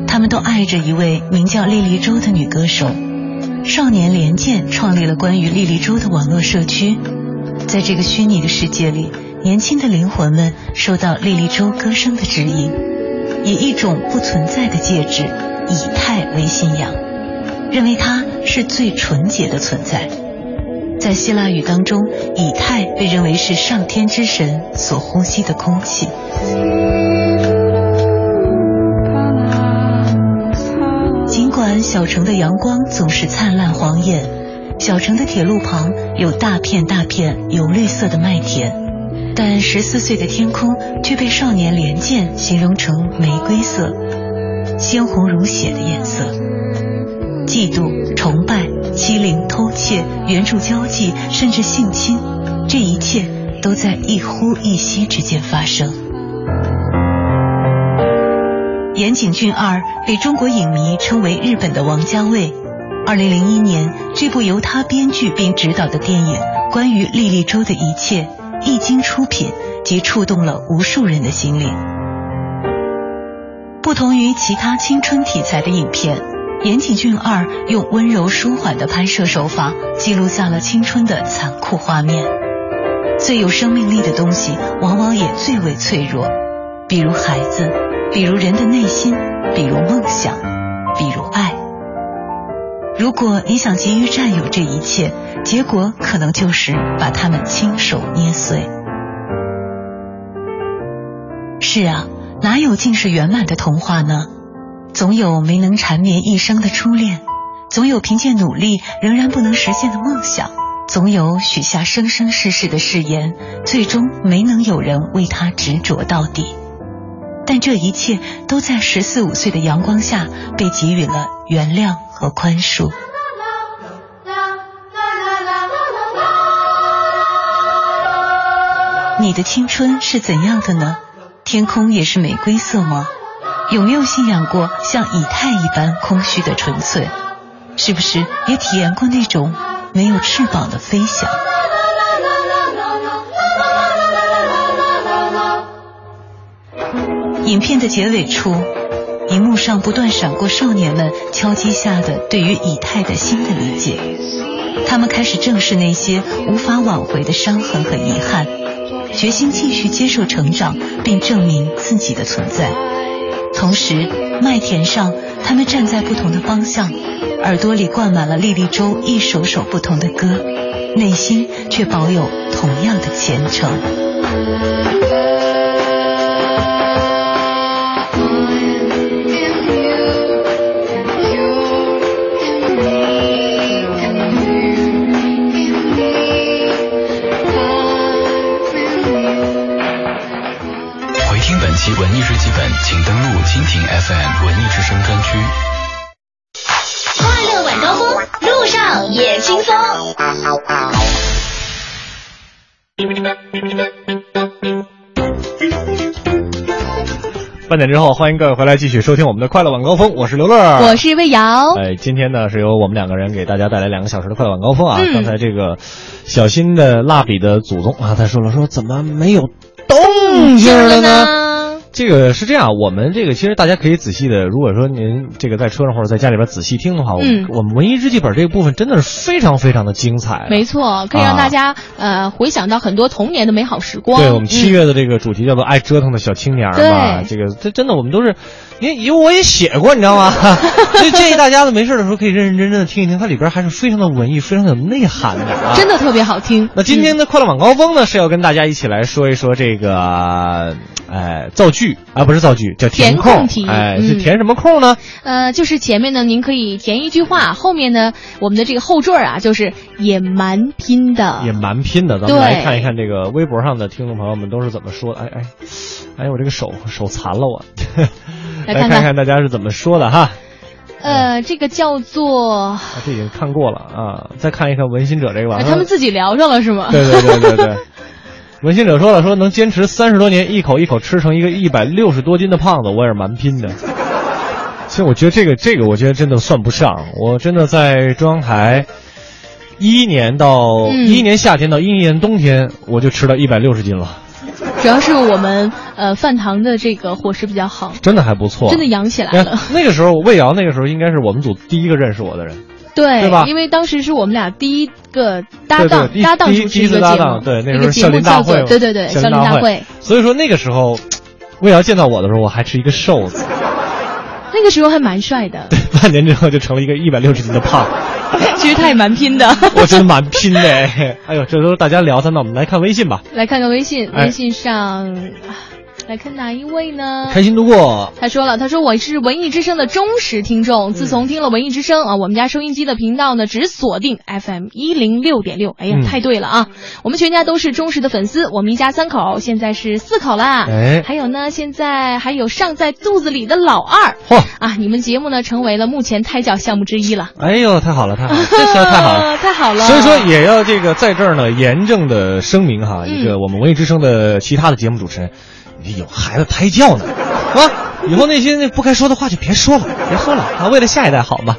[SPEAKER 8] 他们都爱着一位名叫莉莉周的女歌手。少年连健创立了关于莉莉周的网络社区，在这个虚拟的世界里，年轻的灵魂们受到莉莉周歌声的指引，以一种不存在的介质以太为信仰，认为它是最纯洁的存在。在希腊语当中，以太被认为是上天之神所呼吸的空气。尽管小城的阳光总是灿烂晃眼，小城的铁路旁有大片大片油绿色的麦田，但十四岁的天空却被少年连健形容成玫瑰色，鲜红如血的颜色。嫉妒、崇拜、欺凌、偷窃、援助交际，甚至性侵，这一切都在一呼一吸之间发生。岩井俊二被中国影迷称为日本的王家卫。二零零一年，这部由他编剧并执导的电影《关于莉莉周的一切》一经出品，即触动了无数人的心灵。不同于其他青春题材的影片。岩井俊二用温柔舒缓的拍摄手法，记录下了青春的残酷画面。最有生命力的东西，往往也最为脆弱，比如孩子，比如人的内心，比如梦想，比如爱。如果你想急于占有这一切，结果可能就是把它们亲手捏碎。是啊，哪有尽是圆满的童话呢？总有没能缠绵一生的初恋，总有凭借努力仍然不能实现的梦想，总有许下生生世世的誓言，最终没能有人为他执着到底。但这一切都在十四五岁的阳光下被给予了原谅和宽恕。你的青春是怎样的呢？天空也是玫瑰色吗？有没有信仰过像以太一般空虚的纯粹？是不是也体验过那种没有翅膀的飞翔？影片的结尾处，荧幕上不断闪过少年们敲击下的对于以太的新的理解。他们开始正视那些无法挽回的伤痕和遗憾，决心继续接受成长，并证明自己的存在。同时，麦田上，他们站在不同的方向，耳朵里灌满了莉莉周一首首不同的歌，内心却保有同样的虔诚。
[SPEAKER 1] 回听本期文艺日记本，请登录蜻蜓 FM 文艺之声专区。
[SPEAKER 3] 快乐晚高峰，路上也轻松。
[SPEAKER 5] 半点之后，欢迎各位回来继续收听我们的快乐晚高峰，我是刘乐，
[SPEAKER 4] 我是魏瑶。
[SPEAKER 5] 哎，今天呢是由我们两个人给大家带来两个小时的快乐晚高峰啊。
[SPEAKER 4] 嗯
[SPEAKER 5] 刚才这个小新的蜡笔的祖宗啊，他说了说怎么没有动静了呢？这个是这样，我们这个其实大家可以仔细的，如果说您这个在车上或者在家里边仔细听的话，我们
[SPEAKER 4] 嗯
[SPEAKER 5] 我们文艺日记本这个部分真的是非常非常的精彩。
[SPEAKER 4] 没错，可以让大家、呃回想到很多童年的美好时光。
[SPEAKER 5] 对我们七
[SPEAKER 4] 嗯、
[SPEAKER 5] 月的这个主题叫做“爱折腾的小青年”嘛，
[SPEAKER 4] 对
[SPEAKER 5] 这个这真的我们都是，因因为我也写过，你知道吗？ [laughs] 所以建议大家呢，没事的时候可以认认真真的听一听，它里边还是非常的文艺，非常有内涵的啊。
[SPEAKER 4] 嗯真的特别好听。
[SPEAKER 5] 那今天的快乐晚高峰呢，是要跟大家一起来说一说这个，呃，造句啊，不是造句，叫填
[SPEAKER 4] 填空
[SPEAKER 5] 空
[SPEAKER 4] 题，
[SPEAKER 5] 哎，
[SPEAKER 4] 嗯
[SPEAKER 5] 是填什么空呢？
[SPEAKER 4] 呃，就是前面呢，您可以填一句话，后面呢，我们的这个后缀儿啊，就是也蛮拼的。
[SPEAKER 5] 也蛮拼的，咱们来
[SPEAKER 4] 啊对
[SPEAKER 5] 看一看这个微博上的听众朋友们都是怎么说的。哎哎，哎，我这个手手残了我， [laughs]
[SPEAKER 4] 来
[SPEAKER 5] 来
[SPEAKER 4] 看
[SPEAKER 5] 看
[SPEAKER 4] 看
[SPEAKER 5] 看大家是怎么说的哈。
[SPEAKER 4] 呃，这个叫做、
[SPEAKER 5] 啊，这已经看过了啊，再看一看文心者这个吧。啊
[SPEAKER 4] 呃他们自己聊上了是吗？
[SPEAKER 5] 对对对对对。文心者说了，说能坚持三十多年，一口一口吃成一个一百六十多斤的胖子，我也是蛮拼的。其实我觉得这个这个，我觉得真的算不上。我真的在中央台一年到
[SPEAKER 4] 嗯
[SPEAKER 5] 一年夏天到一年冬天，我就吃到一百六十斤了，
[SPEAKER 4] [laughs] 主要是我们呃饭堂的这个伙食比较好，
[SPEAKER 5] 真的还不错。
[SPEAKER 4] 真的养起来
[SPEAKER 5] 哎
[SPEAKER 4] 了。
[SPEAKER 5] 那个时候，魏瑶那个时候应该是我们组第一个认识我的人。
[SPEAKER 4] 对，
[SPEAKER 5] 对吧
[SPEAKER 4] 因为当时是我们俩第一个搭档
[SPEAKER 5] 对对
[SPEAKER 4] 搭档
[SPEAKER 5] 第
[SPEAKER 4] 主
[SPEAKER 5] 一
[SPEAKER 4] 持
[SPEAKER 5] 第一
[SPEAKER 4] 一
[SPEAKER 5] 次
[SPEAKER 4] 个
[SPEAKER 5] 搭
[SPEAKER 4] 节
[SPEAKER 5] 档，
[SPEAKER 4] 目，
[SPEAKER 5] 对，那
[SPEAKER 4] 一
[SPEAKER 5] 时
[SPEAKER 4] 个
[SPEAKER 5] 候
[SPEAKER 4] 节
[SPEAKER 5] 校
[SPEAKER 4] 目
[SPEAKER 5] 林大
[SPEAKER 4] 叫
[SPEAKER 5] 会
[SPEAKER 4] 做
[SPEAKER 5] 嘛，
[SPEAKER 4] 对对对，
[SPEAKER 5] 校
[SPEAKER 4] 林
[SPEAKER 5] 大
[SPEAKER 4] 大会。
[SPEAKER 5] 所以说那个时候，魏瑶见到我的时候，我还是一个瘦子， [laughs]
[SPEAKER 4] 那个时候还蛮帅的，
[SPEAKER 5] 半年之后就成了一个一百六十斤的胖子，
[SPEAKER 4] 其实他也蛮拼的。
[SPEAKER 5] 我真的蛮拼的。 [laughs] 哎哎呦，这都是大家聊的，那我们来看微信吧。
[SPEAKER 4] 来看看微信，
[SPEAKER 5] 哎
[SPEAKER 4] 微信上、啊来看哪一位呢？
[SPEAKER 5] 开心度过，
[SPEAKER 4] 他说了，他说我是文艺之声的忠实听
[SPEAKER 5] 嗯
[SPEAKER 4] 众，自从听了文艺之声啊，我们家收音机的频道呢只锁定 FM 一零六点六。哎呀，
[SPEAKER 5] 嗯
[SPEAKER 4] 太对了啊！我们全家都是忠实的粉丝，我们一家三口现在是四口啦。
[SPEAKER 5] 哎
[SPEAKER 4] 还有呢，现在还有尚在肚子里的老二。
[SPEAKER 5] 嚯
[SPEAKER 4] 啊，你们节目呢成为了目前胎教项目之一了。
[SPEAKER 5] 哎呦，太好了，太好了，这实在太好了。
[SPEAKER 4] 啊， [laughs] 太好了！
[SPEAKER 5] 所以说，也要这个在这儿呢，严正的声明哈，
[SPEAKER 4] 嗯
[SPEAKER 5] 一个我们文艺之声的其他的节目主持人，你有孩子胎教呢，啊，以后那些那不该说的话就别说了，别说了啊，为了下一代好嘛。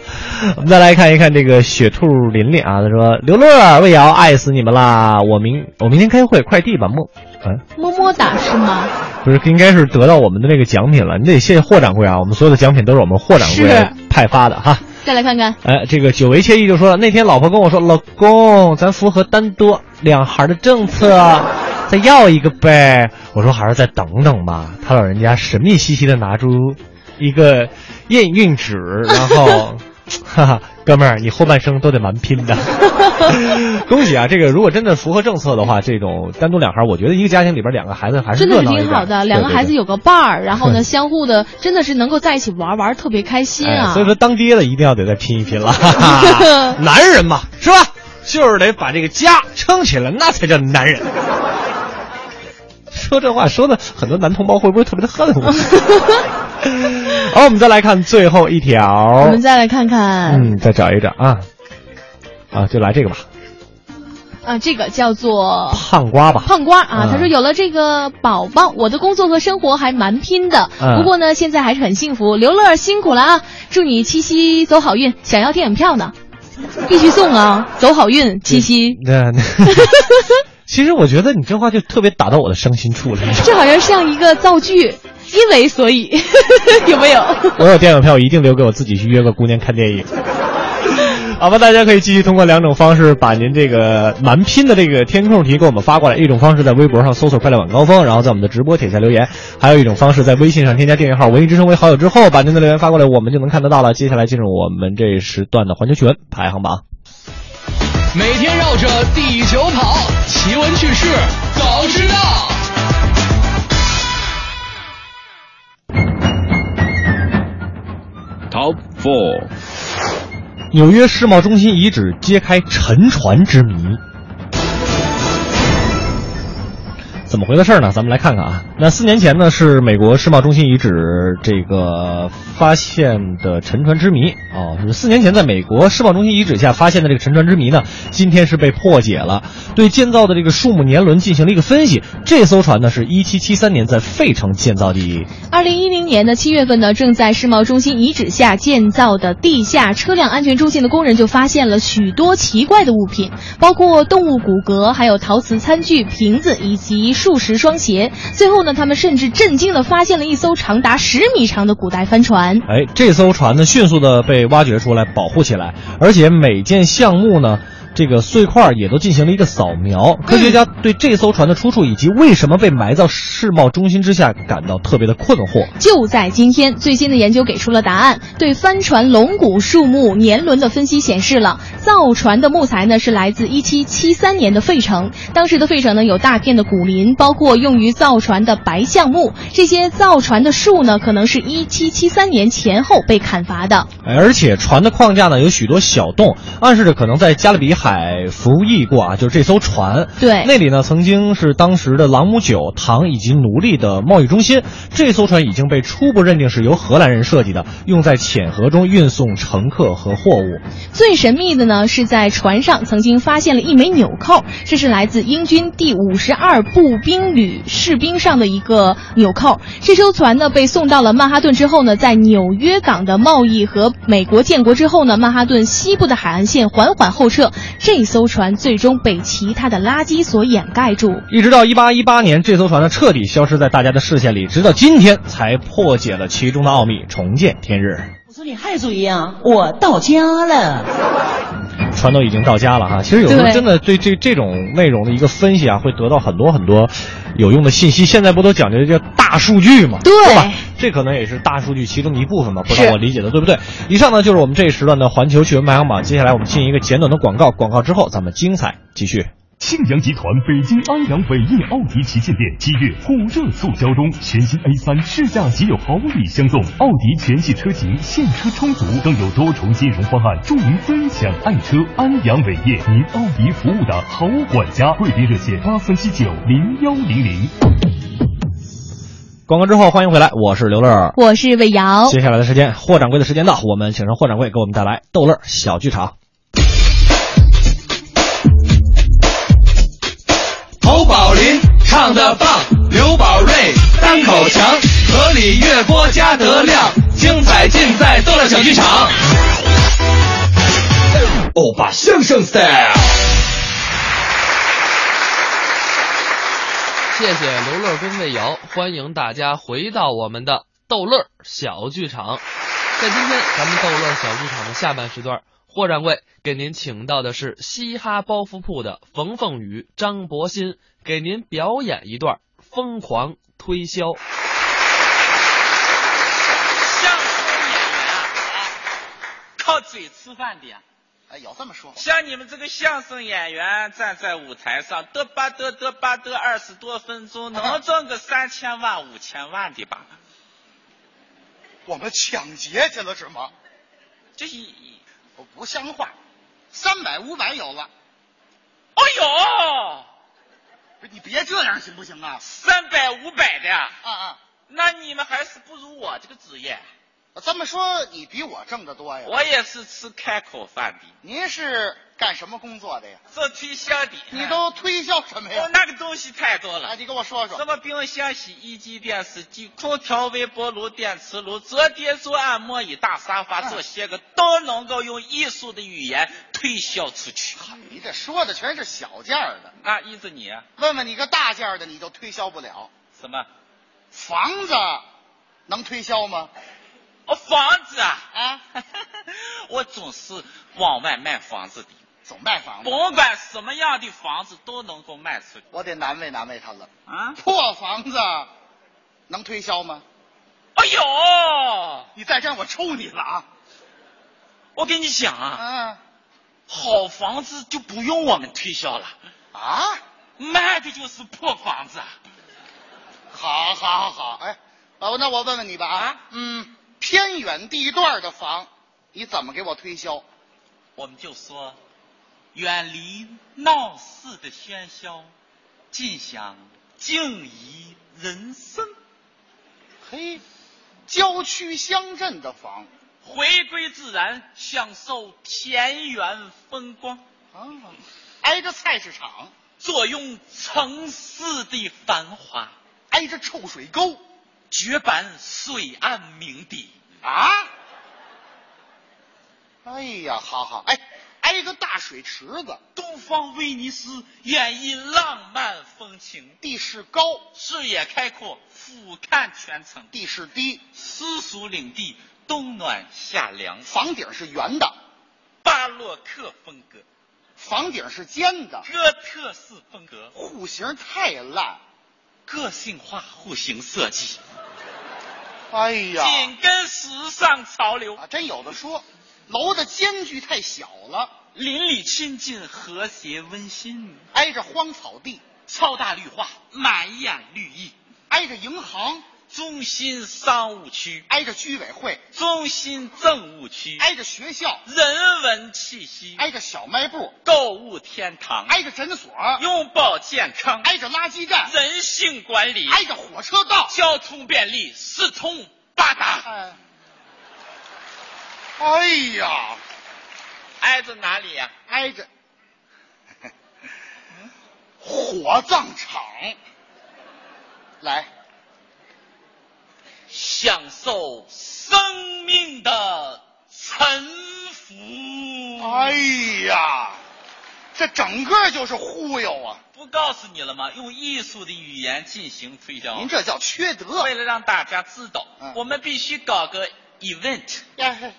[SPEAKER 5] 我们再来看一看这个雪兔琳琳啊，他说刘乐、魏瑶爱死你们啦，我明我明天开会，快递吧，梦，嗯、
[SPEAKER 4] 么么哒是吗？
[SPEAKER 5] 不是应该是得到我们的那个奖品了，你得谢谢霍掌柜啊，我们所有的奖品都是我们霍掌柜
[SPEAKER 4] 是
[SPEAKER 5] 派发的哈。
[SPEAKER 4] 再来看看，
[SPEAKER 5] 哎，这个久违惬意就说了，那天老婆跟我说，老公，咱符合单多，两孩的政策，啊再要一个呗。我说还是再等等吧。他老人家神秘兮兮的拿出一个验孕纸，然
[SPEAKER 4] [laughs]
[SPEAKER 5] 后，哈哈，哥们儿，你后半生都得蛮拼的。恭喜啊！这个如果真的符合政策的话，这种单独两孩，我觉得一个家庭里边两个孩子还是
[SPEAKER 4] 真的
[SPEAKER 5] 热
[SPEAKER 4] 是
[SPEAKER 5] 闹一点
[SPEAKER 4] 挺好的，
[SPEAKER 5] 对
[SPEAKER 4] 两个
[SPEAKER 5] 对
[SPEAKER 4] 孩
[SPEAKER 5] 对嗯
[SPEAKER 4] 子有个伴儿，然后呢，相互的真的是能够在一起玩儿玩儿，特别开心
[SPEAKER 5] 哎
[SPEAKER 4] 啊。
[SPEAKER 5] 所以说，当爹的一定要得再拼一拼了，哈
[SPEAKER 4] [laughs]
[SPEAKER 5] 哈男人嘛，是吧？就是得把这个家撑起来，那才叫男人。说这话说的，很多男同胞会不会特别的恨
[SPEAKER 4] [laughs]
[SPEAKER 5] 我？好，我们再来看最后一
[SPEAKER 4] 我
[SPEAKER 5] 条
[SPEAKER 4] 们，再来看看、
[SPEAKER 5] 嗯，再找一找啊，啊，就来这个吧，
[SPEAKER 4] 啊，这个叫做
[SPEAKER 5] 胖瓜吧，
[SPEAKER 4] 胖瓜啊，
[SPEAKER 5] 嗯
[SPEAKER 4] 他说有了这个宝宝，我的工作和生活还蛮拼的，
[SPEAKER 5] 嗯
[SPEAKER 4] 不过呢，现在还是很幸福。刘乐辛苦了啊，祝你七夕走好运，想要电影票呢，必须送啊，走好运，
[SPEAKER 5] 嗯
[SPEAKER 4] 七夕。
[SPEAKER 5] 那。
[SPEAKER 4] [laughs]
[SPEAKER 5] 那其实我觉得你这话就特别打到我的伤心处了，你知道吗
[SPEAKER 4] 这好像像一个造句，因为所以 [laughs] 有没有？
[SPEAKER 5] 我有电影票，我一定留给我自己去约个姑娘看电
[SPEAKER 4] [laughs]
[SPEAKER 5] 影。好吧，大家可以继续通过两种方式把您这个蛮拼的这个填空题给我们发过来。一种方式在微博上搜索“快乐晚高峰”，然后在我们的直播帖下留言；还有一种方式在微信上添加订阅号“文艺之声”为好友之后，把您的留言发过来，我们就能看得到了。接下来进入我们这时段的环球趣闻排行榜。
[SPEAKER 18] 每天绕着地球跑，奇闻趣事早知道。
[SPEAKER 3] Top four，
[SPEAKER 5] 纽约世贸中心遗址揭开沉船之谜。怎么回的事儿呢？咱们来看看啊。那四年前呢，是美国世贸中心遗址这个发现的沉船之谜哦，是四年前在美国世贸中心遗址下发现的这个沉船之谜呢，今天是被破解了。对建造的这个树木年轮进行了一个分析，这艘船呢是一七七三年在费城建造的。
[SPEAKER 4] 二零一零年的七月份呢，正在世贸中心遗址下建造的地下车辆安全中心的工人就发现了许多奇怪的物品，包括动物骨骼、还有陶瓷餐具、瓶子以及数十双鞋。最后呢，他们甚至震惊地发现了一艘长达十米长的古代帆船。
[SPEAKER 5] 哎，这艘船呢，迅速的被挖掘出来，保护起来，而且每件项目呢，这个碎块也都进行了一个扫描。科学家对这艘船的出处以及为什么被埋到世贸中心之下感到特别的困惑。
[SPEAKER 4] 就在今天，最新的研究给出了答案。对帆船龙骨树木年轮的分析显示了，造船的木材呢是来自1773年的费城。当时的费城呢有大片的古林，包括用于造船的白橡木。这些造船的树呢，可能是1773年前后被砍伐的。
[SPEAKER 5] 哎而且船的框架呢有许多小洞，暗示着可能在加勒比海服役过啊，就是这艘船。
[SPEAKER 4] 对
[SPEAKER 5] 那里呢曾经是当时的朗姆酒、糖以及奴隶的贸易中心。这艘船已经被初步认定是由荷兰人设计的，用在浅河中运送乘客和货物。
[SPEAKER 4] 最神秘的呢，是在船上曾经发现了一枚纽扣，这是来自英军第五十二步兵旅士兵上的一个纽扣。这艘船呢被送到了曼哈顿之后呢，在纽约港的贸易和美国建国之后呢，曼哈顿西部的海岸线缓缓后撤，这艘船最终被其他的垃圾所掩盖住。
[SPEAKER 5] 一直到一八一八年，这艘船呢彻底消失在大家的视线里，直到今天才破解了其中的奥秘，重见天日。
[SPEAKER 29] 我说你还注意啊，我到家了。
[SPEAKER 5] 船都已经到家了哈。其实有时候
[SPEAKER 29] 对
[SPEAKER 5] 真的对这这种内容的一个分析啊，会得到很多很多有用的信息。现在不都讲究叫大数据嘛，对吧？这可能也是大数据其中的一部分嘛，不知道我理解的对不对？以上呢就是我们这一时段的环球趣闻排行榜。接下来我们进一个简短的广告，广告之后咱们精彩继续。
[SPEAKER 30] 庆阳集团北京安阳伟业奥迪旗舰店七月火热促销中，全新 A 3试驾即有豪礼相送，奥迪全系车型现车充足，更有多重金融方案助您分享爱车。安阳伟业，您奥迪服务的好管家，贵宾热线八三七九零幺零零。
[SPEAKER 5] 广告之后欢迎回来，我是刘乐。
[SPEAKER 4] 我是魏瑶，
[SPEAKER 5] 接下来的时间，霍掌柜的时间到，我们请上霍掌柜给我们带来逗乐小剧场。
[SPEAKER 3] 侯宝林唱的棒，刘宝瑞单口强，河里月波加德亮，精彩尽在逗乐小剧场。欧巴相声 style。
[SPEAKER 19] 谢谢刘乐跟魏瑶，欢迎大家回到我们的逗乐小剧场。在今天咱们逗乐小剧场的下半时段，霍掌柜给您请到的是嘻哈包袱铺的冯凤雨、张博鑫，给您表演一段疯狂推销。
[SPEAKER 23] 相声演员啊，靠嘴吃饭的呀。
[SPEAKER 17] 哎，有这么说吗？
[SPEAKER 23] 像你们这个相声演员站在舞台上，嘚吧嘚嘚吧嘚二十多分钟，能挣个三千万、五千万的吧？
[SPEAKER 17] 我们抢劫去了是吗？哦
[SPEAKER 23] 这一，
[SPEAKER 17] 不像话，三百五百有了，
[SPEAKER 23] 哎呦，
[SPEAKER 17] 不是你别这样行不行啊？
[SPEAKER 23] 三百五百的呀，
[SPEAKER 17] 啊啊，
[SPEAKER 23] 那你们还是不如我这个职业。
[SPEAKER 17] 这么说你比我挣得多呀？
[SPEAKER 23] 我也是吃开口饭的，
[SPEAKER 17] 您是干什么工作的呀？
[SPEAKER 23] 做推销的。
[SPEAKER 17] 你都推销什么呀
[SPEAKER 23] 哦？那个东西太多了。
[SPEAKER 17] 哎，你跟我说说。
[SPEAKER 23] 什么冰箱、洗衣机、电视机、空调、微波炉、电磁炉、折叠桌、按摩椅、大沙
[SPEAKER 17] 嗯
[SPEAKER 23] 发，这些个都能够用艺术的语言推销出去。
[SPEAKER 17] 你这说的全是小件儿的，
[SPEAKER 23] 那依着你，啊
[SPEAKER 17] 问问你个大件儿的你都推销不了。
[SPEAKER 23] 什么？
[SPEAKER 17] 房子能推销吗？
[SPEAKER 23] 哦，房子啊，
[SPEAKER 17] 啊，
[SPEAKER 23] [laughs] 我总是往外卖房子的，
[SPEAKER 17] 总卖房子，
[SPEAKER 23] 甭管什么样的房子都能够卖出去
[SPEAKER 17] 我得难为难为他了。
[SPEAKER 23] 啊！
[SPEAKER 17] 破房子能推销吗？
[SPEAKER 23] 哎呦，
[SPEAKER 17] 你再这样我抽你了啊！
[SPEAKER 23] 我跟你讲啊，
[SPEAKER 17] 啊
[SPEAKER 23] 好房子就不用我们推销了，
[SPEAKER 17] 啊！
[SPEAKER 23] 卖的就是破房子。
[SPEAKER 17] 好，好，好，哎，哦，那我问问你吧啊，嗯，偏远地段的房你怎么给我推销？
[SPEAKER 23] 我们就说，远离闹市的喧嚣，尽享静怡人生，
[SPEAKER 17] 嘿，郊区乡镇的房
[SPEAKER 23] 回归自然，享受田园风光，
[SPEAKER 17] 啊，挨着菜市场，
[SPEAKER 23] 坐拥城市的繁华，
[SPEAKER 17] 挨着臭水沟
[SPEAKER 23] 绝版水岸名邸。
[SPEAKER 17] 啊！哎呀，好好，哎，挨个大水池子，
[SPEAKER 23] 东方威尼斯演绎浪漫风情，
[SPEAKER 17] 地势高，
[SPEAKER 23] 视野开阔，俯瞰全城，
[SPEAKER 17] 地势低，
[SPEAKER 23] 私塾领地，冬暖夏凉，
[SPEAKER 17] 房顶是圆的，
[SPEAKER 23] 巴洛克风格，
[SPEAKER 17] 房顶是尖的，
[SPEAKER 23] 哥特式风格，
[SPEAKER 17] 户型太烂，
[SPEAKER 23] 个性化户型设计，
[SPEAKER 17] 哎呀，
[SPEAKER 23] 紧跟时尚潮流，
[SPEAKER 17] 啊，真有的说，楼的间距太小了，
[SPEAKER 23] 邻里亲近，和谐温馨，
[SPEAKER 17] 挨着荒草地，
[SPEAKER 23] 超大绿化，满眼绿意，
[SPEAKER 17] 挨着银行，
[SPEAKER 23] 中心商务区，
[SPEAKER 17] 挨着居委会，
[SPEAKER 23] 中心政务区，
[SPEAKER 17] 挨着学校，
[SPEAKER 23] 人文气息，
[SPEAKER 17] 挨着小卖部，
[SPEAKER 23] 购物天堂，
[SPEAKER 17] 挨着诊所，
[SPEAKER 23] 拥抱健康，
[SPEAKER 17] 挨着垃圾站，
[SPEAKER 23] 人性管理，
[SPEAKER 17] 挨着火车道，
[SPEAKER 23] 交通便利，四通八达。
[SPEAKER 17] 哎，哎呀，
[SPEAKER 23] 挨着哪里呀、
[SPEAKER 17] 挨着火葬场，来，
[SPEAKER 23] 享受生命的沉浮。
[SPEAKER 17] 哎呀，这整个就是忽悠啊！
[SPEAKER 23] 不告诉你了吗？用艺术的语言进行推销。
[SPEAKER 17] 您这叫缺德。
[SPEAKER 23] 为了让大家知道，
[SPEAKER 17] 嗯
[SPEAKER 23] 我们必须搞个 event，
[SPEAKER 17] 呀，嘿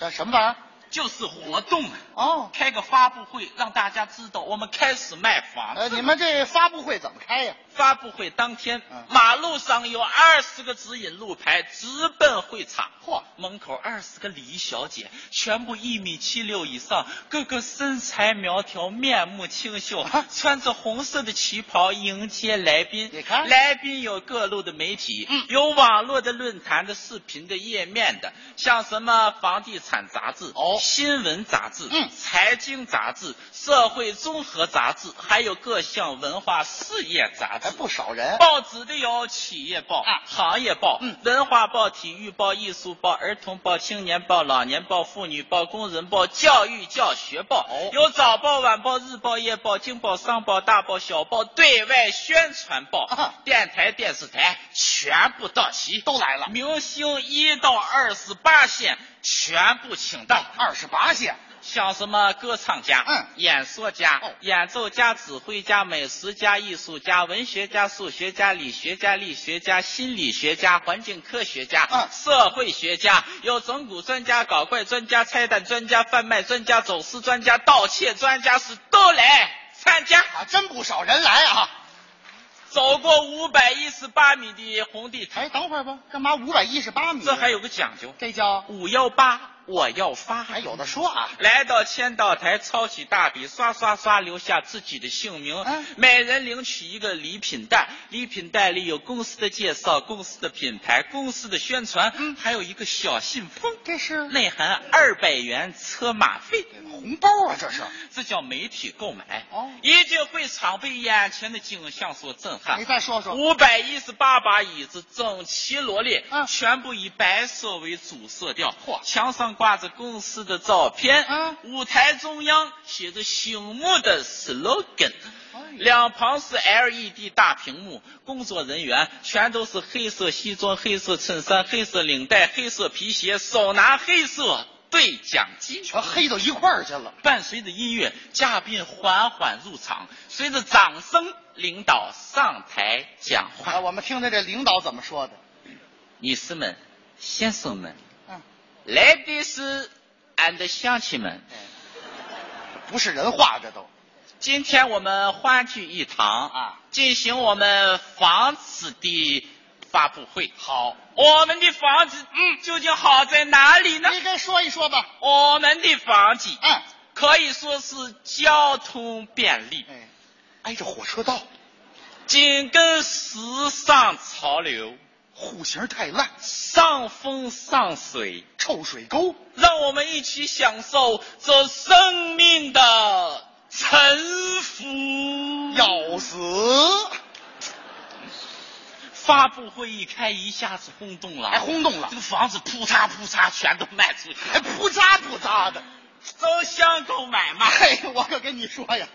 [SPEAKER 17] 这什么玩意儿？
[SPEAKER 23] 就是活动啊，
[SPEAKER 17] 哦，
[SPEAKER 23] 开个发布会，让大家知道我们开始卖房子。
[SPEAKER 17] 呃，你们这发布会怎么开呀？
[SPEAKER 23] 发布会当天
[SPEAKER 17] 嗯，
[SPEAKER 23] 马路上有二十个指引路牌，直奔会场。
[SPEAKER 17] 嚯
[SPEAKER 23] 门口二十个礼仪小姐，全部一米七六以上，个个身材苗条，面目清秀，
[SPEAKER 17] 啊
[SPEAKER 23] 穿着红色的旗袍迎接来宾。
[SPEAKER 17] 你看
[SPEAKER 23] 来宾有各路的媒体，
[SPEAKER 17] 嗯
[SPEAKER 23] 有网络的论坛的视频的页面的，像什么房地产杂志、
[SPEAKER 17] 哦
[SPEAKER 23] 新闻杂志、
[SPEAKER 17] 嗯
[SPEAKER 23] 财经杂志、社会综合杂志，还有各项文化事业杂志
[SPEAKER 17] 还。哎不少人。
[SPEAKER 23] 报纸的有企业报、
[SPEAKER 17] 啊
[SPEAKER 23] 行业报、
[SPEAKER 17] 嗯
[SPEAKER 23] 文化报、体育报、艺术报、儿童报、青年报、老年报、妇女报、工人报、教育教学报，
[SPEAKER 17] 哦
[SPEAKER 23] 有早报、晚报、日报、夜报、经报、商报、大报、小报、对外宣传报、
[SPEAKER 17] 啊
[SPEAKER 23] 电台、电视台全部到齐，
[SPEAKER 17] 都来了
[SPEAKER 23] 明星一到二十八线全部请到， [laughs]
[SPEAKER 17] 二十八线，
[SPEAKER 23] 像什么歌唱家、
[SPEAKER 17] 嗯
[SPEAKER 23] 演说家、
[SPEAKER 17] 哦
[SPEAKER 23] 演奏家、指挥家、美食家、艺术家、文学家、数学家、理学家、力学家、心理学家、环境科学家、
[SPEAKER 17] 嗯
[SPEAKER 23] 社会学家，有整蛊专家、搞怪专家、拆弹专家、贩卖专家、走私专家、盗窃专家是都来参加啊，
[SPEAKER 17] 真不少人来啊！
[SPEAKER 23] 走过五百一十八米的红地毯。
[SPEAKER 17] 哎，等会儿吧，干嘛五百一十八米？
[SPEAKER 23] 这还有个讲究，
[SPEAKER 17] 这叫
[SPEAKER 23] 五幺八。我要发，
[SPEAKER 17] 还有的说啊！
[SPEAKER 23] 来到签到台，抄起大笔，刷刷刷，留下自己的姓名。
[SPEAKER 17] 嗯
[SPEAKER 23] 每人领取一个礼品袋，礼品袋里有公司的介绍、公司的品牌、公司的宣传，还有一个小信封，
[SPEAKER 17] 嗯这是
[SPEAKER 23] 内含二百元车马费。
[SPEAKER 17] 红包啊，这是，
[SPEAKER 23] 这叫媒体购买，哦，一定会常被眼前的景象所震撼。
[SPEAKER 17] 你再说说，
[SPEAKER 23] 五百一十八把椅子整齐罗列，嗯，全部以白色为主色调，嚯，墙上挂着公司的照片，嗯，舞台中央写着醒目的 slogan。两
[SPEAKER 17] 哎
[SPEAKER 23] 旁是 LED 大屏幕，工作人员全都是黑色西装、黑色衬衫、黑色领带、黑色皮鞋，手拿黑色对讲机，
[SPEAKER 17] 全黑到一块儿去了。
[SPEAKER 23] 伴随着音乐，嘉宾缓缓入场，随着掌声，领导上台讲话。
[SPEAKER 17] 啊，我们听听这领导怎么说的。
[SPEAKER 23] 女士们、先生们、嗯、，ladies and 乡亲们，
[SPEAKER 17] 哎不是人话，这都。
[SPEAKER 23] 今天我们欢聚一堂啊，进行我们房子的发布会。
[SPEAKER 17] 好，
[SPEAKER 23] 我们的房子嗯究竟好在哪里呢？
[SPEAKER 17] 你跟说一说吧。
[SPEAKER 23] 我们的房子
[SPEAKER 17] 嗯
[SPEAKER 23] 可以说是交通便利，
[SPEAKER 17] 哎，挨着火车道，
[SPEAKER 23] 紧跟时尚潮流，
[SPEAKER 17] 户型太烂，
[SPEAKER 23] 上风上水，
[SPEAKER 17] 臭水沟。
[SPEAKER 23] 让我们一起享受这生命的。臣服，
[SPEAKER 17] 要死！
[SPEAKER 23] 发布会一开，一下子轰动了，
[SPEAKER 17] 还哎轰动了，
[SPEAKER 23] 这个房子扑嚓扑嚓全都卖出去，
[SPEAKER 17] 还扑嚓扑嚓的，
[SPEAKER 23] 争相购买嘛。
[SPEAKER 17] 嘿，我可跟你说呀，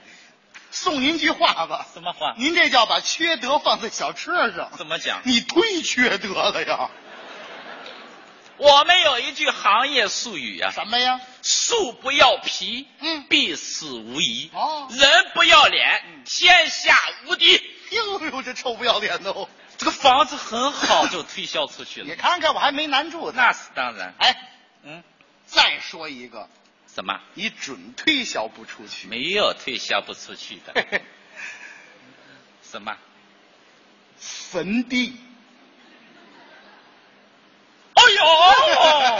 [SPEAKER 17] 送您句话吧，
[SPEAKER 23] 什么话？
[SPEAKER 17] 您这叫把缺德放在小车上，
[SPEAKER 23] 怎么讲？
[SPEAKER 17] 你忒缺德了呀！
[SPEAKER 23] 我们有一句行业术语啊，
[SPEAKER 17] 什么呀？
[SPEAKER 23] 树不要皮，
[SPEAKER 17] 嗯，
[SPEAKER 23] 必死无疑。
[SPEAKER 17] 哦，嗯
[SPEAKER 23] 人不要脸，天下无敌。
[SPEAKER 17] 哎呦，这臭不要脸的哦！
[SPEAKER 23] 这个房子很好，就推销出去了。
[SPEAKER 17] [laughs] 你看看，我还没难住呢。
[SPEAKER 23] 那是当然。
[SPEAKER 17] 哎，
[SPEAKER 23] 嗯，
[SPEAKER 17] 再说一个，
[SPEAKER 23] 什么？
[SPEAKER 17] 你准推销不出去。
[SPEAKER 23] 没有推销不出去的。什么？
[SPEAKER 17] 坟地。
[SPEAKER 23] 哎呦！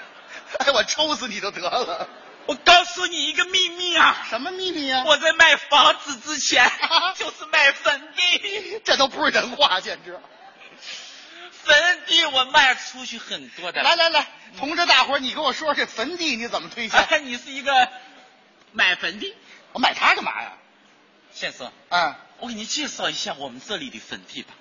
[SPEAKER 17] [laughs] 哎，我抽死你就得了！
[SPEAKER 23] 我告诉你一个秘密啊！
[SPEAKER 17] 什么秘密啊？
[SPEAKER 23] 我在卖房子
[SPEAKER 17] [laughs]
[SPEAKER 23] 之前，就是卖坟地，
[SPEAKER 17] 这都不是人话，简直！
[SPEAKER 23] 坟地我卖出去很多的。
[SPEAKER 17] 来来来，同志大伙儿，你跟我说说这坟地你怎么推销？
[SPEAKER 23] 哎、你是一个买坟地，
[SPEAKER 17] 我买它干嘛呀？
[SPEAKER 23] 先生，
[SPEAKER 17] 嗯，
[SPEAKER 23] 我给您介绍一下我们这里的坟地吧。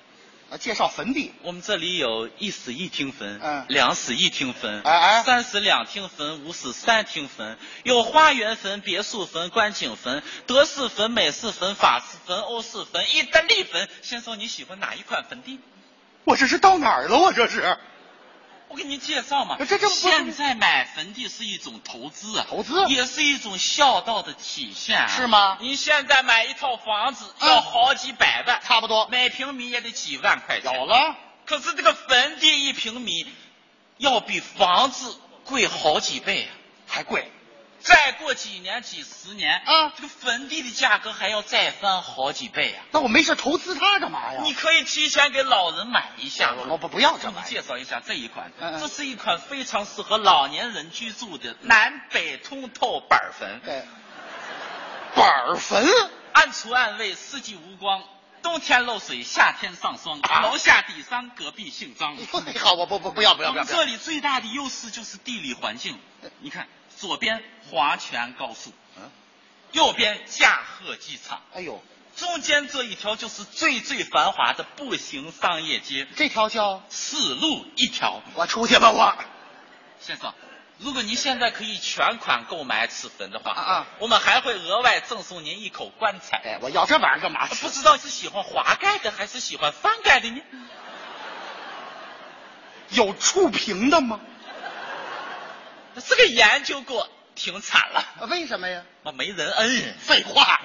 [SPEAKER 17] 啊介绍坟地，
[SPEAKER 23] 我们这里有一死一厅坟，
[SPEAKER 17] 嗯，
[SPEAKER 23] 两死一厅坟，
[SPEAKER 17] 哎哎，
[SPEAKER 23] 三死两厅坟，五死三厅坟，有花园坟、别墅坟、观景坟、德式坟、美式坟、法式坟、欧式坟、意大利坟。先生，你喜欢哪一款坟地？
[SPEAKER 17] 我这是到哪儿了？我这是，
[SPEAKER 23] 我给您介绍嘛。
[SPEAKER 17] 这这
[SPEAKER 23] 现在买坟地是一种投资啊，
[SPEAKER 17] 投资
[SPEAKER 23] 也是一种孝道的体现、啊，
[SPEAKER 17] 是吗？嗯
[SPEAKER 23] 您现在买一套房子要好几百万，
[SPEAKER 17] 差不多，
[SPEAKER 23] 每平米也得几万块钱。
[SPEAKER 17] 有了，
[SPEAKER 23] 可是这个坟地一平米要比房子贵好几倍、啊，
[SPEAKER 17] 还贵。
[SPEAKER 23] 再过几年、几十年，
[SPEAKER 17] 啊，
[SPEAKER 23] 这个坟地的价格还要再翻好几倍啊！
[SPEAKER 17] 那我没事投资它干嘛呀？
[SPEAKER 23] 你可以提前给老人买一下。
[SPEAKER 17] 我不不要这
[SPEAKER 23] 我介绍一下这一款，
[SPEAKER 17] 嗯嗯嗯
[SPEAKER 23] 这是一款非常适合老年人居住的南北通透板坟。
[SPEAKER 17] 对，板坟，
[SPEAKER 23] 暗厨暗卫，四季无光，冬天漏水，夏天上霜，楼下底商，隔壁姓
[SPEAKER 17] [laughs]
[SPEAKER 23] 张。
[SPEAKER 17] 你好，啊哎我不不不要不要
[SPEAKER 23] 我
[SPEAKER 17] 不要
[SPEAKER 23] 们。这里最大的优势就是地理环境，你看左边华泉高速，
[SPEAKER 17] 嗯，
[SPEAKER 23] 右边驾鹤机场，
[SPEAKER 17] 哎呦，
[SPEAKER 23] 中间这一条就是最最繁华的步行商业街，
[SPEAKER 17] 这条叫
[SPEAKER 23] 四路一条。
[SPEAKER 17] 我出去吧我。
[SPEAKER 23] 先生，如果您现在可以全款购买此坟的话，
[SPEAKER 17] 啊啊
[SPEAKER 23] 我们还会额外赠送您一口棺材。啊
[SPEAKER 17] 哎，我要这玩意儿干嘛？
[SPEAKER 23] 不知道是喜欢滑盖的还是喜欢翻盖的呢？
[SPEAKER 17] 有触屏的吗？
[SPEAKER 23] 这个研究过，停产了。
[SPEAKER 3] 啊为什么呀？
[SPEAKER 23] 我没人恩，
[SPEAKER 3] 废话。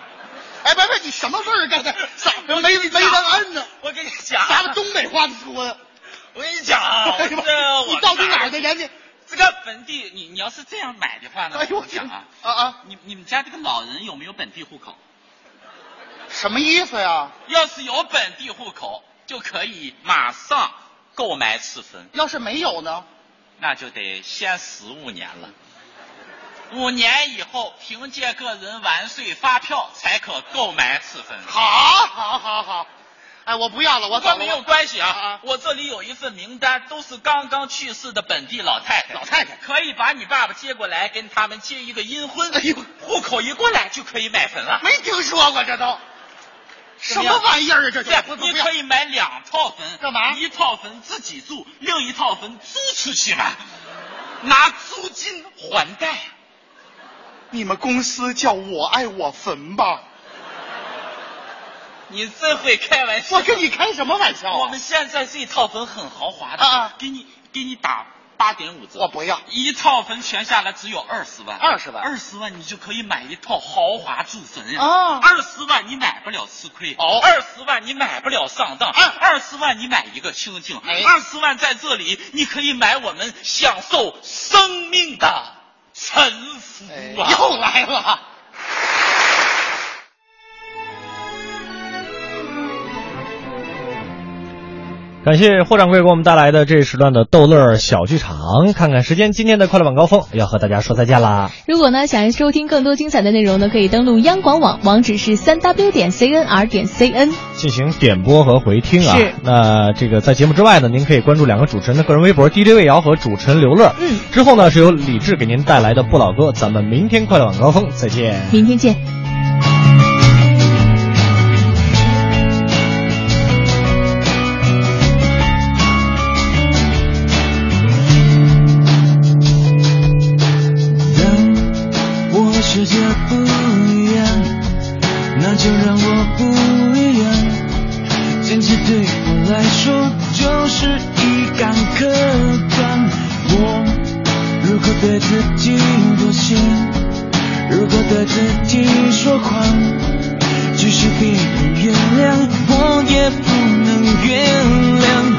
[SPEAKER 3] 哎，别别，你什么事儿
[SPEAKER 23] [laughs]
[SPEAKER 3] 干的？咋没没人摁呢？
[SPEAKER 23] 我跟你讲，
[SPEAKER 3] 咱们东北话怎么说呀？
[SPEAKER 23] [laughs]
[SPEAKER 3] 哎
[SPEAKER 23] 我跟你讲啊，我这
[SPEAKER 3] 你到底哪儿的人呢？
[SPEAKER 23] 这个本地，你你要是这样买的话呢？
[SPEAKER 3] 哎呦
[SPEAKER 23] 我跟你讲啊
[SPEAKER 3] 啊啊！
[SPEAKER 23] 你你们家这个老人有没有本地户口？
[SPEAKER 3] 什么意思呀？
[SPEAKER 23] 要是有本地户口，就可以马上购买此坟，
[SPEAKER 3] 要是没有呢？
[SPEAKER 23] 那就得先十五年了。五年以后，凭借个人完税发票才可购买此坟。
[SPEAKER 3] 好，
[SPEAKER 17] 啊
[SPEAKER 3] 好，好，好。哎，我不要了，我走
[SPEAKER 23] 那
[SPEAKER 3] 了。
[SPEAKER 23] 没有关系啊，
[SPEAKER 3] 啊
[SPEAKER 23] 我这里有一份名单，都是刚刚去世的本地老太太。
[SPEAKER 3] 老太太
[SPEAKER 23] 可以把你爸爸接过来，跟他们结一个阴婚。
[SPEAKER 3] 哎呦
[SPEAKER 23] 户口一过来就可以买坟了。
[SPEAKER 3] 没听说过这都，什么玩意儿啊？这
[SPEAKER 23] 对
[SPEAKER 3] 这不，不
[SPEAKER 23] 你
[SPEAKER 3] 不要
[SPEAKER 23] 可以买两套坟，
[SPEAKER 3] 干嘛
[SPEAKER 23] 一套坟自己住，另一套坟租出去买，拿租金还贷。
[SPEAKER 3] 你们公司叫我爱我坟吧？
[SPEAKER 23] 你真会开玩笑。
[SPEAKER 3] 我跟你开什么玩笑啊？
[SPEAKER 23] 我们现在这套坟很豪华的，
[SPEAKER 3] 啊啊
[SPEAKER 23] 给你给你打八点五折。
[SPEAKER 3] 我不要
[SPEAKER 23] 一套坟全下来只有二十万，
[SPEAKER 3] 20万
[SPEAKER 23] 二十万你就可以买一套豪华住坟呀。
[SPEAKER 3] 啊
[SPEAKER 23] 二十万你买不了吃亏，
[SPEAKER 3] 哦
[SPEAKER 23] 二十万你买不了上当，
[SPEAKER 3] 啊
[SPEAKER 23] 二十万你买一个清净，
[SPEAKER 3] 哎
[SPEAKER 23] 二十万在这里你可以买我们享受生命的臣服
[SPEAKER 3] 哎
[SPEAKER 23] 啊！
[SPEAKER 3] 又来了。
[SPEAKER 5] 感谢霍掌柜给我们带来的这一时段的逗乐儿小剧场。看看时间，今天的快乐晚高峰要和大家说再见啦。
[SPEAKER 4] 如果呢想要收听更多精彩的内容呢，可以登录央广网，网址是三 w 点 cnr 点 cn。
[SPEAKER 5] 进行点播和回听啊
[SPEAKER 4] 是。
[SPEAKER 5] 那这个在节目之外呢，您可以关注两个主持人的个人微博 DJ 魏瑶和主持人刘乐。
[SPEAKER 4] 嗯，
[SPEAKER 5] 之后呢是由李志给您带来的不老歌，咱们明天快乐晚高峰再见。
[SPEAKER 4] 明天见。
[SPEAKER 17] 让我世界不一样，那就让我不一样。坚持对我来说就是一杆客观。我如果对自己妥协，如果对自己说谎，即使别人原谅，我也不能原谅。